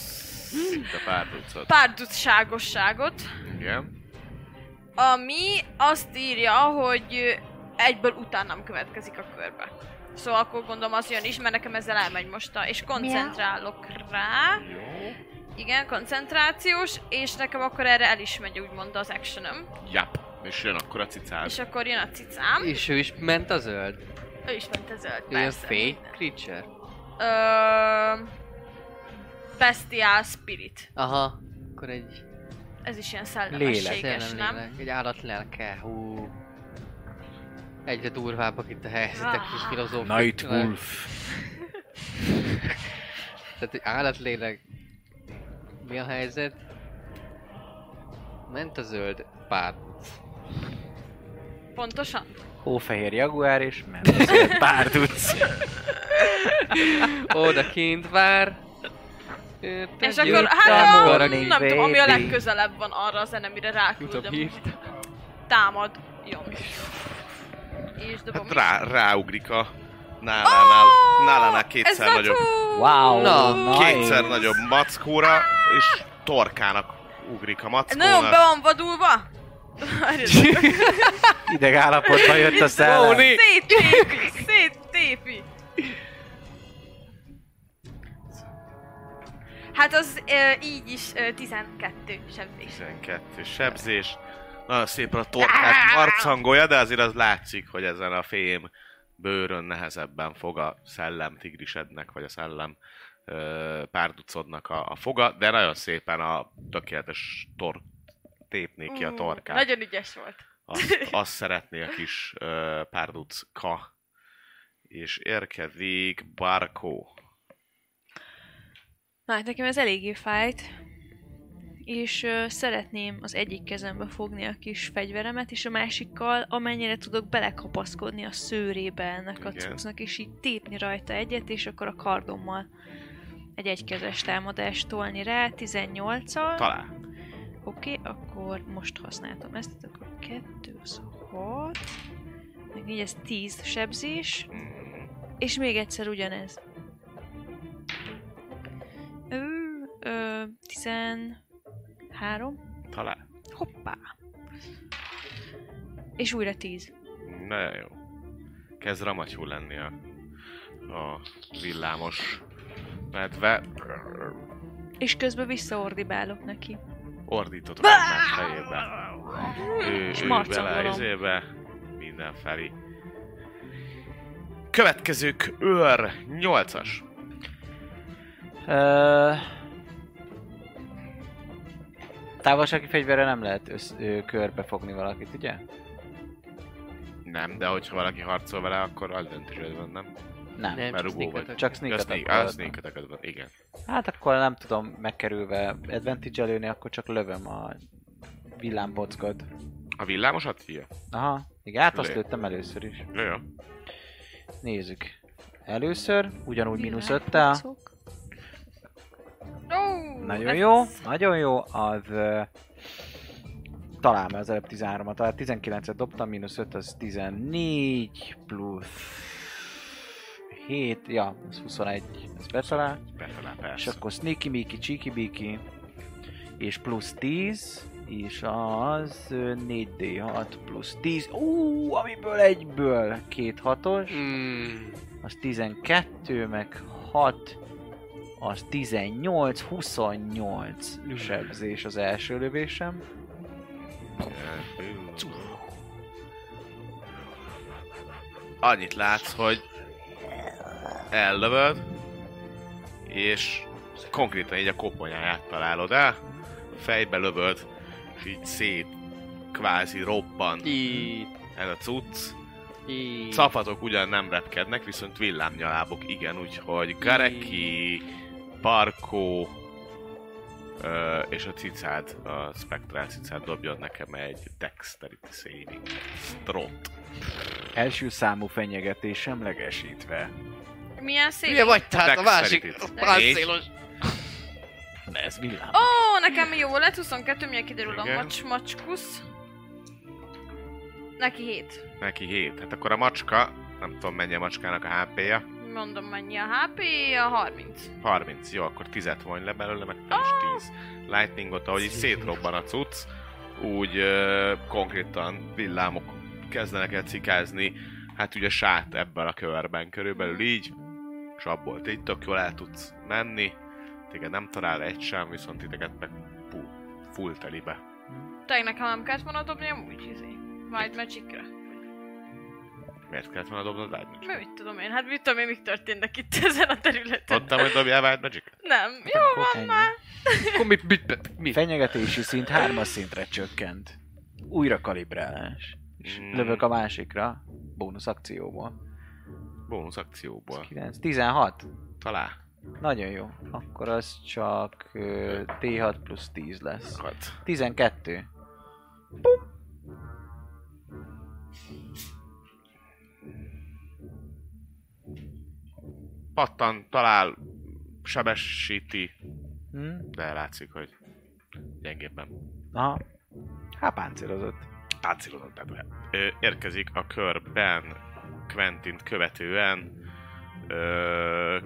[SPEAKER 3] Hm.
[SPEAKER 2] Szinte pár ducat.
[SPEAKER 4] párducságosságot,
[SPEAKER 2] Igen.
[SPEAKER 4] ami azt írja, hogy ö, egyből utánam következik a körbe. Szóval akkor gondolom az jön is, mert nekem ezzel elmegy most a... És koncentrálok rá.
[SPEAKER 2] Jó.
[SPEAKER 4] Igen, koncentrációs, és nekem akkor erre el is megy úgymond az actionöm.
[SPEAKER 2] Jap. És jön akkor a cicád.
[SPEAKER 4] És akkor jön a cicám.
[SPEAKER 3] És ő is ment a zöld.
[SPEAKER 4] Ő is ment a zöld,
[SPEAKER 3] Ő ilyen
[SPEAKER 4] persze.
[SPEAKER 3] fake creature.
[SPEAKER 4] Ö... Bestial Spirit.
[SPEAKER 3] Aha, akkor egy
[SPEAKER 4] Ez is ilyen
[SPEAKER 3] lélek,
[SPEAKER 4] szellemességes,
[SPEAKER 3] nem,
[SPEAKER 4] nem?
[SPEAKER 3] lélek. Egy állat lelke, hú. Egyre durvábbak itt a helyzetek és
[SPEAKER 4] Ah.
[SPEAKER 3] filozófiák.
[SPEAKER 7] Night Wolf.
[SPEAKER 3] *laughs* Tehát egy állatlélek. Mi a helyzet? Ment a zöld pár.
[SPEAKER 4] Pontosan?
[SPEAKER 5] Hófehér jaguár és ment az egy pár tudsz.
[SPEAKER 3] Oda kint vár. Érted?
[SPEAKER 4] És akkor,
[SPEAKER 3] Jött
[SPEAKER 4] hát
[SPEAKER 3] a
[SPEAKER 4] a,
[SPEAKER 3] bogarak,
[SPEAKER 4] nem tudom, ami a
[SPEAKER 5] baby.
[SPEAKER 4] legközelebb van arra a zenemire
[SPEAKER 3] Utóbb
[SPEAKER 4] ráküldöm.
[SPEAKER 3] hívta.
[SPEAKER 4] Támad. Jó. És dobom.
[SPEAKER 2] Hát rá, ráugrik a nálánál, oh! nálánál
[SPEAKER 4] Ez
[SPEAKER 2] kétszer
[SPEAKER 4] a
[SPEAKER 2] nagyobb,
[SPEAKER 5] Wow,
[SPEAKER 3] Na,
[SPEAKER 2] kétszer nagyobb mackóra, és torkának ugrik a
[SPEAKER 4] Nagyon be
[SPEAKER 2] mackónak.
[SPEAKER 4] van vadulva. Várjatok.
[SPEAKER 5] Ideg állapotban jött a szellem.
[SPEAKER 4] Széttépi, széttépi. Hát az ö, így is ö, 12 sebzés.
[SPEAKER 2] 12 sebzés. Nagyon szépen a torkát
[SPEAKER 4] Ah!
[SPEAKER 2] marcangolja, de azért az látszik, hogy ezen a fém bőrön nehezebben fog a szellem tigrisednek, vagy a szellem ö, párducodnak a, a foga, de nagyon szépen a tökéletes tor tépné ki a
[SPEAKER 4] Ú,
[SPEAKER 2] torkát.
[SPEAKER 4] Mm, Nagyon ügyes volt.
[SPEAKER 2] Azt, azt szeretné a kis ö, párducka. És érkezik Barkó.
[SPEAKER 6] Na, hát nekem ez eléggé fájt, és ö, szeretném az egyik kezembe fogni a kis fegyveremet, és a másikkal amennyire tudok belekapaszkodni a szőrébe ennek a
[SPEAKER 2] Igen.
[SPEAKER 6] cuccnak, és így tépni rajta egyet, és akkor a kardommal egy egykezes támadást tolni rá, 18-al.
[SPEAKER 2] Talál.
[SPEAKER 6] Oké, okay, akkor most használtam ezt, tehát akkor 2, az 6, meg 4, ez 10 sebzés,
[SPEAKER 2] Mm,
[SPEAKER 6] és még egyszer ugyanez. Ö, ö, 13.
[SPEAKER 2] talál.
[SPEAKER 6] Hoppá! És újra 10.
[SPEAKER 2] Nagyon jó. Kezd ramatyú lenni a, a villámos medve.
[SPEAKER 6] És közben visszaordibálok neki.
[SPEAKER 2] Ordítotok egymás fejébe. Ő,
[SPEAKER 6] És
[SPEAKER 2] ő
[SPEAKER 6] marcangolom.
[SPEAKER 2] bele, izébe, mindenfelé. Következők őr 8-as.
[SPEAKER 5] Ö... Távolsági fegyverre nem lehet össz, ö, körbefogni valakit, ugye?
[SPEAKER 2] Nem, de hogyha valaki harcol vele, akkor agydöntésed van, nem?
[SPEAKER 5] Nem. nem.
[SPEAKER 3] Nem,
[SPEAKER 2] Mert
[SPEAKER 3] csak
[SPEAKER 2] rugó vagy.
[SPEAKER 3] sneak attack.
[SPEAKER 5] Csak
[SPEAKER 2] Ja,
[SPEAKER 5] sneak
[SPEAKER 2] sneak,
[SPEAKER 5] attack
[SPEAKER 2] á,
[SPEAKER 5] alatt.
[SPEAKER 2] sneak attack van, igen.
[SPEAKER 5] Hát akkor nem tudom megkerülve advantage előni, akkor csak lövöm a villámbockot.
[SPEAKER 2] A villámosat? Ja.
[SPEAKER 5] Aha, igen, hát azt
[SPEAKER 2] Lő.
[SPEAKER 5] lőttem először is.
[SPEAKER 2] Jó, jó.
[SPEAKER 5] Nézzük. Először, ugyanúgy mínusz
[SPEAKER 6] Világ,
[SPEAKER 5] öttel.
[SPEAKER 6] arcok.
[SPEAKER 4] Ó,
[SPEAKER 5] Nagyon
[SPEAKER 4] Hát ez-
[SPEAKER 5] jó, nagyon jó, az ö, talál, mert az előbb 13-at talált, 19-et dobtam, mínusz 5 az 14, plusz 7, ja, az 21, ez betalál,
[SPEAKER 2] Betalál,
[SPEAKER 5] és
[SPEAKER 2] persze.
[SPEAKER 5] akkor sneaky miki, cheeky biki, és plusz 10, és az ö, 4d6 plusz 10, ú, amiből egyből két hatos,
[SPEAKER 3] Mm.
[SPEAKER 5] az 12, meg 6, az 18, 28 sebzés az első lövésem.
[SPEAKER 2] Annyit látsz, hogy ellövöd, és konkrétan így a koponyáját találod el, fejbe lövöd, és így szét kvázi robban
[SPEAKER 3] Itt,
[SPEAKER 2] ez a cucc.
[SPEAKER 3] itt.
[SPEAKER 2] Capatok ugyan nem repkednek, viszont villámnyalábok igen, úgyhogy Gareki, Parkó ö, és a cicád, a spektrál cicád dobjon nekem egy dexterity saving throw-t.
[SPEAKER 7] Első számú fenyegetés semlegesítve.
[SPEAKER 4] Milyen szép.
[SPEAKER 3] Ugye vagy tehát a másik,
[SPEAKER 2] Dexterity.
[SPEAKER 3] a páncélos.
[SPEAKER 7] De ez villám.
[SPEAKER 4] Ó, nekem jó lett, 22, milyen kiderül a
[SPEAKER 2] Igen.
[SPEAKER 4] macs, macskusz. Neki 7.
[SPEAKER 2] Neki 7. Hát akkor a macska, nem tudom mennyi a macskának a HP-ja.
[SPEAKER 4] Mondom, mennyi a HP, a 30.
[SPEAKER 2] 30, jó, akkor 10-et vonj le belőle, meg te is 10 lightningot, ahogy így szétrobban a cucc, úgy ö, konkrétan villámok kezdenek el cikázni, hát ugye sát ebben a körben körülbelül így, és abból te így tök jól el tudsz menni, téged nem talál egy sem, viszont titeket meg pú, full telibe.
[SPEAKER 4] Tényleg nekem nem kellett volna dobni amúgy, izé. White Magic-re.
[SPEAKER 2] Miért kellett volna dobnod Wild Magic?
[SPEAKER 4] Mi mit tudom én, hát mit tudom én, mik történnek itt *laughs* ezen a területen.
[SPEAKER 2] Mondtam, hogy dobjál Wild Magic?
[SPEAKER 4] Nem, jó van
[SPEAKER 5] ennyi.
[SPEAKER 4] már.
[SPEAKER 3] Akkor mit, mit, mit?
[SPEAKER 5] Fenyegetési szint 3 szintre csökkent. Újra kalibrálás. És
[SPEAKER 3] Hmm.
[SPEAKER 2] Mm.
[SPEAKER 5] lövök a másikra, bónusz akcióból.
[SPEAKER 2] Bónusz akcióból.
[SPEAKER 5] 9, 16.
[SPEAKER 2] Talál.
[SPEAKER 5] Nagyon jó. Akkor az csak ö, T6 plusz 10 lesz.
[SPEAKER 2] Hat.
[SPEAKER 5] 12.
[SPEAKER 2] Pattan, talál, sebesíti,
[SPEAKER 5] Hm?
[SPEAKER 2] de látszik, hogy gyengébben
[SPEAKER 5] Aha. Hát páncélozott.
[SPEAKER 2] páncélozott be. Ö, érkezik a körben Quentin követően, ö,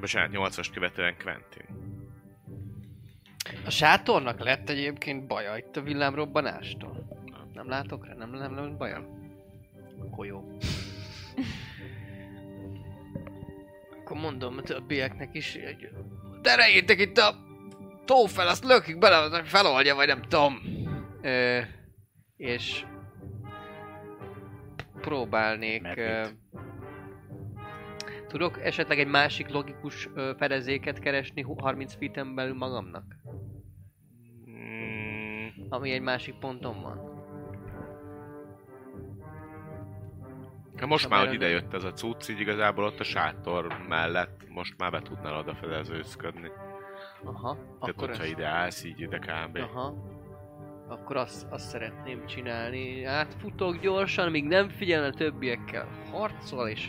[SPEAKER 2] bocsánat, 8-as követően Quentin.
[SPEAKER 3] A sátornak lett egyébként baja itt a villámrobbanástól. Nem látok rá, nem, nem, nem baja. Akkor jó. Akkor mondom a többieknek is, hogy terejétek itt a tó fel, azt lökik bele, az meg feloldja, vagy nem tudom. Ö, és próbálnék... Ö, tudok esetleg egy másik logikus ö, fedezéket keresni hu- 30 feet-en belül magamnak?
[SPEAKER 2] Mm,
[SPEAKER 3] Ami egy másik ponton van.
[SPEAKER 2] Hát most már, hogy
[SPEAKER 3] Kamerán-
[SPEAKER 2] idejött ez a cucc, így igazából ott a sátor mellett most már be tudnál oda fedezőzködni.
[SPEAKER 3] Aha,
[SPEAKER 2] Tehát,
[SPEAKER 3] akkor
[SPEAKER 2] hogyha
[SPEAKER 3] azt,
[SPEAKER 2] ide állsz, így ide kb.
[SPEAKER 3] aha, akkor azt, azt szeretném csinálni. Hát futok gyorsan, míg nem figyel a többiekkel. Harcol és,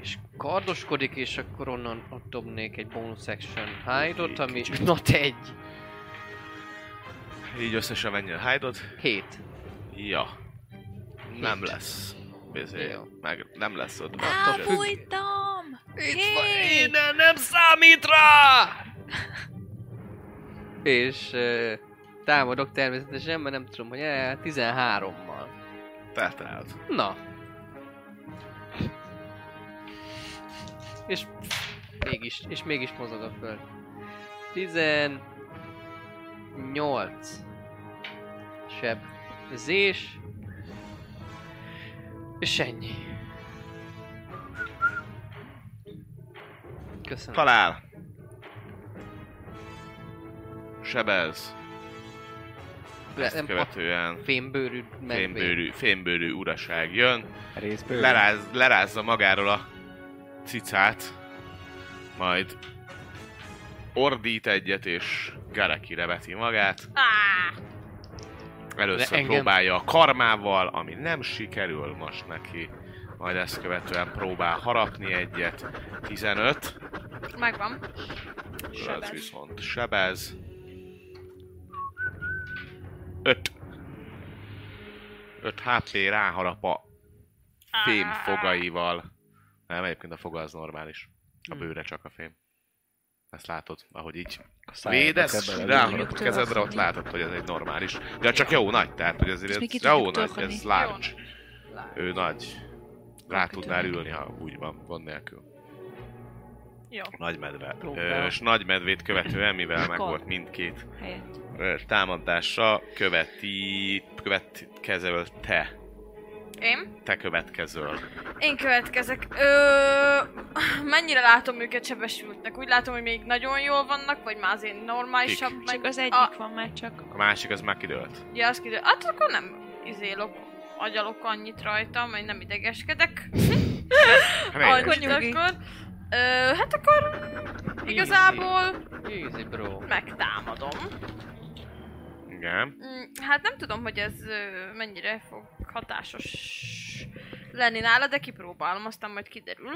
[SPEAKER 3] és kardoskodik, és akkor onnan ott dobnék egy bonus action hide-ot, ami not egy,
[SPEAKER 2] Így összesen mennyi a hide
[SPEAKER 3] hét.
[SPEAKER 2] Ja. Nem
[SPEAKER 3] Hét.
[SPEAKER 2] lesz. Bizony,
[SPEAKER 3] Jó. Hát,
[SPEAKER 2] meg nem lesz ott.
[SPEAKER 6] Elfújtam!
[SPEAKER 3] Itt van, innen nem számít rá! És ö, támadok természetesen, mert nem tudom, hogy el, 13-mal.
[SPEAKER 2] Feltalálod.
[SPEAKER 3] Na. És mégis, és mégis mozog a föld. 18 sebzés. És ennyi. Köszönöm.
[SPEAKER 2] Talál. Sebez.
[SPEAKER 3] Le-
[SPEAKER 2] Ezt
[SPEAKER 3] nem,
[SPEAKER 2] követően
[SPEAKER 3] a fémbőrű medvé.
[SPEAKER 2] fémbőrű, fémbőrű uraság jön.
[SPEAKER 5] Részből.
[SPEAKER 2] leráz, lerázza magáról a cicát, majd ordít egyet, és Garakire veti magát.
[SPEAKER 4] Áh,
[SPEAKER 2] Először
[SPEAKER 3] De engem-
[SPEAKER 2] próbálja a karmával, ami nem sikerül most neki. Majd ezt követően próbál harapni egyet. 15,
[SPEAKER 4] megvan.
[SPEAKER 2] az
[SPEAKER 4] Sebez.
[SPEAKER 2] viszont sebez. 5. 5 HP ráharap a fém
[SPEAKER 6] Ah.
[SPEAKER 4] Áh.
[SPEAKER 2] fogaival. Nem, egyébként a foga az normális. A bőre csak a fém. Ezt látod, ahogy így védesz, ráharap a kezedre, ott látod, hogy ez egy normális. De csak jó nagy, tehát hogy
[SPEAKER 6] Ezt
[SPEAKER 2] azért
[SPEAKER 6] még ki
[SPEAKER 2] ez
[SPEAKER 6] tudjuk
[SPEAKER 2] jó nagy,
[SPEAKER 6] tolkodni.
[SPEAKER 2] ez large.
[SPEAKER 4] Lá-
[SPEAKER 2] Ő nagy. Rá
[SPEAKER 6] Akkor
[SPEAKER 2] tudnál
[SPEAKER 6] tudjuk.
[SPEAKER 2] ülni, ha úgy van, gond nélkül.
[SPEAKER 4] Jó.
[SPEAKER 2] Nagy medve.
[SPEAKER 3] Próbál.
[SPEAKER 2] Ö, És nagy medvét követően, mivel meg
[SPEAKER 6] Kar.
[SPEAKER 2] volt mindkét
[SPEAKER 6] Helyett.
[SPEAKER 2] ö, támadása, követi, következöl te.
[SPEAKER 4] Én?
[SPEAKER 2] Te következöl.
[SPEAKER 4] Én következek. Ö... Mennyire látom őket sebesültnek? Úgy látom, hogy még nagyon jól vannak, vagy már azért normálisabb. meg-
[SPEAKER 6] Csak az egyik
[SPEAKER 4] A,
[SPEAKER 6] van már csak.
[SPEAKER 2] A másik az már kidőlt.
[SPEAKER 4] ja, azt kidő. Hát akkor nem izélok, agyalok annyit rajta, majd nem idegeskedek.
[SPEAKER 2] Hát miért
[SPEAKER 4] Annyit
[SPEAKER 6] nyugi.
[SPEAKER 4] akkor. Ö, hát akkor igazából
[SPEAKER 3] Easy, bro.
[SPEAKER 4] megtámadom.
[SPEAKER 2] Igen.
[SPEAKER 4] Mm, Hát nem tudom, hogy ez ö, mennyire fog hatásos lenni nála, de kipróbálom, aztán majd kiderül.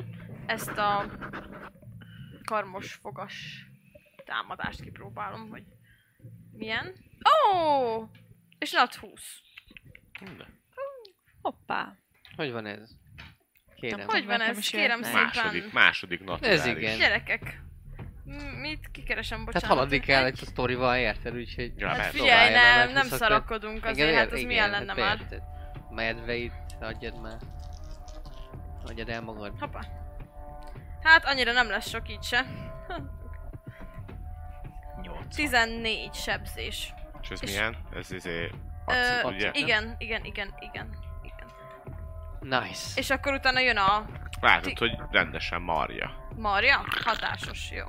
[SPEAKER 4] Ezt a karmos fogas támadást kipróbálom, hogy milyen. Ó! Oh! És nat 20.
[SPEAKER 6] Hoppá.
[SPEAKER 3] Hogy van ez? Kérem.
[SPEAKER 6] Na,
[SPEAKER 4] Hogy van
[SPEAKER 6] Nekem
[SPEAKER 4] ez?
[SPEAKER 6] is
[SPEAKER 4] Kérem
[SPEAKER 6] jöhetne.
[SPEAKER 2] Második,
[SPEAKER 4] szépen.
[SPEAKER 2] második naturális.
[SPEAKER 3] igen.
[SPEAKER 4] Gyerekek. m- Mit kikeresem,
[SPEAKER 3] Tehát
[SPEAKER 4] bocsánat.
[SPEAKER 3] haladni kell egy sztorival, érted? Úgyhogy...
[SPEAKER 2] Ja,
[SPEAKER 4] Hát
[SPEAKER 2] mert
[SPEAKER 4] figyelj,
[SPEAKER 3] Próbálja
[SPEAKER 4] nem,
[SPEAKER 3] meg,
[SPEAKER 4] nem
[SPEAKER 3] viszont-
[SPEAKER 4] szarakodunk azért, hát az milyen lenne
[SPEAKER 3] hát
[SPEAKER 4] már.
[SPEAKER 3] érted. Medveit adjad már. Adjad el magad.
[SPEAKER 4] Hoppá. Hát annyira nem lesz sok így se. 14 sebzés.
[SPEAKER 2] És ez
[SPEAKER 4] És-
[SPEAKER 2] milyen? Ez izé...
[SPEAKER 4] Ö,
[SPEAKER 2] Paci, ugye?
[SPEAKER 4] igen, igen, igen, igen, igen.
[SPEAKER 3] Nice.
[SPEAKER 4] És akkor utána jön a
[SPEAKER 2] Látod, hogy rendesen marja.
[SPEAKER 4] Marja? Hatásos, jó.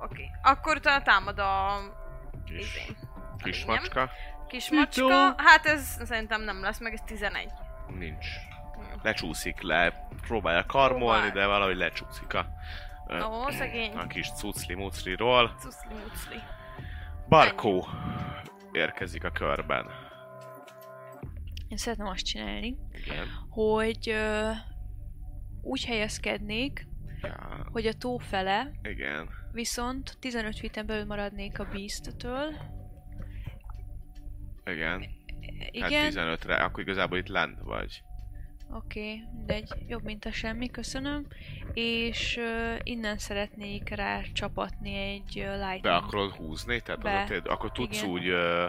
[SPEAKER 4] Oké. Akkor utána támad a...
[SPEAKER 2] Kis,
[SPEAKER 4] Izé,
[SPEAKER 2] kis
[SPEAKER 4] lényem.
[SPEAKER 2] macska.
[SPEAKER 4] kis macska. Hát ez szerintem nem lesz, meg ez 11.
[SPEAKER 2] Nincs. Lecsúszik le, próbálja karmolni, de
[SPEAKER 4] Próbál.
[SPEAKER 2] valahogy lecsúszik a, ö,
[SPEAKER 4] Ó, szegény.
[SPEAKER 2] a kis cucli-mucliról.
[SPEAKER 4] Cuszli mucli.
[SPEAKER 2] Barkó érkezik a körben.
[SPEAKER 6] Én szeretném azt csinálni,
[SPEAKER 2] Igen.
[SPEAKER 6] hogy ö, úgy helyezkednék,
[SPEAKER 2] Ja,
[SPEAKER 6] hogy a tó fele,
[SPEAKER 2] igen.
[SPEAKER 6] viszont 15 feet-en belül maradnék a beast-től.
[SPEAKER 2] Hát Igen. Hát
[SPEAKER 6] Igen,
[SPEAKER 2] 15-re, akkor igazából itt lent vagy.
[SPEAKER 6] Oké, mindegy, jobb, mint a semmi, köszönöm. És uh, innen szeretnék rá csapatni egy uh, light.
[SPEAKER 2] Be akarod húzni? Tehát
[SPEAKER 6] Be.
[SPEAKER 2] Az ott, akkor tudsz
[SPEAKER 6] Igen.
[SPEAKER 2] úgy ö,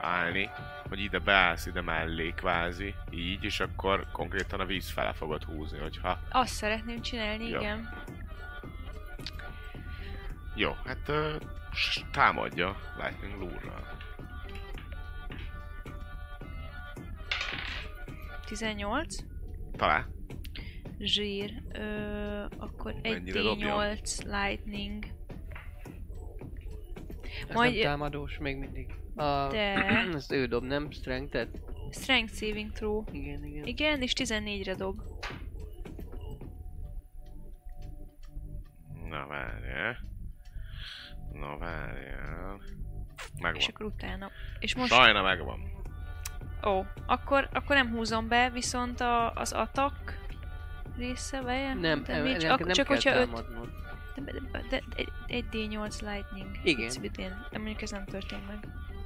[SPEAKER 2] állni, hogy ide beállsz, ide mellé kvázi, így, és akkor konkrétan a víz fele fogod húzni, hogyha...
[SPEAKER 6] Azt szeretném csinálni,
[SPEAKER 2] Ja.
[SPEAKER 6] igen.
[SPEAKER 2] Jó, hát ö, s- támadja Lightning Lure-ra.
[SPEAKER 6] 18.
[SPEAKER 2] Talán.
[SPEAKER 6] Zsír. Ö, akkor egy
[SPEAKER 2] Mennyire dobjam?
[SPEAKER 6] D8 lightning.
[SPEAKER 3] Ez
[SPEAKER 6] Majd-
[SPEAKER 3] nem támadós még mindig. A...
[SPEAKER 6] De.
[SPEAKER 2] *coughs*
[SPEAKER 3] Ezt ő dob, nem? Strength, tehát
[SPEAKER 6] Strength saving throw.
[SPEAKER 3] igen, igen.
[SPEAKER 6] Igen, és 14-re dob.
[SPEAKER 2] Na várjál. Na várjál.
[SPEAKER 6] És
[SPEAKER 2] Megvan.
[SPEAKER 6] akkor utána. És
[SPEAKER 2] Most...
[SPEAKER 6] most...
[SPEAKER 2] Sajna megvan.
[SPEAKER 6] Ó, akkor, akkor nem húzom be, viszont a, az atak része be?
[SPEAKER 3] Nem,
[SPEAKER 6] de,
[SPEAKER 3] nem,
[SPEAKER 6] nincs,
[SPEAKER 3] nem,
[SPEAKER 6] akkor
[SPEAKER 3] nem
[SPEAKER 6] hát csak
[SPEAKER 3] kell
[SPEAKER 6] hogyha öt,
[SPEAKER 3] támadnod.
[SPEAKER 6] De, de, de, de egy, egy D8 lightning.
[SPEAKER 3] Igen.
[SPEAKER 6] Szintén. De mondjuk ez nem történt meg.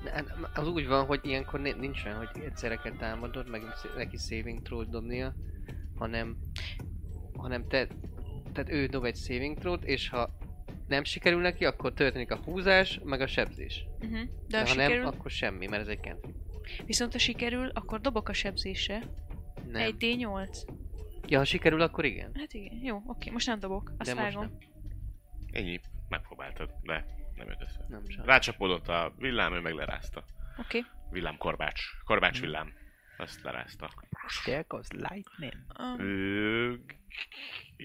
[SPEAKER 3] Ne, hát Az úgy van, hogy ilyenkor ni- nincs olyan, hogy egyszerre kell támadnod, meg szé- neki saving throw dobnia, hanem, hanem te, tehát ő dob egy saving throw és ha nem sikerül neki, akkor történik a húzás, meg a sebzés.
[SPEAKER 6] Uh-huh. De,
[SPEAKER 3] De,
[SPEAKER 6] ha
[SPEAKER 3] ha
[SPEAKER 6] sikerül,
[SPEAKER 3] nem, akkor semmi, mert ez egy cantrip.
[SPEAKER 6] viszont ha sikerül, akkor dobok a sebzésre.
[SPEAKER 3] Nem.
[SPEAKER 6] Egy D8.
[SPEAKER 3] Ja, ha sikerül, akkor igen.
[SPEAKER 6] Hát igen, jó, oké, most nem dobok, azt
[SPEAKER 3] De most
[SPEAKER 6] vágom.
[SPEAKER 3] nem.
[SPEAKER 2] Ennyi. Megpróbáltad, de nem jött össze.
[SPEAKER 3] Nem csak.
[SPEAKER 2] Rácsapódott a villám, ő meg lerázta.
[SPEAKER 6] Oké.
[SPEAKER 2] Villám korbács. Korbács villám. Azt lerázta.
[SPEAKER 5] There goes lightning.
[SPEAKER 6] Um,
[SPEAKER 2] Ö...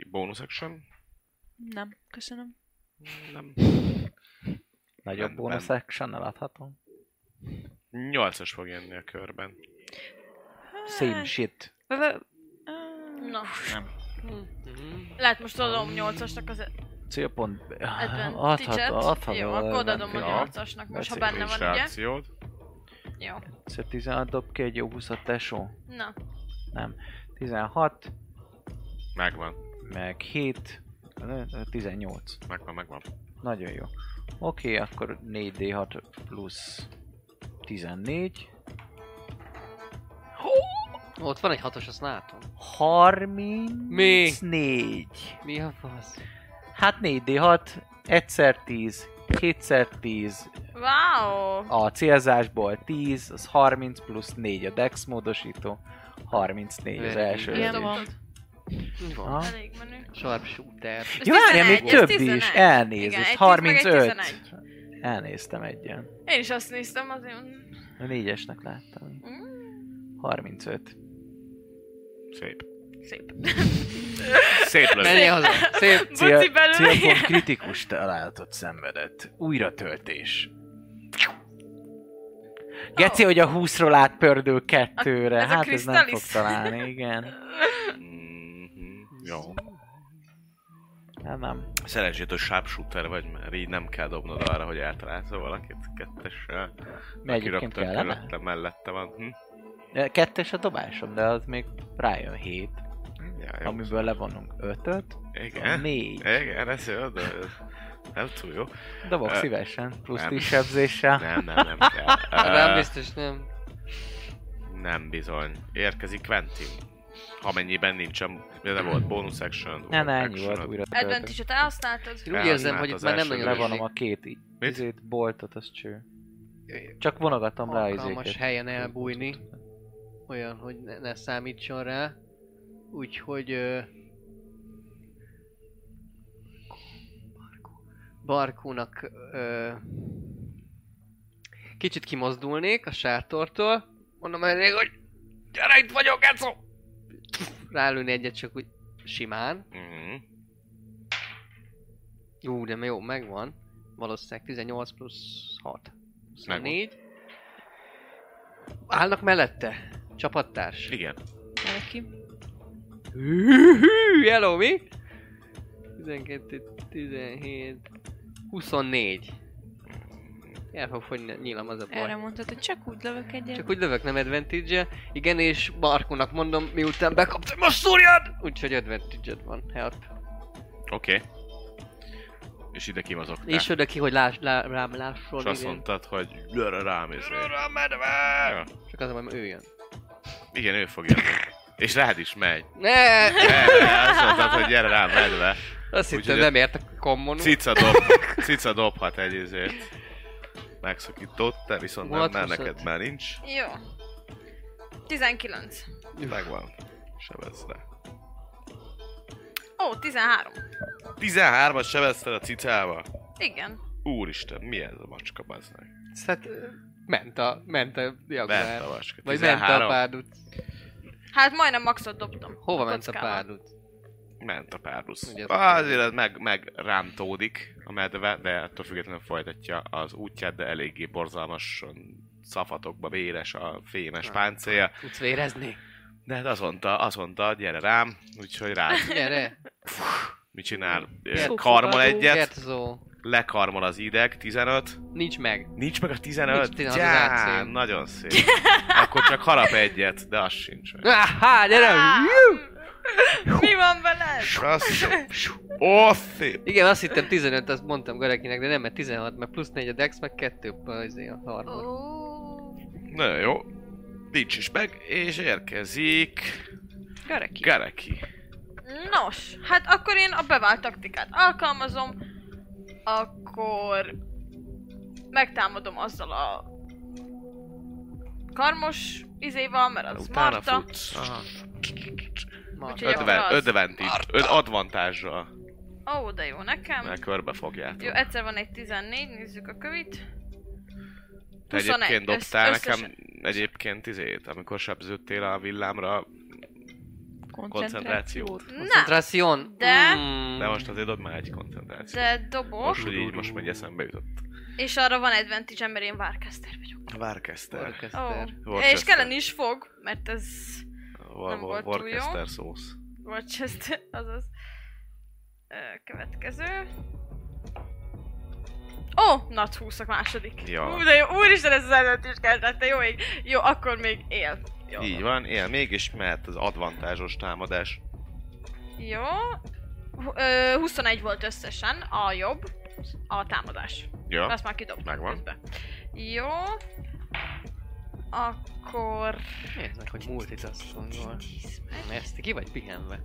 [SPEAKER 2] Bonus action?
[SPEAKER 6] Nem, köszönöm.
[SPEAKER 2] Nem.
[SPEAKER 5] Nagyobb
[SPEAKER 2] Rendben.
[SPEAKER 5] bónusz action-nal adhatom.
[SPEAKER 2] Nyolcas fog jönni a körben.
[SPEAKER 4] Hát.
[SPEAKER 5] Same shit.
[SPEAKER 6] Vagy- vagy- Á,
[SPEAKER 4] Na.
[SPEAKER 5] Nem.
[SPEAKER 6] Hm.
[SPEAKER 4] Lehet most adom 8-asnak az
[SPEAKER 5] Célpont.
[SPEAKER 4] Hát, advantage-et. Jó, akkor odaadom a
[SPEAKER 2] jó.
[SPEAKER 4] 8-asnak most, ha
[SPEAKER 5] Beci,
[SPEAKER 4] benne
[SPEAKER 2] Nincs
[SPEAKER 4] van, ugye?
[SPEAKER 2] reakciód.
[SPEAKER 4] Jó.
[SPEAKER 5] Egyszer 16 Szóval dob ki egy jó 20 tesó.
[SPEAKER 4] Na,
[SPEAKER 5] 16,
[SPEAKER 2] Megvan,
[SPEAKER 5] meg 7, ö, ö, 18.
[SPEAKER 2] megvan, megvan.
[SPEAKER 5] Nagyon jó. Oké, akkor 4D6 plusz 14.
[SPEAKER 3] Ott van egy hatos, azt látom.
[SPEAKER 5] 34.
[SPEAKER 3] Mi a fasz?
[SPEAKER 5] Hát 4D6, egyszer 10, kétszer 10,
[SPEAKER 4] wow!
[SPEAKER 5] a célzásból 10, az 30 plusz 4 a dex módosító, 34 az
[SPEAKER 3] Very
[SPEAKER 5] első.
[SPEAKER 3] good.
[SPEAKER 6] Ilyen
[SPEAKER 5] lövés.
[SPEAKER 6] van.
[SPEAKER 3] Mi van?
[SPEAKER 5] Aha.
[SPEAKER 4] Elég menő.
[SPEAKER 3] Sharp shooter.
[SPEAKER 4] Ez
[SPEAKER 5] Ja, várjál,
[SPEAKER 4] 11,
[SPEAKER 5] hát még
[SPEAKER 4] ez
[SPEAKER 5] több is,
[SPEAKER 4] 11. Igen, egy
[SPEAKER 5] elnézést,
[SPEAKER 4] tíz, meg egy
[SPEAKER 5] 35.
[SPEAKER 4] 11.
[SPEAKER 5] Elnéztem egyen.
[SPEAKER 4] Én is azt néztem, azért...
[SPEAKER 5] A négyesnek láttam.
[SPEAKER 4] Mm,
[SPEAKER 5] 35.
[SPEAKER 2] Szép.
[SPEAKER 4] szép.
[SPEAKER 2] Szép lövés.
[SPEAKER 3] Menjél haza! Szép!
[SPEAKER 4] Buci belőle. *laughs*
[SPEAKER 7] Célpont kritikus találatot szenvedett. Újra töltés.
[SPEAKER 5] Geci, hogy a 20-ról átpördül
[SPEAKER 4] A-
[SPEAKER 5] kettőre.
[SPEAKER 4] ez a
[SPEAKER 5] hát ez nem fog
[SPEAKER 4] Krisztalisz.
[SPEAKER 5] találni,
[SPEAKER 4] *laughs*
[SPEAKER 5] igen.
[SPEAKER 2] Mhm, Jó.
[SPEAKER 5] Hát nem.
[SPEAKER 2] Szerencsét, hogy sharpshooter vagy, mert így nem kell dobnod arra, hogy eltalálsz valakit kettessel.
[SPEAKER 5] Mert egyébként
[SPEAKER 2] Kirögtön
[SPEAKER 5] kellene.
[SPEAKER 2] körülötte, mellette van. Hm?
[SPEAKER 5] De Kettes a dobásom, de az még rájön 7,
[SPEAKER 2] Ja, jó.
[SPEAKER 5] amiből levonunk 5-öt,
[SPEAKER 2] Igen. E,
[SPEAKER 5] 4.
[SPEAKER 2] Igen, ez jó, de ez nem túl jó.
[SPEAKER 5] Dobok
[SPEAKER 2] Ö,
[SPEAKER 5] szívesen, plusz
[SPEAKER 2] e, nem.
[SPEAKER 5] 10 sebzéssel.
[SPEAKER 2] Nem, nem, nem
[SPEAKER 5] *laughs*
[SPEAKER 2] kell.
[SPEAKER 3] Nem
[SPEAKER 2] Ö,
[SPEAKER 3] biztos nem.
[SPEAKER 2] nem bizony. Érkezik Quentin. Amennyiben nincsen, de nem volt bonus action.
[SPEAKER 5] Ne, ne,
[SPEAKER 2] action,
[SPEAKER 5] ennyi volt,
[SPEAKER 2] ad-
[SPEAKER 5] újra töltök.
[SPEAKER 4] Advantage-et elhasználtad.
[SPEAKER 3] Én úgy
[SPEAKER 2] Elhasznált
[SPEAKER 3] érzem, hogy
[SPEAKER 2] az
[SPEAKER 3] itt már nem
[SPEAKER 2] első
[SPEAKER 3] nagyon
[SPEAKER 5] Levonom
[SPEAKER 3] érzék-
[SPEAKER 5] a két így,
[SPEAKER 2] Mit?
[SPEAKER 5] izét, boltot, az cső. Csak vonogatom rá
[SPEAKER 3] alkalmas
[SPEAKER 5] izéket.
[SPEAKER 3] helyen elbújni. Olyan, hogy ne, ne számítson rá. Úgyhogy... Ö... Barkónak... Ö... Kicsit kimozdulnék a sátortól. Mondom elég, hogy gyere itt vagyok, Eco! Rálőni egyet csak úgy simán.
[SPEAKER 2] Mhm.
[SPEAKER 3] Jó, de jó, megvan. Valószínűleg 18 plusz 6.
[SPEAKER 2] Megvan.
[SPEAKER 3] 24. Állnak mellette. Csapattárs.
[SPEAKER 2] Igen.
[SPEAKER 6] Valaki.
[SPEAKER 3] Hű, Hello, mi? 12, 17, 24. El fog fogyni, nyílam az a
[SPEAKER 6] Erre
[SPEAKER 3] baj.
[SPEAKER 6] mondtad, hogy csak úgy lövök egyet.
[SPEAKER 3] Csak úgy lövök, nem advantage Igen, és Barkónak mondom, miután bekaptam, most szúrjad! Úgyhogy advantage van, help.
[SPEAKER 2] Oké. Okay. És ide kimazogtál.
[SPEAKER 3] És oda ki, hogy láss, lá, rám
[SPEAKER 2] és
[SPEAKER 3] lássol.
[SPEAKER 2] azt
[SPEAKER 3] igen.
[SPEAKER 2] mondtad, hogy gyere rám, izé. és
[SPEAKER 3] Gyere
[SPEAKER 2] medve!
[SPEAKER 3] Csak az a baj, mert ő jön.
[SPEAKER 2] Igen, ő fog jönni. És rád is megy. *laughs*
[SPEAKER 3] Ne!
[SPEAKER 2] Erre, azt mondtad, hogy gyere rám, medve.
[SPEAKER 3] Azt
[SPEAKER 2] Úgyhogy
[SPEAKER 3] hittem,
[SPEAKER 2] a-
[SPEAKER 3] nem ért a kommonul.
[SPEAKER 2] Cica, dob, cica dobhat egy izért. Megszakított, te viszont nem,
[SPEAKER 3] Volt
[SPEAKER 2] mert
[SPEAKER 3] 25.
[SPEAKER 2] neked már nincs.
[SPEAKER 4] Jó. 19.
[SPEAKER 2] Megvan. Sebezte.
[SPEAKER 4] Ó, 13.
[SPEAKER 2] 13-at sebezted a cicával.
[SPEAKER 4] Igen.
[SPEAKER 2] Úristen, mi ez a macska, bazd meg?
[SPEAKER 3] Ez Hát ö, ment a, ment a
[SPEAKER 2] Ment a
[SPEAKER 3] jaguár.
[SPEAKER 2] macska.
[SPEAKER 3] Vagy ment a párduc.
[SPEAKER 4] Hát majdnem maxot dobtam.
[SPEAKER 3] Hova ment a
[SPEAKER 4] kockával.
[SPEAKER 3] párduc?
[SPEAKER 2] Ment a párdusz.
[SPEAKER 3] Ugye ez a
[SPEAKER 2] Azért ez meg, meg rántódik a medve, de attól függetlenül folytatja az útját, de eléggé borzalmasan szafatokba véres a fémes
[SPEAKER 3] Ah.
[SPEAKER 2] páncélja.
[SPEAKER 3] Tudsz vérezni?
[SPEAKER 2] De hát azt mondta, azt mondta, gyere rám, úgyhogy rá
[SPEAKER 3] Gyere!
[SPEAKER 2] mit csinál?
[SPEAKER 3] Gyert-
[SPEAKER 2] Karmol egyet,
[SPEAKER 3] Gertzó.
[SPEAKER 2] lekarmol az ideg, 15,
[SPEAKER 3] Nincs meg.
[SPEAKER 2] Nincs meg a 15?
[SPEAKER 3] Nincs 15 az
[SPEAKER 2] Gyá,
[SPEAKER 3] AC.
[SPEAKER 2] nagyon szép. Akkor csak harap egyet, de az sincs meg.
[SPEAKER 3] Há, gyere!
[SPEAKER 4] Á,
[SPEAKER 3] Jú!
[SPEAKER 4] Mi van veled?
[SPEAKER 2] Az... Ó, szép!
[SPEAKER 3] Igen, azt hittem 15, azt mondtam Garakinek, de nem, mert 16, meg plusz 4 a Dex, meg 2 a harmad.
[SPEAKER 4] Ó,
[SPEAKER 2] Nagyon jó. Nincs is meg, és érkezik...
[SPEAKER 6] Garaki.
[SPEAKER 2] Gareki.
[SPEAKER 4] Nos, hát akkor én a bevált taktikát alkalmazom, akkor megtámadom azzal a karmos izéval, mert az
[SPEAKER 2] Utána
[SPEAKER 4] Marta.
[SPEAKER 2] futsz.
[SPEAKER 4] Úgyhogy akkor az-
[SPEAKER 2] 50, 50 öd advantage-ra.
[SPEAKER 4] Ó, de jó nekem.
[SPEAKER 2] Mert körbe fogjátok.
[SPEAKER 4] Jó, egyszer van egy 14, nézzük a kövit.
[SPEAKER 2] Te
[SPEAKER 4] 21,
[SPEAKER 2] egyébként dobtál
[SPEAKER 4] össz-
[SPEAKER 2] nekem
[SPEAKER 4] összesen.
[SPEAKER 2] egyébként izét, amikor sebződtél a villámra, Koncentráció.
[SPEAKER 4] Nem,
[SPEAKER 3] Koncentráción.
[SPEAKER 4] De-
[SPEAKER 3] Mm.
[SPEAKER 2] De most azért dob már egy koncentráció.
[SPEAKER 4] de dobok,
[SPEAKER 2] Most, hogy így most megy eszembe jutott.
[SPEAKER 4] és arra van advantage mert én várkeszter vagyok.
[SPEAKER 2] Warcaster.
[SPEAKER 3] Orkeszter.
[SPEAKER 4] Ó, és kelleni is fog, mert ez nem volt túl jó.
[SPEAKER 2] Warcaster szósz.
[SPEAKER 4] Rochester, azaz. Ö, Következő. Ó, oh, nat 20 második.
[SPEAKER 2] Ja.
[SPEAKER 4] Ú, de jó, úristen, ez az előtt is kellett, de jó ég. Jó, akkor még él. Jó.
[SPEAKER 2] Így van, él még, és mehet az advantázsos támadás.
[SPEAKER 4] Jó. Hu- Ö, 21 volt összesen a jobb, a támadás.
[SPEAKER 2] Ja,
[SPEAKER 4] Azt már kidobtam
[SPEAKER 2] megvan.
[SPEAKER 4] közben. Jó. Akkor...
[SPEAKER 3] Nézd meg, hogy multitaskingol. Ezt ki vagy pihenve?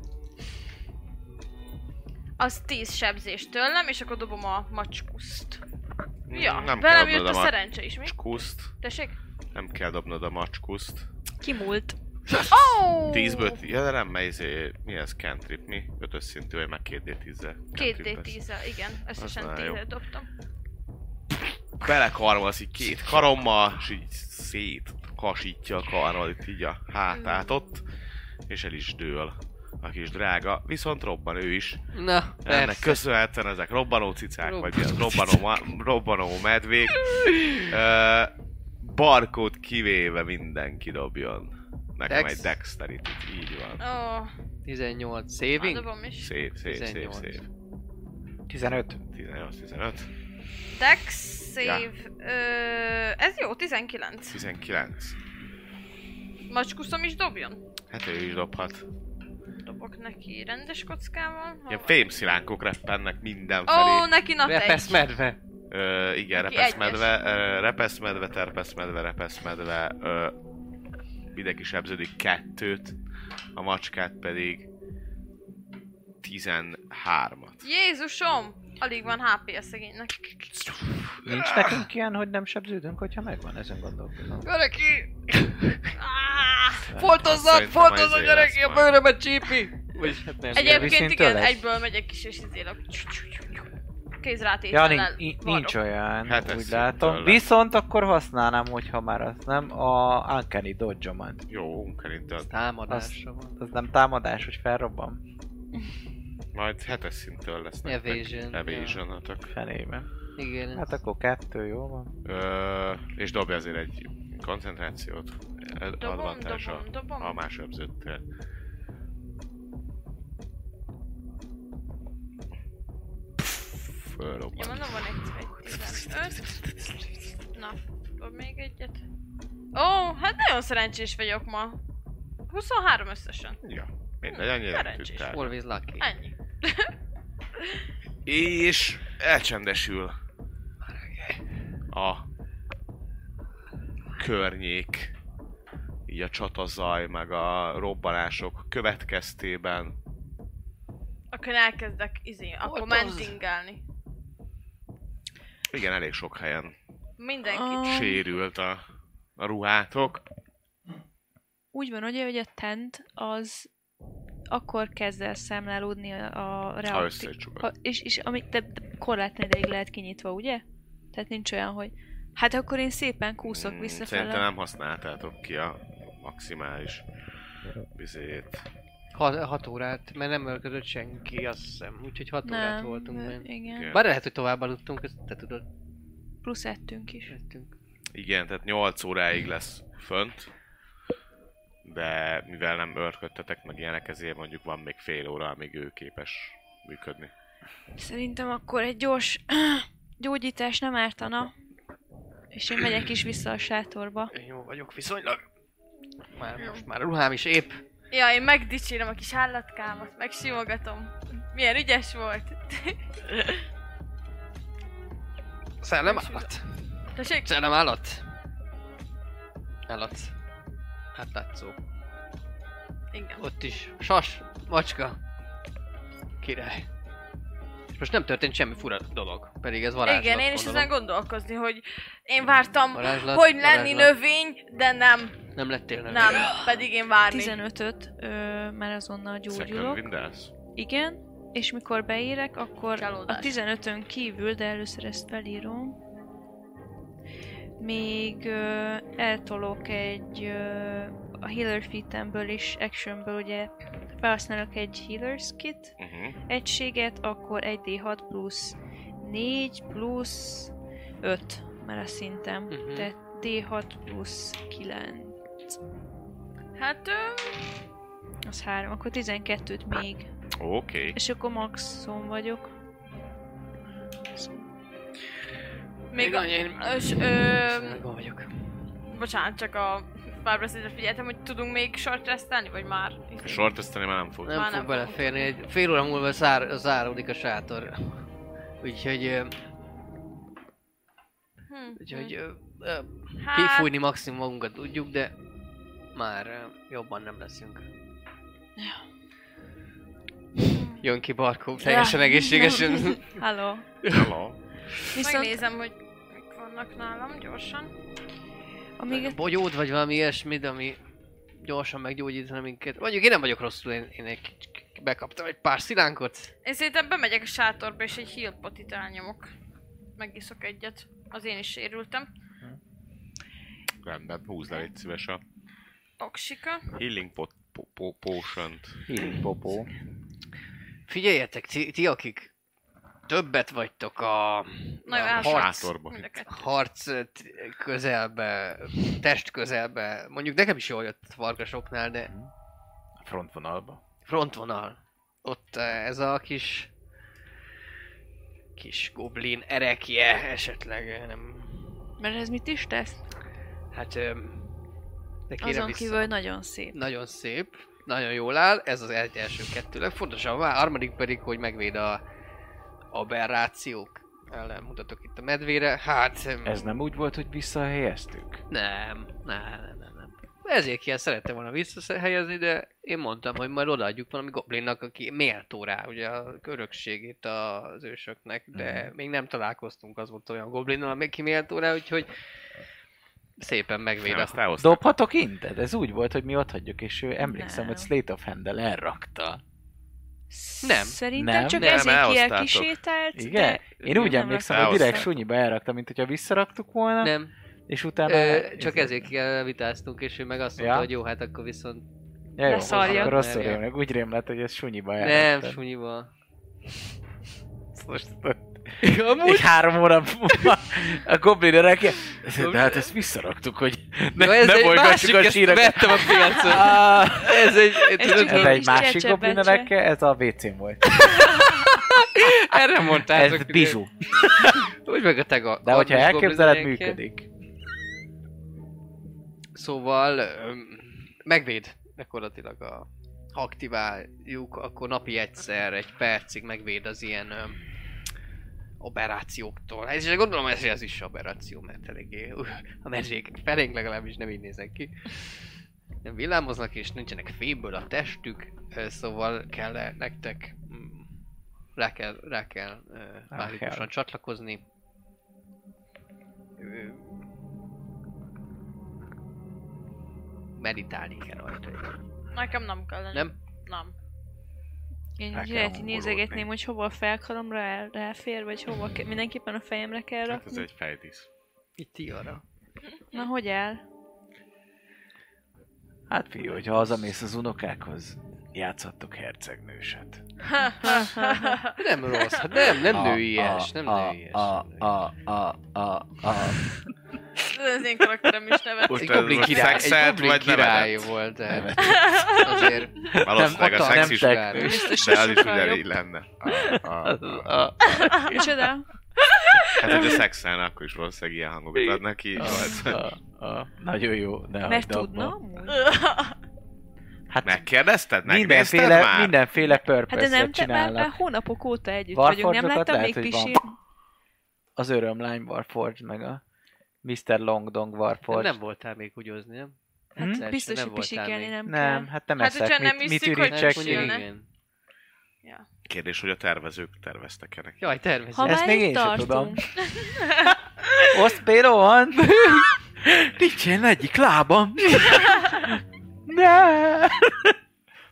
[SPEAKER 4] Az 10 sebzés tőlem, és akkor dobom a macskuszt. Ja,
[SPEAKER 2] nem kell
[SPEAKER 4] velem jött
[SPEAKER 2] dobnod
[SPEAKER 4] a
[SPEAKER 2] a
[SPEAKER 4] szerencse is, mi?
[SPEAKER 2] macskuszt.
[SPEAKER 4] Tessék?
[SPEAKER 2] Nem kell dobnod a macskuszt.
[SPEAKER 6] Kimúlt.
[SPEAKER 4] Oh!
[SPEAKER 2] 10-ből, ti- ja, de nem, mert izé, mi ez cantrip, mi? 5 szintű, vagy meg 2D10-zel.
[SPEAKER 4] 2D10-el, igen, összesen
[SPEAKER 2] már jó.
[SPEAKER 4] 10 dobtam.
[SPEAKER 2] Belekarmolsz így két karommal, és így szét hasítja a karral itt így a hátát ott, és el is dől a kis drága, viszont robban ő is.
[SPEAKER 3] Na,
[SPEAKER 2] Ennek
[SPEAKER 3] persze.
[SPEAKER 2] köszönhetően ezek robbanó cicák,
[SPEAKER 3] Robbanó
[SPEAKER 2] vagy ilyen robbanó, ma- robbanó medvék. Ö, barkót kivéve mindenki dobjon. Nekem
[SPEAKER 3] Dex?
[SPEAKER 2] egy dexterity így van.
[SPEAKER 4] Ó, oh,
[SPEAKER 3] 18 saving.
[SPEAKER 4] dobom is.
[SPEAKER 2] Szép, szép, szép,
[SPEAKER 3] 18.
[SPEAKER 2] szép.
[SPEAKER 5] 15.
[SPEAKER 2] 18-15.
[SPEAKER 4] Dex, save, ö, ez jó, 19.
[SPEAKER 2] 19.
[SPEAKER 4] Macskuszom is dobjon.
[SPEAKER 2] Hát ő is dobhat.
[SPEAKER 4] Dobok neki rendes kockával. ha
[SPEAKER 2] Ilyen
[SPEAKER 4] van.
[SPEAKER 2] fémszilánkok reppennek mindenfelé.
[SPEAKER 4] Ó, neki nat
[SPEAKER 3] Repesz
[SPEAKER 4] egy.
[SPEAKER 3] medve.
[SPEAKER 2] Ö, igen,
[SPEAKER 4] Neki
[SPEAKER 2] repeszmedve, ö, repeszmedve, terpeszmedve, repeszmedve, ö, mindenki sebződik kettőt, a macskát pedig 13-at.
[SPEAKER 4] Jézusom! Alig van HP a szegénynek.
[SPEAKER 5] Nincs nekünk ilyen, hogy nem sebződünk, hogyha megvan, ezen gondolkodom.
[SPEAKER 3] Öreki!
[SPEAKER 4] Áh!
[SPEAKER 3] Foltozzak,
[SPEAKER 2] Szerintem
[SPEAKER 3] foltozzak,
[SPEAKER 2] ezért lesz
[SPEAKER 3] öreki, a
[SPEAKER 2] majd.
[SPEAKER 3] bőrömet csípi! Vagyis hát nem.
[SPEAKER 4] Egyébként igen,
[SPEAKER 5] tőled?
[SPEAKER 4] egyből megyek is és izélok.
[SPEAKER 5] Ja,
[SPEAKER 4] Kézrátétellel.
[SPEAKER 5] nincs, nincs, nincs olyan,
[SPEAKER 2] Hát
[SPEAKER 5] hát
[SPEAKER 2] ez
[SPEAKER 5] úgy
[SPEAKER 2] szép
[SPEAKER 5] látom.
[SPEAKER 2] tőle.
[SPEAKER 5] Viszont akkor használnám, hogyha már azt nem, a Uncanny dodge
[SPEAKER 2] Jó, unkerintől.
[SPEAKER 3] Támadásra van.
[SPEAKER 5] Az nem támadás, hogy felrobban
[SPEAKER 2] Majd hetes szintől lesz nektek.
[SPEAKER 3] Evasion,
[SPEAKER 2] Evasion ja.
[SPEAKER 5] fenében.
[SPEAKER 3] Igen.
[SPEAKER 5] Hát akkor kettő, jó van.
[SPEAKER 2] Ö, és dobja azért egy koncentrációt.
[SPEAKER 4] Dobom,
[SPEAKER 2] Advantása.
[SPEAKER 4] dobom, dobom.
[SPEAKER 2] A más sebzőttél.
[SPEAKER 4] Ja,
[SPEAKER 2] Fölrobban.
[SPEAKER 4] mondom, van egy, egy 15. Na, dob még egyet. Ó, hát nagyon szerencsés vagyok ma. 23 összesen.
[SPEAKER 2] Ja, mindegy, annyira nem
[SPEAKER 4] Szerencsés
[SPEAKER 2] tűnt el.
[SPEAKER 3] Always lucky.
[SPEAKER 4] Ennyi.
[SPEAKER 2] És elcsendesül a környék, így a csatazaj, meg a robbanások következtében.
[SPEAKER 4] Akkor én elkezdek izé, akkor
[SPEAKER 3] az?
[SPEAKER 4] mentingelni.
[SPEAKER 2] Igen, elég sok helyen
[SPEAKER 4] Mindenkit.
[SPEAKER 6] Ah.
[SPEAKER 2] sérült a, a ruhátok.
[SPEAKER 6] Úgy van, ugye, hogy a tent az akkor kezd el számlálódni a, a
[SPEAKER 2] Ha
[SPEAKER 6] reaktív...
[SPEAKER 2] összecsukod.
[SPEAKER 6] Ha, és, és amit te te korlátlan ideig lehet kinyitva, ugye? Tehát nincs olyan, hogy... Hát akkor én szépen kúszok
[SPEAKER 2] Mm,
[SPEAKER 6] visszafele.
[SPEAKER 2] Szerintem nem használtátok ki a maximális vizét.
[SPEAKER 3] 6 órát, mert nem ölközött senki, azt hiszem. Úgyhogy 6 órát
[SPEAKER 4] hát
[SPEAKER 3] voltunk
[SPEAKER 6] ö,
[SPEAKER 3] benne.
[SPEAKER 6] igen.
[SPEAKER 2] Igen.
[SPEAKER 3] Bár lehet, hogy tovább aludtunk, ezt te tudod,
[SPEAKER 6] Plusz ettünk is.
[SPEAKER 3] vettünk.
[SPEAKER 2] Igen, tehát 8 óráig lesz fönt, de mivel nem örködtetek meg ilyenek, ezért mondjuk van még fél óra, amíg ő képes működni.
[SPEAKER 6] Szerintem akkor egy gyors *clears throat* gyógyítás nem ártana. És én megyek is vissza a sátorba.
[SPEAKER 3] Én jó vagyok viszonylag. Már most már a ruhám is épp.
[SPEAKER 4] Ja, én megdicsérem a kis állatkámat, megsimogatom. Milyen ügyes volt.
[SPEAKER 3] Szellem állat.
[SPEAKER 4] Tessék?
[SPEAKER 3] Szellem állat. Állat. Hát látszó.
[SPEAKER 4] Igen.
[SPEAKER 3] Ott is. Sas, macska. Király. És most nem történt semmi fura dolog, pedig ez varázslat.
[SPEAKER 4] Igen, én is
[SPEAKER 3] gondolom.
[SPEAKER 4] ezen gondolkozni, hogy én vártam,
[SPEAKER 3] Varázslat,
[SPEAKER 4] hogy lenni
[SPEAKER 3] varázslat.
[SPEAKER 4] növény, de nem,
[SPEAKER 3] Nem lettél növény.
[SPEAKER 4] nem, pedig én várni.
[SPEAKER 6] 15-öt ö, már azonnal
[SPEAKER 2] Second
[SPEAKER 6] gyógyulok.
[SPEAKER 2] Windows?
[SPEAKER 6] Igen. És mikor beérek, akkor
[SPEAKER 4] Csalódás.
[SPEAKER 6] a 15-ön kívül, de először ezt felírom. Még ö, eltolok egy ö, a Healer Fit-emből is, actionből ugye felhasználok egy Healer's Kit
[SPEAKER 2] Uh-huh.
[SPEAKER 6] egységet, akkor 1d6 plusz 4 plusz 5, mert a szintem.
[SPEAKER 3] Mhm.
[SPEAKER 6] Tehát D6 plusz 9,
[SPEAKER 4] Hát, ö,
[SPEAKER 6] az 3, akkor 12-t még.
[SPEAKER 2] Oké. Okay.
[SPEAKER 6] És akkor maxon vagyok.
[SPEAKER 4] még a...
[SPEAKER 3] én...
[SPEAKER 4] És, ö,
[SPEAKER 3] Megvan vagyok.
[SPEAKER 4] Bocsánat, csak a párbeszédre figyeltem, hogy tudunk még short restelni, vagy már?
[SPEAKER 2] Sort teszteni már nem fog.
[SPEAKER 4] Már
[SPEAKER 3] Nem
[SPEAKER 4] nem
[SPEAKER 3] fog
[SPEAKER 4] fog.
[SPEAKER 3] beleférni, egy fél óra múlva zár, záródik a sátor. Úgyhogy, ö,
[SPEAKER 4] Hm,
[SPEAKER 3] úgyhogy
[SPEAKER 4] hm.
[SPEAKER 3] ö, ö,
[SPEAKER 4] Hát,
[SPEAKER 3] kifújni maximum magunkat tudjuk, de már ö, jobban nem leszünk. Jön ki Barkó, teljesen
[SPEAKER 4] *laughs*
[SPEAKER 3] egészségesen.
[SPEAKER 6] Halló.
[SPEAKER 2] Hát, Hello.
[SPEAKER 6] Viszont
[SPEAKER 4] Megnézem, hogy mik vannak nálam gyorsan.
[SPEAKER 6] amíg
[SPEAKER 3] Bogyód vagy valami ilyesmid, ami gyorsan meggyógyítana minket. Mondjuk én nem vagyok rosszul, én, én egy k- k- bekaptam egy pár szilánkot.
[SPEAKER 4] Én szerintem bemegyek a sátorba, és egy heal potit elnyomok. Megiszok egyet. Az én is sérültem.
[SPEAKER 2] Rendben, húzd le egy szíves a
[SPEAKER 4] Toxika.
[SPEAKER 2] healing pot, po, po, potion-t.
[SPEAKER 5] Hírik popó.
[SPEAKER 3] Figyeljetek, ti, ti akik többet vagytok a
[SPEAKER 4] Na jó,
[SPEAKER 3] a
[SPEAKER 4] elfogy.
[SPEAKER 3] harc,
[SPEAKER 2] sátorba.
[SPEAKER 4] Mind a kettő.
[SPEAKER 3] harc t- közelbe, test közelbe, mondjuk nekem is jól jött farkasoknál, de
[SPEAKER 7] A frontvonalba.
[SPEAKER 3] frontvonal. Ott eh, ez a kis kis goblin erekje esetleg, eh, nem...
[SPEAKER 6] Mert ez mit is tesz?
[SPEAKER 3] Hát... öm, De kérem
[SPEAKER 6] Azon
[SPEAKER 3] vissza.
[SPEAKER 6] kívül, hogy nagyon szép.
[SPEAKER 3] Nagyon szép, nagyon jól áll, ez az egy első kettő legfontosabb, a harmadik pedig, hogy megvéd a aberrációk ellen mutatok itt a medvére, hát... em,
[SPEAKER 5] Ez nem úgy volt, hogy visszahelyeztük?
[SPEAKER 3] Nem, nem, nem, nem, nem. Ezért ki szerettem volna visszahelyezni, de én mondtam, hogy majd odaadjuk valami goblinnak, aki méltó rá, ugye a örökségét az ősöknek, de még nem találkoztunk azóta olyan goblinnal, ami ki méltó rá, úgyhogy szépen
[SPEAKER 2] Nem,
[SPEAKER 3] megvéd
[SPEAKER 2] azt elhoztam.
[SPEAKER 5] Dobhatok intet? Ez úgy volt, hogy mi ott hagyjuk, és ő emlékszem,
[SPEAKER 6] Nem.
[SPEAKER 5] hogy Slate of Handel elrakta.
[SPEAKER 3] Nem.
[SPEAKER 6] Szerintem
[SPEAKER 5] Nem.
[SPEAKER 6] csak
[SPEAKER 2] Nem,
[SPEAKER 6] ezért
[SPEAKER 2] elhoztátok.
[SPEAKER 6] ilyen kisételt,
[SPEAKER 5] Igen?
[SPEAKER 6] de...
[SPEAKER 5] Én úgy
[SPEAKER 6] nem
[SPEAKER 5] emlékszem,
[SPEAKER 6] rakta
[SPEAKER 5] hogy direkt
[SPEAKER 6] vissza.
[SPEAKER 5] sunyiba elrakta, mint hogyha visszaraktuk volna,
[SPEAKER 3] a... Nem,
[SPEAKER 5] és utána...
[SPEAKER 3] Ö, csak ezért kell vitáztunk, és ő meg azt mondta,
[SPEAKER 5] Ja.
[SPEAKER 3] hogy jó, hát akkor viszont
[SPEAKER 5] Ja, jó,
[SPEAKER 6] Leszarja.
[SPEAKER 5] akkor rosszul
[SPEAKER 3] Merje.
[SPEAKER 5] rémlek. Úgy rémlett, hogy ez sunyiba
[SPEAKER 3] nem, *laughs*
[SPEAKER 5] elrakta.
[SPEAKER 3] sunyival.
[SPEAKER 5] Most Amúgy? három óra múlva a goblin öreg. De hát ezt visszaraktuk, hogy ne,
[SPEAKER 3] Jó,
[SPEAKER 5] ne
[SPEAKER 3] ez egy
[SPEAKER 5] bolygassuk
[SPEAKER 3] másik,
[SPEAKER 5] a
[SPEAKER 3] ezt
[SPEAKER 5] síreket.
[SPEAKER 3] vettem a *laughs* piacon.
[SPEAKER 5] Ah,
[SPEAKER 3] Ez egy, tudod,
[SPEAKER 5] Ez
[SPEAKER 6] ilyen
[SPEAKER 5] egy
[SPEAKER 6] kis
[SPEAKER 5] másik
[SPEAKER 6] recsebecse.
[SPEAKER 5] goblin öregke, ez a WC-n volt.
[SPEAKER 3] erre mondtátok.
[SPEAKER 5] Ez
[SPEAKER 3] ide.
[SPEAKER 5] bizsú.
[SPEAKER 3] Úgy meg a tega.
[SPEAKER 5] De hogyha
[SPEAKER 3] Armas
[SPEAKER 5] elképzeled,
[SPEAKER 3] goblin gyenke.
[SPEAKER 5] működik.
[SPEAKER 3] Szóval öm, megvéd gyakorlatilag a ha aktiváljuk, akkor napi egyszer, egy percig megvéd az ilyen öm, aberrációktól. Hát és gondolom ez, ez is aberráció, mert eléggé uh, a medvék felénk legalábbis nem így néznek ki. Nem villámoznak és nincsenek féből a testük, ö, szóval kell -e nektek mm, rá kell, rá kell ö, mágikusan csatlakozni. Ö, meditálni kell rajta.
[SPEAKER 4] Nekem nem kellene.
[SPEAKER 3] Nem?
[SPEAKER 4] Nem.
[SPEAKER 6] Én
[SPEAKER 7] Rá
[SPEAKER 6] így
[SPEAKER 7] kell
[SPEAKER 6] lehet, hogy
[SPEAKER 7] hangolódni.
[SPEAKER 6] nézegetném, hogy hova a felkaromra el, ráfér, vagy hova ke- mindenképpen a fejemre kell
[SPEAKER 2] Hát ez
[SPEAKER 6] rakni.
[SPEAKER 2] egy fejtíz.
[SPEAKER 3] Itt így arra.
[SPEAKER 6] Na, hogy
[SPEAKER 5] *laughs*
[SPEAKER 6] áll?
[SPEAKER 5] Hát fiú, hogyha hazamész az unokákhoz, játszhattok hercegnőset.
[SPEAKER 3] Nem rossz, hát nem, nem
[SPEAKER 5] A-
[SPEAKER 3] nőies,
[SPEAKER 5] a-
[SPEAKER 3] nem
[SPEAKER 5] a-
[SPEAKER 3] nőies.
[SPEAKER 5] a- a- a- a- a-
[SPEAKER 4] Ez az én karakterem is neve.
[SPEAKER 2] Most
[SPEAKER 3] Egy
[SPEAKER 2] ez
[SPEAKER 3] goblin
[SPEAKER 2] most
[SPEAKER 3] király, egy
[SPEAKER 2] szexelt,
[SPEAKER 3] goblin
[SPEAKER 2] vagy
[SPEAKER 3] király
[SPEAKER 2] nevetett?
[SPEAKER 3] volt, tehát
[SPEAKER 5] nevet.
[SPEAKER 3] azért
[SPEAKER 2] Valószínűleg a
[SPEAKER 3] Nem, ott a-
[SPEAKER 2] szex is,
[SPEAKER 5] nem
[SPEAKER 2] de
[SPEAKER 3] teknős.
[SPEAKER 2] az is ugyanígy lenne. A-
[SPEAKER 5] *laughs*
[SPEAKER 2] a- a-
[SPEAKER 6] Micsoda?
[SPEAKER 2] Hát, hogyha szexelne, akkor is valószínűleg ilyen hangokat ad neki.
[SPEAKER 3] Ah.
[SPEAKER 5] a- a- a- Nagyon jó, ne
[SPEAKER 6] Mert
[SPEAKER 5] hagyd
[SPEAKER 6] tudna
[SPEAKER 5] abba.
[SPEAKER 6] amúgy?
[SPEAKER 5] Hát
[SPEAKER 2] Megkérdezted? Megnézted
[SPEAKER 5] mindenféle,
[SPEAKER 2] már?
[SPEAKER 5] mindenféle
[SPEAKER 6] Hát de
[SPEAKER 5] purpose
[SPEAKER 6] nem, te, már, már
[SPEAKER 5] csinálnak.
[SPEAKER 6] hónapok óta együtt vagyunk, nem
[SPEAKER 5] Varfordokat
[SPEAKER 6] láttam
[SPEAKER 5] lehet,
[SPEAKER 6] még
[SPEAKER 5] hogy van.
[SPEAKER 6] pisil.
[SPEAKER 5] Az örömlány Warforge, meg a Mr. Longdong Warforge.
[SPEAKER 3] nem voltál még húgyozni, nem?
[SPEAKER 5] Hm?
[SPEAKER 3] Szerse,
[SPEAKER 6] Hát Biztos,
[SPEAKER 3] nem
[SPEAKER 6] hogy
[SPEAKER 3] voltál
[SPEAKER 6] pisikelni
[SPEAKER 3] még.
[SPEAKER 6] nem
[SPEAKER 5] nem,
[SPEAKER 6] kell.
[SPEAKER 5] hát nem
[SPEAKER 4] Hát,
[SPEAKER 5] eszek,
[SPEAKER 4] hogyha nem
[SPEAKER 5] mit,
[SPEAKER 4] hiszük,
[SPEAKER 5] mit
[SPEAKER 4] hogy
[SPEAKER 3] Hát
[SPEAKER 5] ürítsek
[SPEAKER 4] Csak
[SPEAKER 3] mondjuk
[SPEAKER 5] ki.
[SPEAKER 4] jönne.
[SPEAKER 3] igen.
[SPEAKER 2] Kérdés, hogy a tervezők terveztek-e neki?
[SPEAKER 3] Jaj, tervezés.
[SPEAKER 6] Ha
[SPEAKER 5] Ezt
[SPEAKER 6] már
[SPEAKER 5] még
[SPEAKER 6] itt
[SPEAKER 5] én sem tudom.
[SPEAKER 6] tartunk.
[SPEAKER 5] Oszt péló
[SPEAKER 4] *laughs*
[SPEAKER 5] van? Nincsen egyik lábam. ne!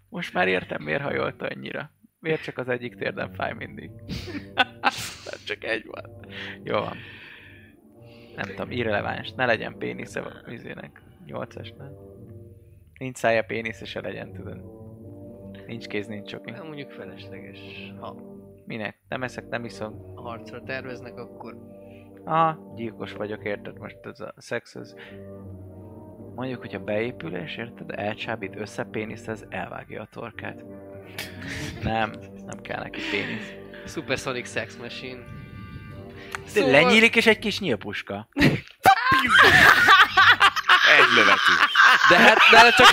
[SPEAKER 5] Most már értem, miért hajolt annyira. Miért csak az egyik térdem fáj mindig. Mert csak egy van. Jó van. Nem tudom, irreleváns. Ne legyen pénisze a vizének. Nyolcasnál. Nincs szája pénisze se legyen, tudod. Nincs kéz, nincs csoki.
[SPEAKER 3] Nem mondjuk felesleges. Ha
[SPEAKER 5] Minek? Nem eszek, nem iszom.
[SPEAKER 3] harcra terveznek, akkor
[SPEAKER 5] Aha, gyilkos vagyok, érted? Most ez a szex, ez... Mondjuk, hogyha beépülés, érted? Elcsábít, összepénisz, ez elvágja a torkát. Nem, nem kell neki pénisz.
[SPEAKER 3] Supersonic Sex Machine.
[SPEAKER 5] Szóval... Lenyílik és egy kis nyílpuska.
[SPEAKER 2] Egy lövetű.
[SPEAKER 3] De hát nála csak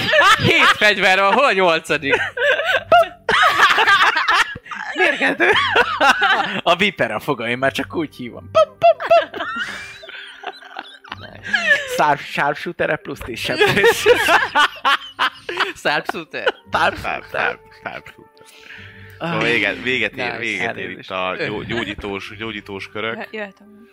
[SPEAKER 3] hét fegyver van, hol a *laughs* nyolcadik?
[SPEAKER 5] Mérgető. A viper a foga, én már csak úgy hívom. Szár, sharpshooter plusz tíz sebzés.
[SPEAKER 3] Sharpshooter.
[SPEAKER 2] Táp, táp, táp. Szóval véget, véget ér, véget ér itt a gyó- gyógyítós, gyógyítós
[SPEAKER 3] Hát,
[SPEAKER 2] körök.
[SPEAKER 6] Jöhetem.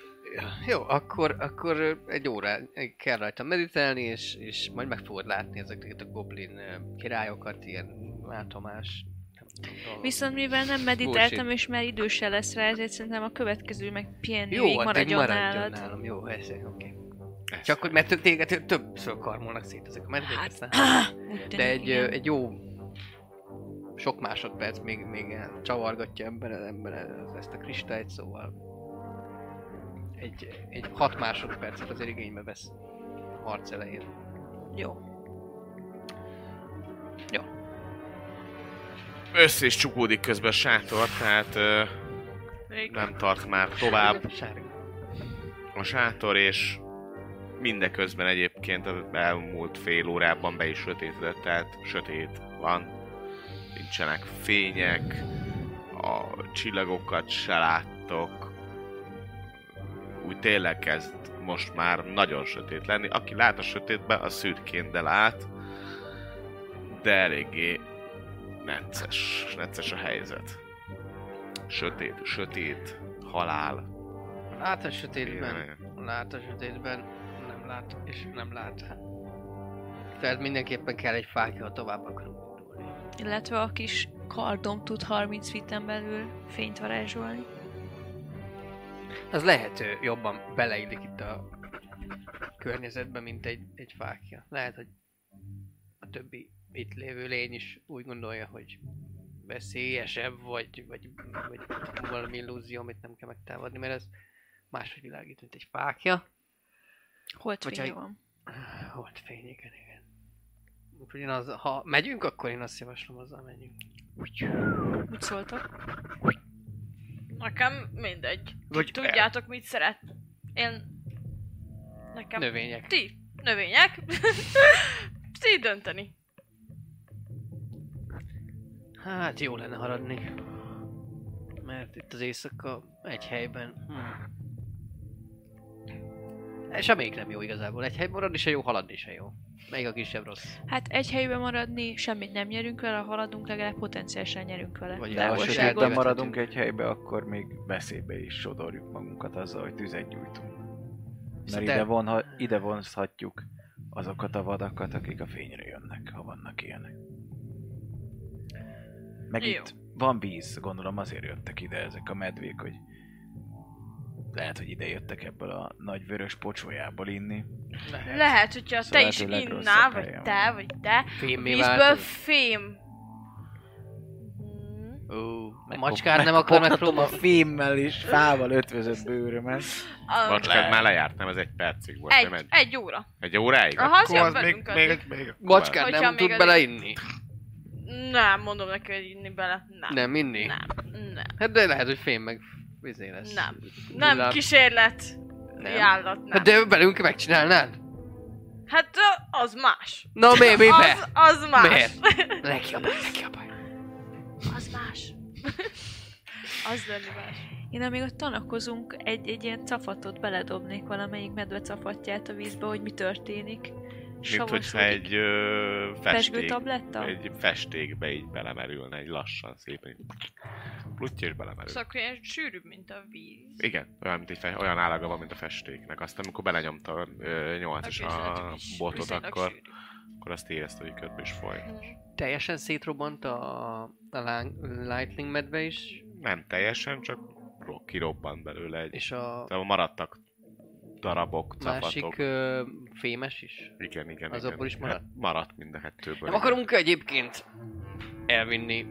[SPEAKER 3] Jó, akkor, akkor ö, egy órá kell rajta meditálni, és, és majd meg fogod látni ezeket a goblin ö, királyokat, ilyen látomás. nem tudom, dolgok.
[SPEAKER 6] Viszont mivel nem meditáltam, és már idő se lesz rá, ezért szerintem a következő meg
[SPEAKER 3] jó,
[SPEAKER 6] pihenőig
[SPEAKER 3] addig
[SPEAKER 6] maradjon,
[SPEAKER 3] maradjon
[SPEAKER 6] nálad.
[SPEAKER 3] nálam. Jó, ez oké. Okay.
[SPEAKER 2] Ezt-
[SPEAKER 3] Csak hogy mert téged többször karmolnak szét ezek a medvék,
[SPEAKER 6] Hát,
[SPEAKER 3] aztán...
[SPEAKER 6] Úgy
[SPEAKER 3] De
[SPEAKER 6] tűnik,
[SPEAKER 3] egy,
[SPEAKER 6] igen.
[SPEAKER 3] ö, egy jó sok másodperc még, még csavargatja ebben az ember ezt a kristályt, szóval egy, egy hat másodpercet azért igénybe vesz a harc elején.
[SPEAKER 6] Jó.
[SPEAKER 2] Össze is csukódik közben a sátor, tehát ö, nem tart már tovább.
[SPEAKER 3] Sárga.
[SPEAKER 2] a sátor, és mindeközben egyébként az elmúlt fél órában be is sötétedett, tehát sötét van, nincsenek fények, a csillagokat se láttok, úgy tényleg kezd most már nagyon sötét lenni. Aki lát a sötétbe, a szürkén, de lát, de eléggé necces, necces a helyzet. Sötét, sötét, halál.
[SPEAKER 3] Lát Hát, a sötétben, lát a sötétben, nem lát, és nem lát. Tehát mindenképpen kell egy fákja, ha tovább akarunk indulni.
[SPEAKER 6] Illetve a kis kardom tud 30 fiten belül fényt varázsolni.
[SPEAKER 3] Az lehető jobban beleillik itt a környezetbe, mint egy, egy fákja. Lehet, hogy a többi itt lévő lény is úgy gondolja, hogy veszélyesebb, vagy, vagy, vagy valami illúzió, amit nem kell megtámadni, mert ez máshogy világít, mint egy fákja.
[SPEAKER 6] Holdfény
[SPEAKER 3] Hogyha-
[SPEAKER 6] van.
[SPEAKER 3] Volt fény, igen, igen. Úgyhogy én az, ha megyünk, akkor én azt javaslom, azzal menjünk.
[SPEAKER 6] Úgy szóltak.
[SPEAKER 4] Nekem mindegy.
[SPEAKER 3] Vagy
[SPEAKER 4] Tudjátok, mit szeret. Én... Nekem...
[SPEAKER 3] Növények.
[SPEAKER 4] Ti, növények. *laughs* Ti dönteni.
[SPEAKER 3] Hát jó lenne haradni. Mert itt az éjszaka egy helyben... Hmm. Semmelyik nem jó igazából. Egy helyben maradni se jó, haladni se jó. Melyik a kisebb rossz?
[SPEAKER 6] Hát egy helyben maradni, semmit nem nyerünk vele, ha haladunk, legalább potenciálisan nyerünk vele.
[SPEAKER 3] Vagy
[SPEAKER 5] De ha
[SPEAKER 3] Világos,
[SPEAKER 5] sötétben
[SPEAKER 3] elkövethető.
[SPEAKER 5] maradunk egy helybe, akkor még veszélybe is sodorjuk magunkat azzal, hogy tüzet gyújtunk. Mert
[SPEAKER 3] Viszont
[SPEAKER 5] ide,
[SPEAKER 3] el-
[SPEAKER 5] vonha, ide vonzhatjuk azokat a vadakat, akik a fényre jönnek, ha vannak ilyenek. Meg
[SPEAKER 4] Jó.
[SPEAKER 5] itt van víz, gondolom azért jöttek ide ezek a medvék, hogy lehet, hogy ide jöttek ebből a nagy vörös pocsolyából inni.
[SPEAKER 4] Lehet, hogyha
[SPEAKER 5] Szóval
[SPEAKER 4] te is
[SPEAKER 5] lehető legrosszabb
[SPEAKER 4] innál, vagy
[SPEAKER 5] helyen
[SPEAKER 4] te, vagy te.
[SPEAKER 3] Fémmé
[SPEAKER 4] Vízből
[SPEAKER 3] váltunk.
[SPEAKER 4] fém.
[SPEAKER 3] Ó,
[SPEAKER 5] Megkop-
[SPEAKER 3] macskár nem akar
[SPEAKER 5] megkoptatom
[SPEAKER 3] megpróbálni.
[SPEAKER 5] a fémmel és fával ötvözött bőrömet.
[SPEAKER 4] A-
[SPEAKER 2] Macskád már lejárt, nem ez egy percig volt, nem
[SPEAKER 4] Mm. Egy,
[SPEAKER 2] egy,
[SPEAKER 4] egy óra.
[SPEAKER 2] egy óráig?
[SPEAKER 4] Aha, az
[SPEAKER 2] Akkor
[SPEAKER 4] jobb
[SPEAKER 2] az még,
[SPEAKER 4] velünk
[SPEAKER 2] még,
[SPEAKER 4] addig.
[SPEAKER 2] egy- még, akkor
[SPEAKER 3] Macskár
[SPEAKER 4] Hogyha
[SPEAKER 3] nem
[SPEAKER 4] még
[SPEAKER 3] tud
[SPEAKER 4] elég-
[SPEAKER 3] beleinni?
[SPEAKER 4] Nem, mondom neki, hogy inni bele. Nem.
[SPEAKER 3] Nem inni?
[SPEAKER 4] Nem. Nem.
[SPEAKER 3] Hát de lehet, hogy fém meg vizé lesz.
[SPEAKER 4] Nem. Nem
[SPEAKER 3] Villám-
[SPEAKER 4] kísérlet. Nem. Állat, nem.
[SPEAKER 3] Hát de velünk megcsinálnád?
[SPEAKER 4] Hát ö, az más.
[SPEAKER 3] Na mi, mi,
[SPEAKER 4] Az,
[SPEAKER 3] be?
[SPEAKER 4] az más. *laughs*
[SPEAKER 3] Miért? Neki a baj, neki a baj.
[SPEAKER 4] Az más. *laughs* az lenne más.
[SPEAKER 6] Én amíg ott tanakozunk, egy, egy ilyen cafatot beledobnék valamelyik medve cafatját a vízbe, hogy mi történik.
[SPEAKER 2] mint hogyha egy ö,
[SPEAKER 6] pesgő
[SPEAKER 2] festék,
[SPEAKER 6] tabletta?
[SPEAKER 2] egy festékbe így belemerülne, egy lassan szépen. így Plutty és belemerül.
[SPEAKER 4] Szóval akkor ilyen sűrűbb, mint a víz.
[SPEAKER 2] Igen, olyan, mint egy fe, olyan állaga van, mint a festéknek. Azt amikor belenyomta ö, nyolc is
[SPEAKER 4] Akkor viszonylag
[SPEAKER 2] a
[SPEAKER 4] hát is-
[SPEAKER 2] botot,
[SPEAKER 4] viszonylag
[SPEAKER 2] akkor,
[SPEAKER 4] sűrű.
[SPEAKER 2] akkor azt érezte, hogy körbe is foly.
[SPEAKER 3] Teljesen szétrobbant a, a láng- Lightning medve is,
[SPEAKER 2] Nem teljesen, csak ro- kirobbant belőle egy.
[SPEAKER 3] és a
[SPEAKER 2] Tehát maradtak darabok,
[SPEAKER 3] másik
[SPEAKER 2] capatok.
[SPEAKER 3] ö, fémes is.
[SPEAKER 2] Igen, igen,
[SPEAKER 3] az
[SPEAKER 2] igen.
[SPEAKER 3] abból is
[SPEAKER 2] Hát
[SPEAKER 3] maradt?
[SPEAKER 2] maradt mind a kettőből.
[SPEAKER 3] Nem
[SPEAKER 2] igen.
[SPEAKER 3] akarunk egyébként elvinni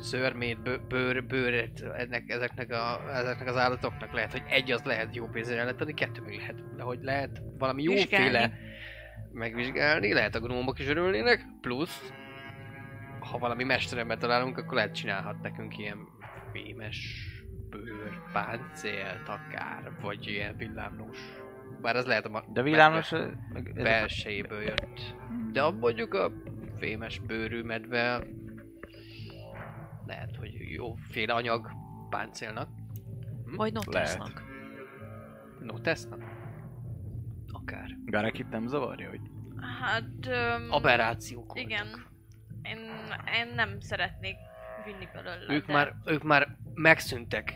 [SPEAKER 3] szörmét, bő, bőr, bőret ennek, ezeknek, a, ezeknek az állatoknak lehet, hogy egy az lehet jó pénzre lehet adni, kettő még lehet, de hogy lehet valami jóféle
[SPEAKER 6] Vizsgálni.
[SPEAKER 3] megvizsgálni, lehet a gnómok is örülnének, plusz ha valami mesterembe találunk, akkor lehet csinálhat nekünk ilyen fémes bőr, páncélt akár, vagy ilyen villámlós. Bár ez lehet a ma-
[SPEAKER 5] De villámos...
[SPEAKER 3] medve
[SPEAKER 5] ö, meg- ez a-
[SPEAKER 3] belsejéből jött. De a- mondjuk a fémes bőrű medve lehet, hogy jó féle anyag páncélnak.
[SPEAKER 7] Lehet.
[SPEAKER 6] Vagy notasznak.
[SPEAKER 3] No, tesznek. Akár.
[SPEAKER 7] Garekit nem zavarja, hogy
[SPEAKER 4] Hát... Öm,
[SPEAKER 3] Aberrációk voltak.
[SPEAKER 4] Igen. Én, én nem szeretnék vinni belőle.
[SPEAKER 3] Ők
[SPEAKER 4] de-
[SPEAKER 3] már, ők már megszűntek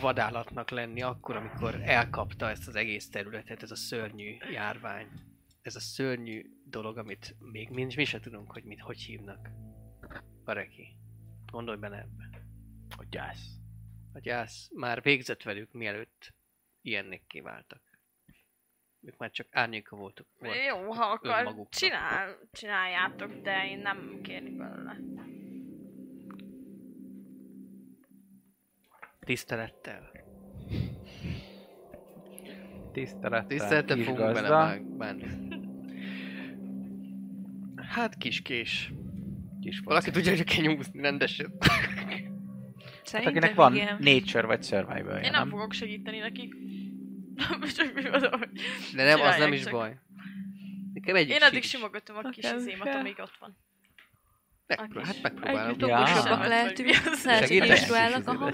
[SPEAKER 3] vadállatnak lenni akkor, amikor elkapta ezt az egész területet, ez a szörnyű járvány. Ez a szörnyű dolog, amit még mi, mi se tudunk, hogy mit, hogy hívnak. Bareki, gondolj bele ebbe.
[SPEAKER 7] a gyász.
[SPEAKER 3] A gyász már végzett velük, mielőtt ilyennek kiváltak. Ők már csak árnyéka voltak. Volt.
[SPEAKER 4] Jó, ha akar,
[SPEAKER 3] önmaguknak.
[SPEAKER 4] csinál, csináljátok, de én nem kérni belőle.
[SPEAKER 3] Tisztelettel.
[SPEAKER 5] Tisztelettel.
[SPEAKER 3] Tisztelettel
[SPEAKER 5] kis
[SPEAKER 3] fogunk
[SPEAKER 5] gazda.
[SPEAKER 3] bele bánni. *laughs* Hát kis kés.
[SPEAKER 5] Kis
[SPEAKER 3] Valaki tudja, hogy kell nyúzni rendesen.
[SPEAKER 5] Hát
[SPEAKER 6] Szerintem
[SPEAKER 5] akinek
[SPEAKER 6] van
[SPEAKER 5] van
[SPEAKER 6] igen.
[SPEAKER 5] nature vagy survival
[SPEAKER 4] Én nem fogok segíteni nekik. Csak mi tudom, hogy-
[SPEAKER 3] De nem, az nem
[SPEAKER 4] Csinálják
[SPEAKER 3] is
[SPEAKER 4] csak.
[SPEAKER 3] baj. Nekem egyik
[SPEAKER 4] Én addig
[SPEAKER 3] sincs.
[SPEAKER 4] simogatom a kis
[SPEAKER 6] Nekem
[SPEAKER 4] izémat,
[SPEAKER 6] se.
[SPEAKER 4] amíg ott van.
[SPEAKER 3] Meg, hát megpróbálom.
[SPEAKER 6] Együtt
[SPEAKER 5] Ja.
[SPEAKER 6] okosabbak
[SPEAKER 4] Vagy
[SPEAKER 6] lehetünk,
[SPEAKER 4] mi az?
[SPEAKER 6] lehet, hogy
[SPEAKER 3] Segítek?
[SPEAKER 6] is duálnak, aha.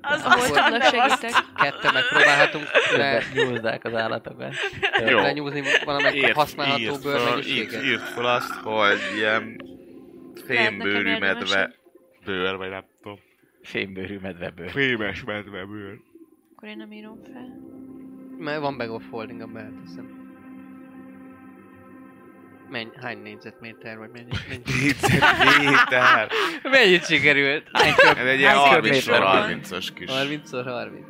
[SPEAKER 4] Az
[SPEAKER 6] Ahol
[SPEAKER 4] aztán
[SPEAKER 6] oda
[SPEAKER 4] nem azt.
[SPEAKER 6] segítek.
[SPEAKER 3] Ketten megpróbálhatunk le,
[SPEAKER 5] Nyúzdák az állatokat.
[SPEAKER 2] Jó.
[SPEAKER 3] lenyúzni valamelyik használható
[SPEAKER 2] írd fel, írd,
[SPEAKER 3] bőrmennyiséget.
[SPEAKER 2] írd fel azt, hogy ilyen fémbőrű
[SPEAKER 6] nekem
[SPEAKER 2] medve
[SPEAKER 6] érdemesebb.
[SPEAKER 2] bőr, vagy nem tudom.
[SPEAKER 5] Fémbőrű medveből.
[SPEAKER 2] Fémes medve bőr.
[SPEAKER 6] Akkor én nem írom fel.
[SPEAKER 3] Mert van bag of holding a belt, hiszem. Menj, hány négyzetméter, vagy mennyi?
[SPEAKER 2] *laughs*
[SPEAKER 3] mennyi-
[SPEAKER 2] Négyzetméter.
[SPEAKER 3] Mennyit sikerült?
[SPEAKER 2] Ez egy ilyen
[SPEAKER 5] Hány
[SPEAKER 2] 30
[SPEAKER 5] köbméter van?
[SPEAKER 2] 30-as kis.
[SPEAKER 3] 30 x 30.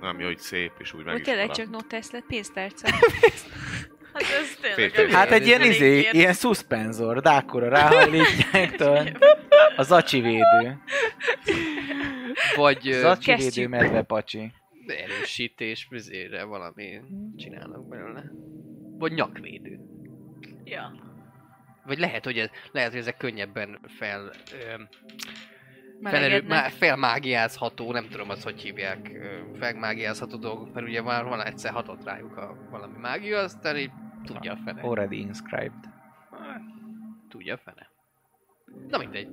[SPEAKER 2] Nem jó, hogy szép, és úgy meg
[SPEAKER 6] Vagy
[SPEAKER 2] is
[SPEAKER 6] tényleg
[SPEAKER 2] maradt.
[SPEAKER 6] csak notesz lett pénztárca.
[SPEAKER 4] Hát ez tényleg...
[SPEAKER 2] Férfi.
[SPEAKER 5] Hát egy ilyen
[SPEAKER 4] elég
[SPEAKER 5] izé,
[SPEAKER 4] ért.
[SPEAKER 5] ilyen szuszpenzor, dákora ráhajlítják, tudod. Az acsivédő.
[SPEAKER 3] Vagy
[SPEAKER 5] Az
[SPEAKER 3] ö,
[SPEAKER 5] acsivédő medve pacsi.
[SPEAKER 3] erősítés, bizére valami csinálnak belőle. Vagy nyakvédő.
[SPEAKER 4] Ja.
[SPEAKER 3] Vagy lehet, hogy, ez, lehet, hogy ezek könnyebben fel, ö, felerő, má,
[SPEAKER 6] Melegednek.
[SPEAKER 3] felmágiázható, nem tudom az, hogy hívják, ö, felmágiázható dolgok, mert ugye már van egyszer hatott rájuk a valami mágia, aztán így tudja a fene.
[SPEAKER 5] Already inscribed.
[SPEAKER 3] Tudja a fene. Na mindegy.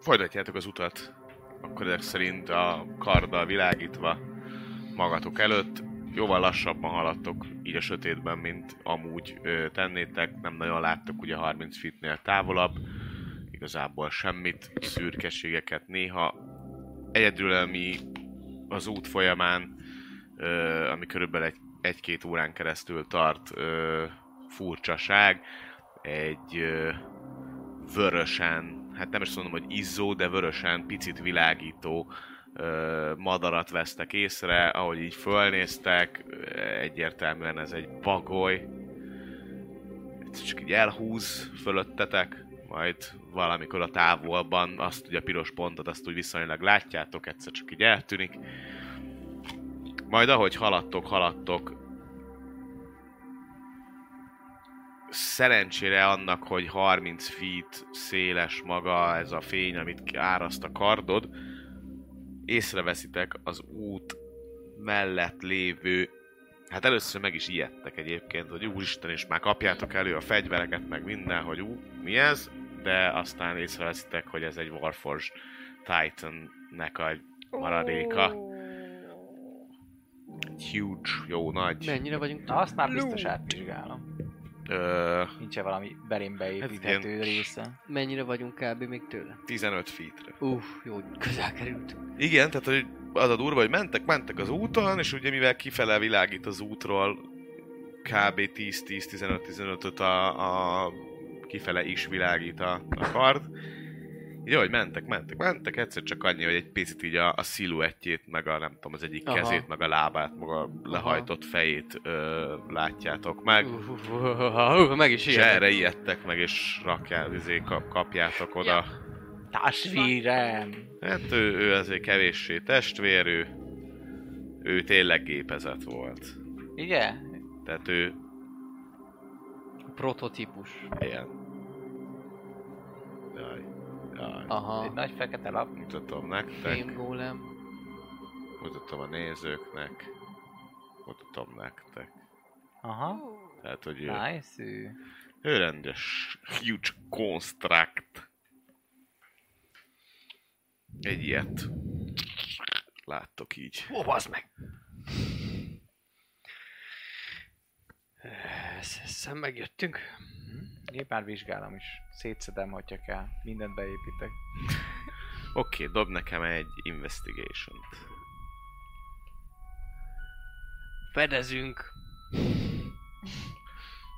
[SPEAKER 2] Folytatjátok az utat. Akkor ezek szerint a karddal világítva magatok előtt. Jóval lassabban haladtok így a sötétben, mint amúgy ö, tennétek. Nem nagyon láttok ugye 30 fitnél távolabb. Igazából semmit, szürkeségeket néha. Egyedül ami az út folyamán, ö, ami körülbelül egy, egy-két órán keresztül tart ö, furcsaság. Egy ö, vörösen, hát nem is mondom, hogy izzó, de vörösen, picit világító ö, madarat vesztek észre, ahogy így fölnéztek, ö, egyértelműen ez egy bagoly. Ez csak így elhúz fölöttetek, majd valamikor a távolban azt ugye a piros pontot, azt úgy viszonylag látjátok, egyszer csak így eltűnik. Majd ahogy haladtok, haladtok, szerencsére annak, hogy 30 feet széles maga ez a fény, amit ki- áraszt a kardod, észreveszitek az út mellett lévő Hát először meg is ijedtek egyébként, hogy úristen, és már kapjátok elő a fegyvereket, meg minden, hogy ú, mi ez? De aztán észreveszitek, hogy ez egy Warforged Titan-nek a maradéka. Huge, jó nagy.
[SPEAKER 3] Mennyire vagyunk?
[SPEAKER 5] Na azt már biztos átvizsgálom.
[SPEAKER 2] Ö,
[SPEAKER 5] nincs valami belém
[SPEAKER 2] Hát
[SPEAKER 5] beépíthető
[SPEAKER 2] ilyen-
[SPEAKER 5] része?
[SPEAKER 3] Mennyire vagyunk kb. még tőle?
[SPEAKER 2] 15 feetre.
[SPEAKER 3] Uff, jó, közel került.
[SPEAKER 2] Igen, tehát hogy az a durva, hogy mentek, mentek az úton, és ugye mivel kifele világít az útról kb. 10-10-15-15-öt a, a kifele is világít a, a kard, Így ahogy mentek, mentek, mentek, egyszer csak annyi, hogy egy picit így a, a sziluettjét, meg a nem tudom, az egyik
[SPEAKER 3] Aha.
[SPEAKER 2] Aha. kezét, meg a lábát, meg a lehajtott fejét ö, látjátok meg. Uh,
[SPEAKER 3] Uh, meg is
[SPEAKER 2] és
[SPEAKER 3] ilyen.
[SPEAKER 2] erre ijedtek meg, és rakjál, izé, kap, kapjátok oda.
[SPEAKER 4] Ja.
[SPEAKER 5] Testvérem!
[SPEAKER 2] Hát ő, ő azért kevéssé testvér, ő, ő tényleg gépezett volt.
[SPEAKER 5] Ugye?
[SPEAKER 2] Tehát ő
[SPEAKER 3] Prototípus.
[SPEAKER 2] ilyen... Jaj, jaj.
[SPEAKER 3] Aha.
[SPEAKER 5] Egy nagy fekete lap.
[SPEAKER 2] Mutatom nektek,
[SPEAKER 3] Fém Golem.
[SPEAKER 2] mutatom a nézőknek, mutatom nektek.
[SPEAKER 5] Aha.
[SPEAKER 2] Tehát, hogy ő,
[SPEAKER 5] Nice. ő.
[SPEAKER 2] ő rendes huge construct. Egy ilyet. Láttok így.
[SPEAKER 3] Ó, bazd meg! Szem megjöttünk.
[SPEAKER 5] Gépár vizsgálom is. Szétszedem, hogyha kell. Mindent beépítek.
[SPEAKER 2] Oké, dob nekem egy investigation-t.
[SPEAKER 3] Fedezünk.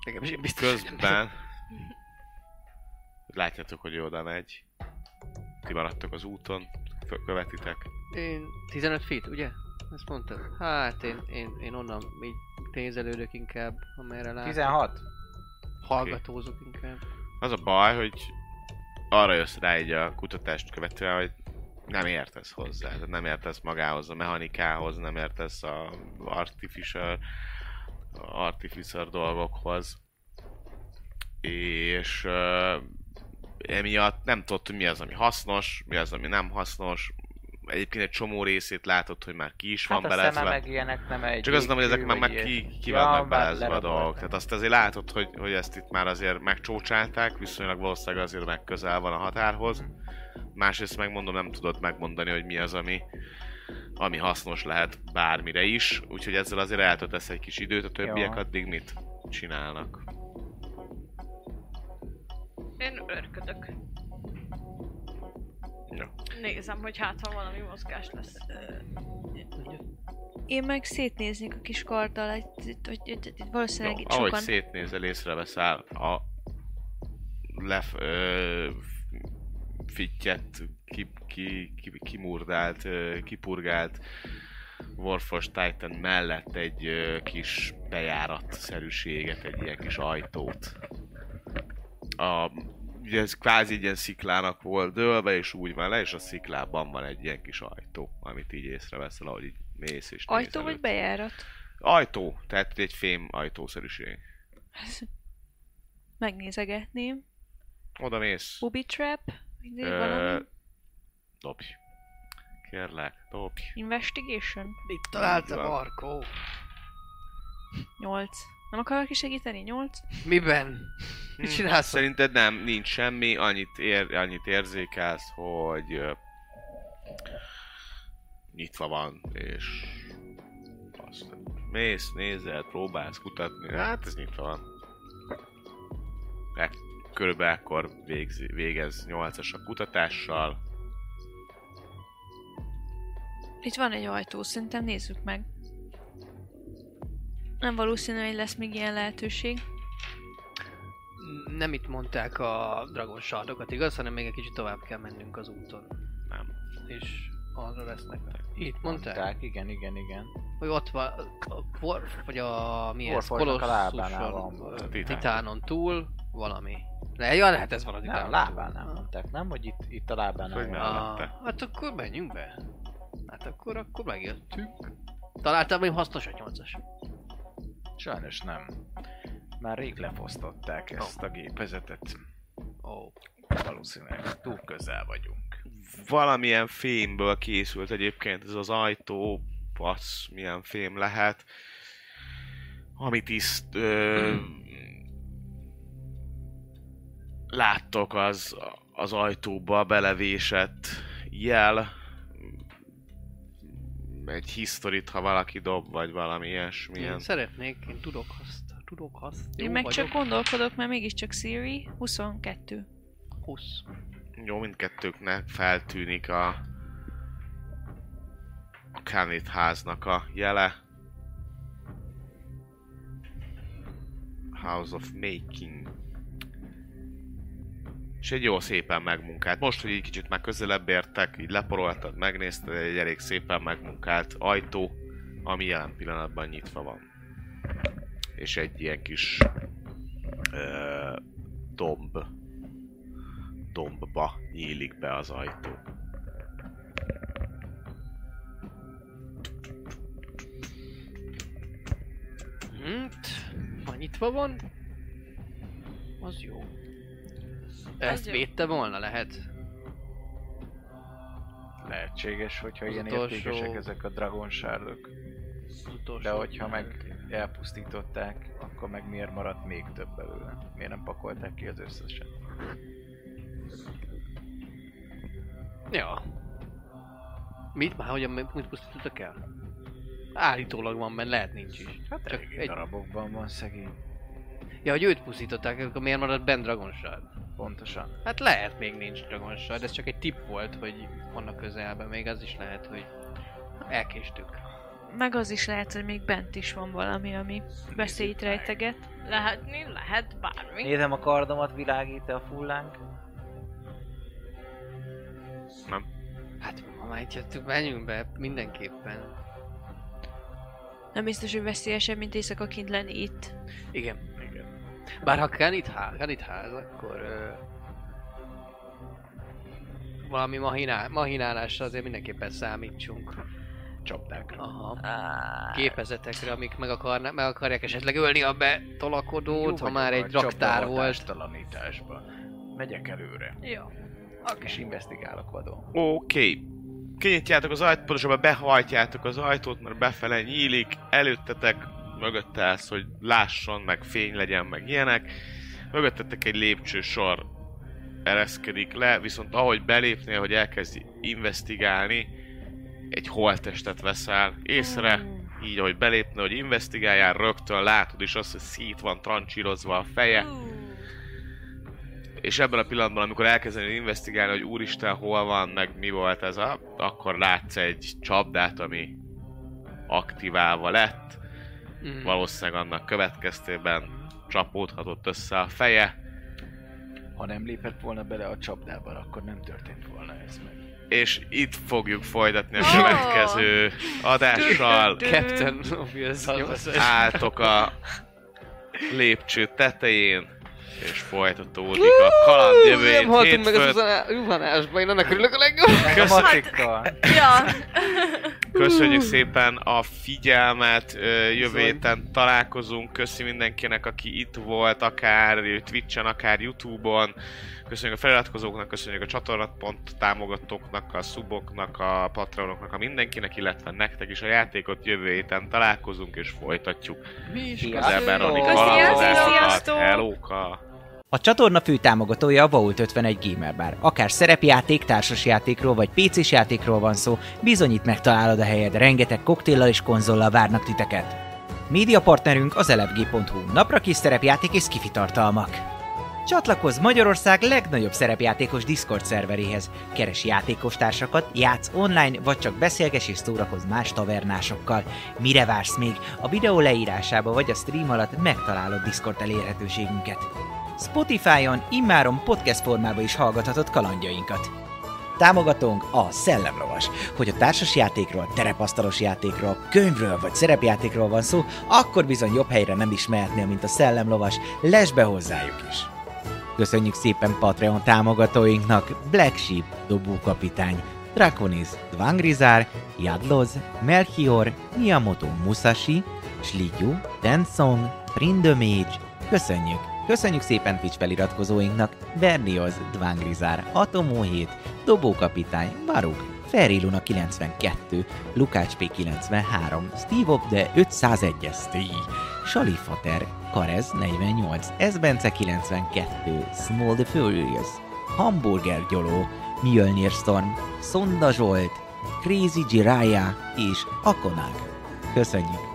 [SPEAKER 3] Nekem is biztos, hogy nem-
[SPEAKER 2] Közben látjátok, hogy ő oda megy. Ti maradtok az úton, fö- követitek.
[SPEAKER 3] Én 15 feet, ugye? Ezt mondtad? Hát én, én, én onnan így nézelődök inkább, amerre
[SPEAKER 5] Hát,
[SPEAKER 3] lát.
[SPEAKER 5] 16.
[SPEAKER 3] Hallgatózok inkább.
[SPEAKER 2] Az a baj, hogy arra jössz rá így a kutatást követően, hogy nem értesz hozzá, tehát nem értesz magához, a mechanikához, nem értesz a artificial, artificer dolgokhoz. És ö, emiatt nem tudod, hogy mi az, ami hasznos, mi az, ami nem hasznos. Egyébként egy csomó részét látod, hogy már ki is
[SPEAKER 5] Hát
[SPEAKER 2] van
[SPEAKER 5] a
[SPEAKER 2] belezve.
[SPEAKER 5] szeme meg ilyenek nem egy.
[SPEAKER 2] Csak az nem, hogy ezek
[SPEAKER 5] jégkő,
[SPEAKER 2] már, már
[SPEAKER 5] vagy ilyen.
[SPEAKER 2] ki, ki
[SPEAKER 5] Ja,
[SPEAKER 2] vannak
[SPEAKER 5] már
[SPEAKER 2] belezve a
[SPEAKER 5] leradolták.
[SPEAKER 2] dolgok. Tehát azt azért látod, hogy, hogy ezt itt már azért megcsócsálták, viszonylag valószínűleg azért meg közel van a határhoz. Másrészt megmondom, nem tudod megmondani, hogy mi az, ami, ami hasznos lehet bármire is. Úgyhogy ezzel azért eltöltesz egy kis időt, a többiek
[SPEAKER 5] Ja.
[SPEAKER 2] addig mit csinálnak.
[SPEAKER 4] Én örködök.
[SPEAKER 2] Ja.
[SPEAKER 4] Nézem, hogy hát ha valami mozgás lesz.
[SPEAKER 6] Én meg szétnéznék a kis karddal, hogy, hogy, hogy, hogy itt
[SPEAKER 2] Jó,
[SPEAKER 6] valószínűleg itt
[SPEAKER 2] ahogy
[SPEAKER 6] sokan...
[SPEAKER 2] szétnézel, észreveszel a lef, ö, f- fittyet, ki, ki, ki, kimurdált, ö, kipurgált Warforged Titan mellett egy ö, kis bejáratszerűséget, egy ilyen kis ajtót. A, ugye ez kvázi egy ilyen sziklának volt dőlve, és úgy van le, és a sziklában van egy ilyen kis ajtó, amit így észreveszel, ahogy így mész és
[SPEAKER 6] Ajtó
[SPEAKER 2] nézelődsz.
[SPEAKER 6] vagy bejárat?
[SPEAKER 2] Ajtó, tehát egy fém ajtószerűség.
[SPEAKER 6] Megnézegetném.
[SPEAKER 2] Oda mész.
[SPEAKER 6] Booby trap? Mindig
[SPEAKER 2] Ö,
[SPEAKER 6] valami?
[SPEAKER 2] Dobj. Kérlek, dobj.
[SPEAKER 6] Investigation?
[SPEAKER 3] Mit találtam,
[SPEAKER 2] Így van.
[SPEAKER 3] Markó?
[SPEAKER 6] 8. Nem akarok is segíteni? 8?
[SPEAKER 3] Miben? Mit
[SPEAKER 2] Hm,
[SPEAKER 3] csinálsz?
[SPEAKER 2] Szerinted nem, nincs semmi, annyit, ér, annyit érzékelsz, hogy ö, nyitva van, és azt mész, nézel, próbálsz kutatni, hát ez nyitva van. E, körülbelül ekkor végzi, végez 8-as a kutatással,
[SPEAKER 6] Itt van egy ajtó, szerintem nézzük meg. Nem valószínű, hogy lesz még ilyen lehetőség.
[SPEAKER 3] Nem itt mondták a dragon sardokat, igaz? Hanem még egy kicsit tovább kell mennünk az úton.
[SPEAKER 2] Nem.
[SPEAKER 3] És arra lesznek. Itt mondták?
[SPEAKER 5] Igen, igen, igen.
[SPEAKER 3] Hogy ott van a Warf, vagy a mi ez?
[SPEAKER 5] Warforgnak a lábánál
[SPEAKER 3] Kolossuson,
[SPEAKER 5] van.
[SPEAKER 3] ö,
[SPEAKER 2] A titán.
[SPEAKER 3] Titánon túl valami. Le, ja, lehet ez van a
[SPEAKER 5] Nem, Ah.
[SPEAKER 3] titánon.
[SPEAKER 5] lábánál
[SPEAKER 3] túl.
[SPEAKER 5] mondták, nem? Hogy itt, itt a lábánál.
[SPEAKER 2] Hogy
[SPEAKER 5] van.
[SPEAKER 2] nem.
[SPEAKER 3] Ah,
[SPEAKER 2] Mellette.
[SPEAKER 3] hát akkor menjünk be. Hát akkor, akkor megjöttünk. Találtam még hasznos a nyolcas.
[SPEAKER 5] Ah.
[SPEAKER 7] Sajnos nem. Már rég lefosztották
[SPEAKER 2] Oh.
[SPEAKER 7] ezt a gépezetet.
[SPEAKER 3] Ó, oh,
[SPEAKER 7] Valószínűleg túl közel vagyunk.
[SPEAKER 2] valamilyen fémből készült egyébként ez az ajtó, passz, milyen fém lehet, amit iszt, ö, láttok az, az ajtóba belevésett jel, egy historit, ha valaki dob, vagy valami
[SPEAKER 3] én
[SPEAKER 2] ilyesmilyen.
[SPEAKER 3] szeretnék, én tudok azt, tudok azt.
[SPEAKER 6] Én
[SPEAKER 3] Jó
[SPEAKER 6] meg
[SPEAKER 3] vagyok.
[SPEAKER 6] csak gondolkodok, mert mégiscsak Siri 22.
[SPEAKER 3] 20.
[SPEAKER 2] Jó, mindkettőknek feltűnik a a Kenneth háznak a jele. House of Making. és egy jó szépen megmunkált. Most, hogy egy kicsit már közelebb értek, így leporoltad, megnézted, egy elég szépen megmunkált ajtó, ami jelen pillanatban nyitva van. És egy ilyen kis ö, domb dombba nyílik be az ajtó.
[SPEAKER 3] Hát, ha nyitva van, az jó. Ezt
[SPEAKER 4] jó.
[SPEAKER 3] védte volna lehet.
[SPEAKER 5] Lehetséges, hogyha
[SPEAKER 3] Az
[SPEAKER 5] ilyen
[SPEAKER 3] utolsó-
[SPEAKER 5] értékesek ezek a dragonsárdok.
[SPEAKER 3] Az utolsó.
[SPEAKER 5] De hogyha meg elpusztították, akkor meg miért maradt még több belőle? Miért nem pakolták ki az összeset?
[SPEAKER 3] Ja. Mit? Már hogyan mit pusztítottak el? Állítólag van, mert lehet nincs is.
[SPEAKER 5] Hát
[SPEAKER 3] Csak
[SPEAKER 5] elég
[SPEAKER 3] egy-
[SPEAKER 5] egy... darabokban van szegény.
[SPEAKER 3] Ja, hogy őt pusztították, akkor miért maradt bent dragonsard?
[SPEAKER 5] Pontosan.
[SPEAKER 3] Hát lehet még nincs dragonsard, ez csak egy tipp volt, hogy vannak közelben, még az is lehet, hogy elkéstük.
[SPEAKER 6] Meg az is lehet, hogy még bent is van valami, ami veszélyt rejteget.
[SPEAKER 4] Lehetni, lehet bármi.
[SPEAKER 5] Nézem a kardomat, világít a fullánk.
[SPEAKER 3] Hát ha már itt jöttünk, menjünk be mindenképpen.
[SPEAKER 6] Nem biztos, hogy veszélyesebb, mint éjszaka kint lenni itt.
[SPEAKER 3] Igen. Igen. Bár ha kell itt ház, kell itt ház akkor... Ö... Valami mahinál, mahinálásra azért mindenképpen számítsunk.
[SPEAKER 5] Csapdákra.
[SPEAKER 3] Aha. Gépezetekre, amik meg, akarná, meg akarják esetleg ölni a betolakodót, ha már egy raktár volt.
[SPEAKER 5] Talanításba. Megyek előre.
[SPEAKER 4] Jó.
[SPEAKER 5] És
[SPEAKER 4] Oké.
[SPEAKER 5] investigálok vadon.
[SPEAKER 2] Oké. Okay. Kinyitjátok az ajtót, pontosabban behajtjátok az ajtót, mert befele nyílik, előttetek, mögötte állsz, hogy lásson, meg fény legyen, meg ilyenek. Mögöttetek egy lépcsősor ereszkedik le, viszont ahogy belépnél, hogy elkezdi investigálni, egy holttestet veszel észre, így ahogy belépne, hogy investigáljál, rögtön látod is azt, hogy szét van trancsírozva a feje, és ebben a pillanatban, amikor elkezdenél investigálni, hogy úristen, hol van, meg mi volt ez a, akkor látsz egy csapdát, ami aktiválva lett,
[SPEAKER 3] Mm.
[SPEAKER 2] valószínűleg annak következtében csapódhatott össze a feje,
[SPEAKER 5] Ha nem lépett volna bele a csapdába, akkor nem történt volna ez meg.
[SPEAKER 2] és itt fogjuk folytatni a
[SPEAKER 3] Oh.
[SPEAKER 4] Ó!
[SPEAKER 2] következő adással.
[SPEAKER 3] Captain Obvious
[SPEAKER 2] Álltok a lépcső tetején, és folytatódik a kaland jövő
[SPEAKER 3] Nem
[SPEAKER 2] hét
[SPEAKER 3] haltunk meg
[SPEAKER 2] hétfőt.
[SPEAKER 3] a zuhanásba, én annak örülök a legjobban.
[SPEAKER 5] A
[SPEAKER 2] Köszönöm.
[SPEAKER 5] macikkal.
[SPEAKER 4] Ja. *laughs*
[SPEAKER 2] Köszönjük szépen a figyelmet, ö, jövő
[SPEAKER 3] Bizony.
[SPEAKER 2] héten találkozunk, köszi mindenkinek, aki itt volt, akár Twitch-en, akár Youtube-on, köszönjük a feliratkozóknak, köszönjük a csatornapont támogatóknak, a suboknak, a patronoknak, a mindenkinek, illetve nektek is a játékot jövő héten találkozunk és folytatjuk.
[SPEAKER 3] Mi is
[SPEAKER 2] Közelben Roni
[SPEAKER 4] Köszi,
[SPEAKER 2] kalandozásokat,
[SPEAKER 4] sziasztok!
[SPEAKER 2] helóka!
[SPEAKER 1] A csatorna fő támogatója a Vault 51 Gamer Bar. Akár szerepjáték, társasjátékról vagy pc játékról van szó, bizonyít megtalálod a helyed, rengeteg koktéllal és konzollal várnak titeket. Média partnerünk az elefg.hu, napra kis szerepjáték és skifi tartalmak. Csatlakozz Magyarország legnagyobb szerepjátékos Discord szerveréhez. Keres játékostársakat, játsz online, vagy csak beszélges és szórakozz más tavernásokkal. Mire vársz még? A videó leírásába vagy a stream alatt megtalálod Discord elérhetőségünket. Spotify-on immáron podcast formában is hallgathatod kalandjainkat. Támogatónk a Szellemlovas. Hogy a társas játékról, terepasztalos játékról, könyvről vagy szerepjátékról van szó, akkor bizony jobb helyre nem is mehetnél, mint a Szellemlovas. Lesz be hozzájuk is! Köszönjük szépen Patreon támogatóinknak Black Sheep, Dobókapitány, Draconis, Dvangrizár, Jadloz, Melchior, Miyamoto Musashi, Slidyu, Denson, Prindomage, Köszönjük! Köszönjük szépen Twitch feliratkozóinknak Bernioz, Dvangrizár, Atomó 7, Dobókapitány, Baruk, Feri Luna 92, Lukács P93, Steve Op de 501 Steve, Salifater, Karez 48, Ezbence 92, Small the Furious, Hamburger Gyoló, Mjölnir Storm, Szonda Zsolt, Crazy Jiraya és Akonák. Köszönjük!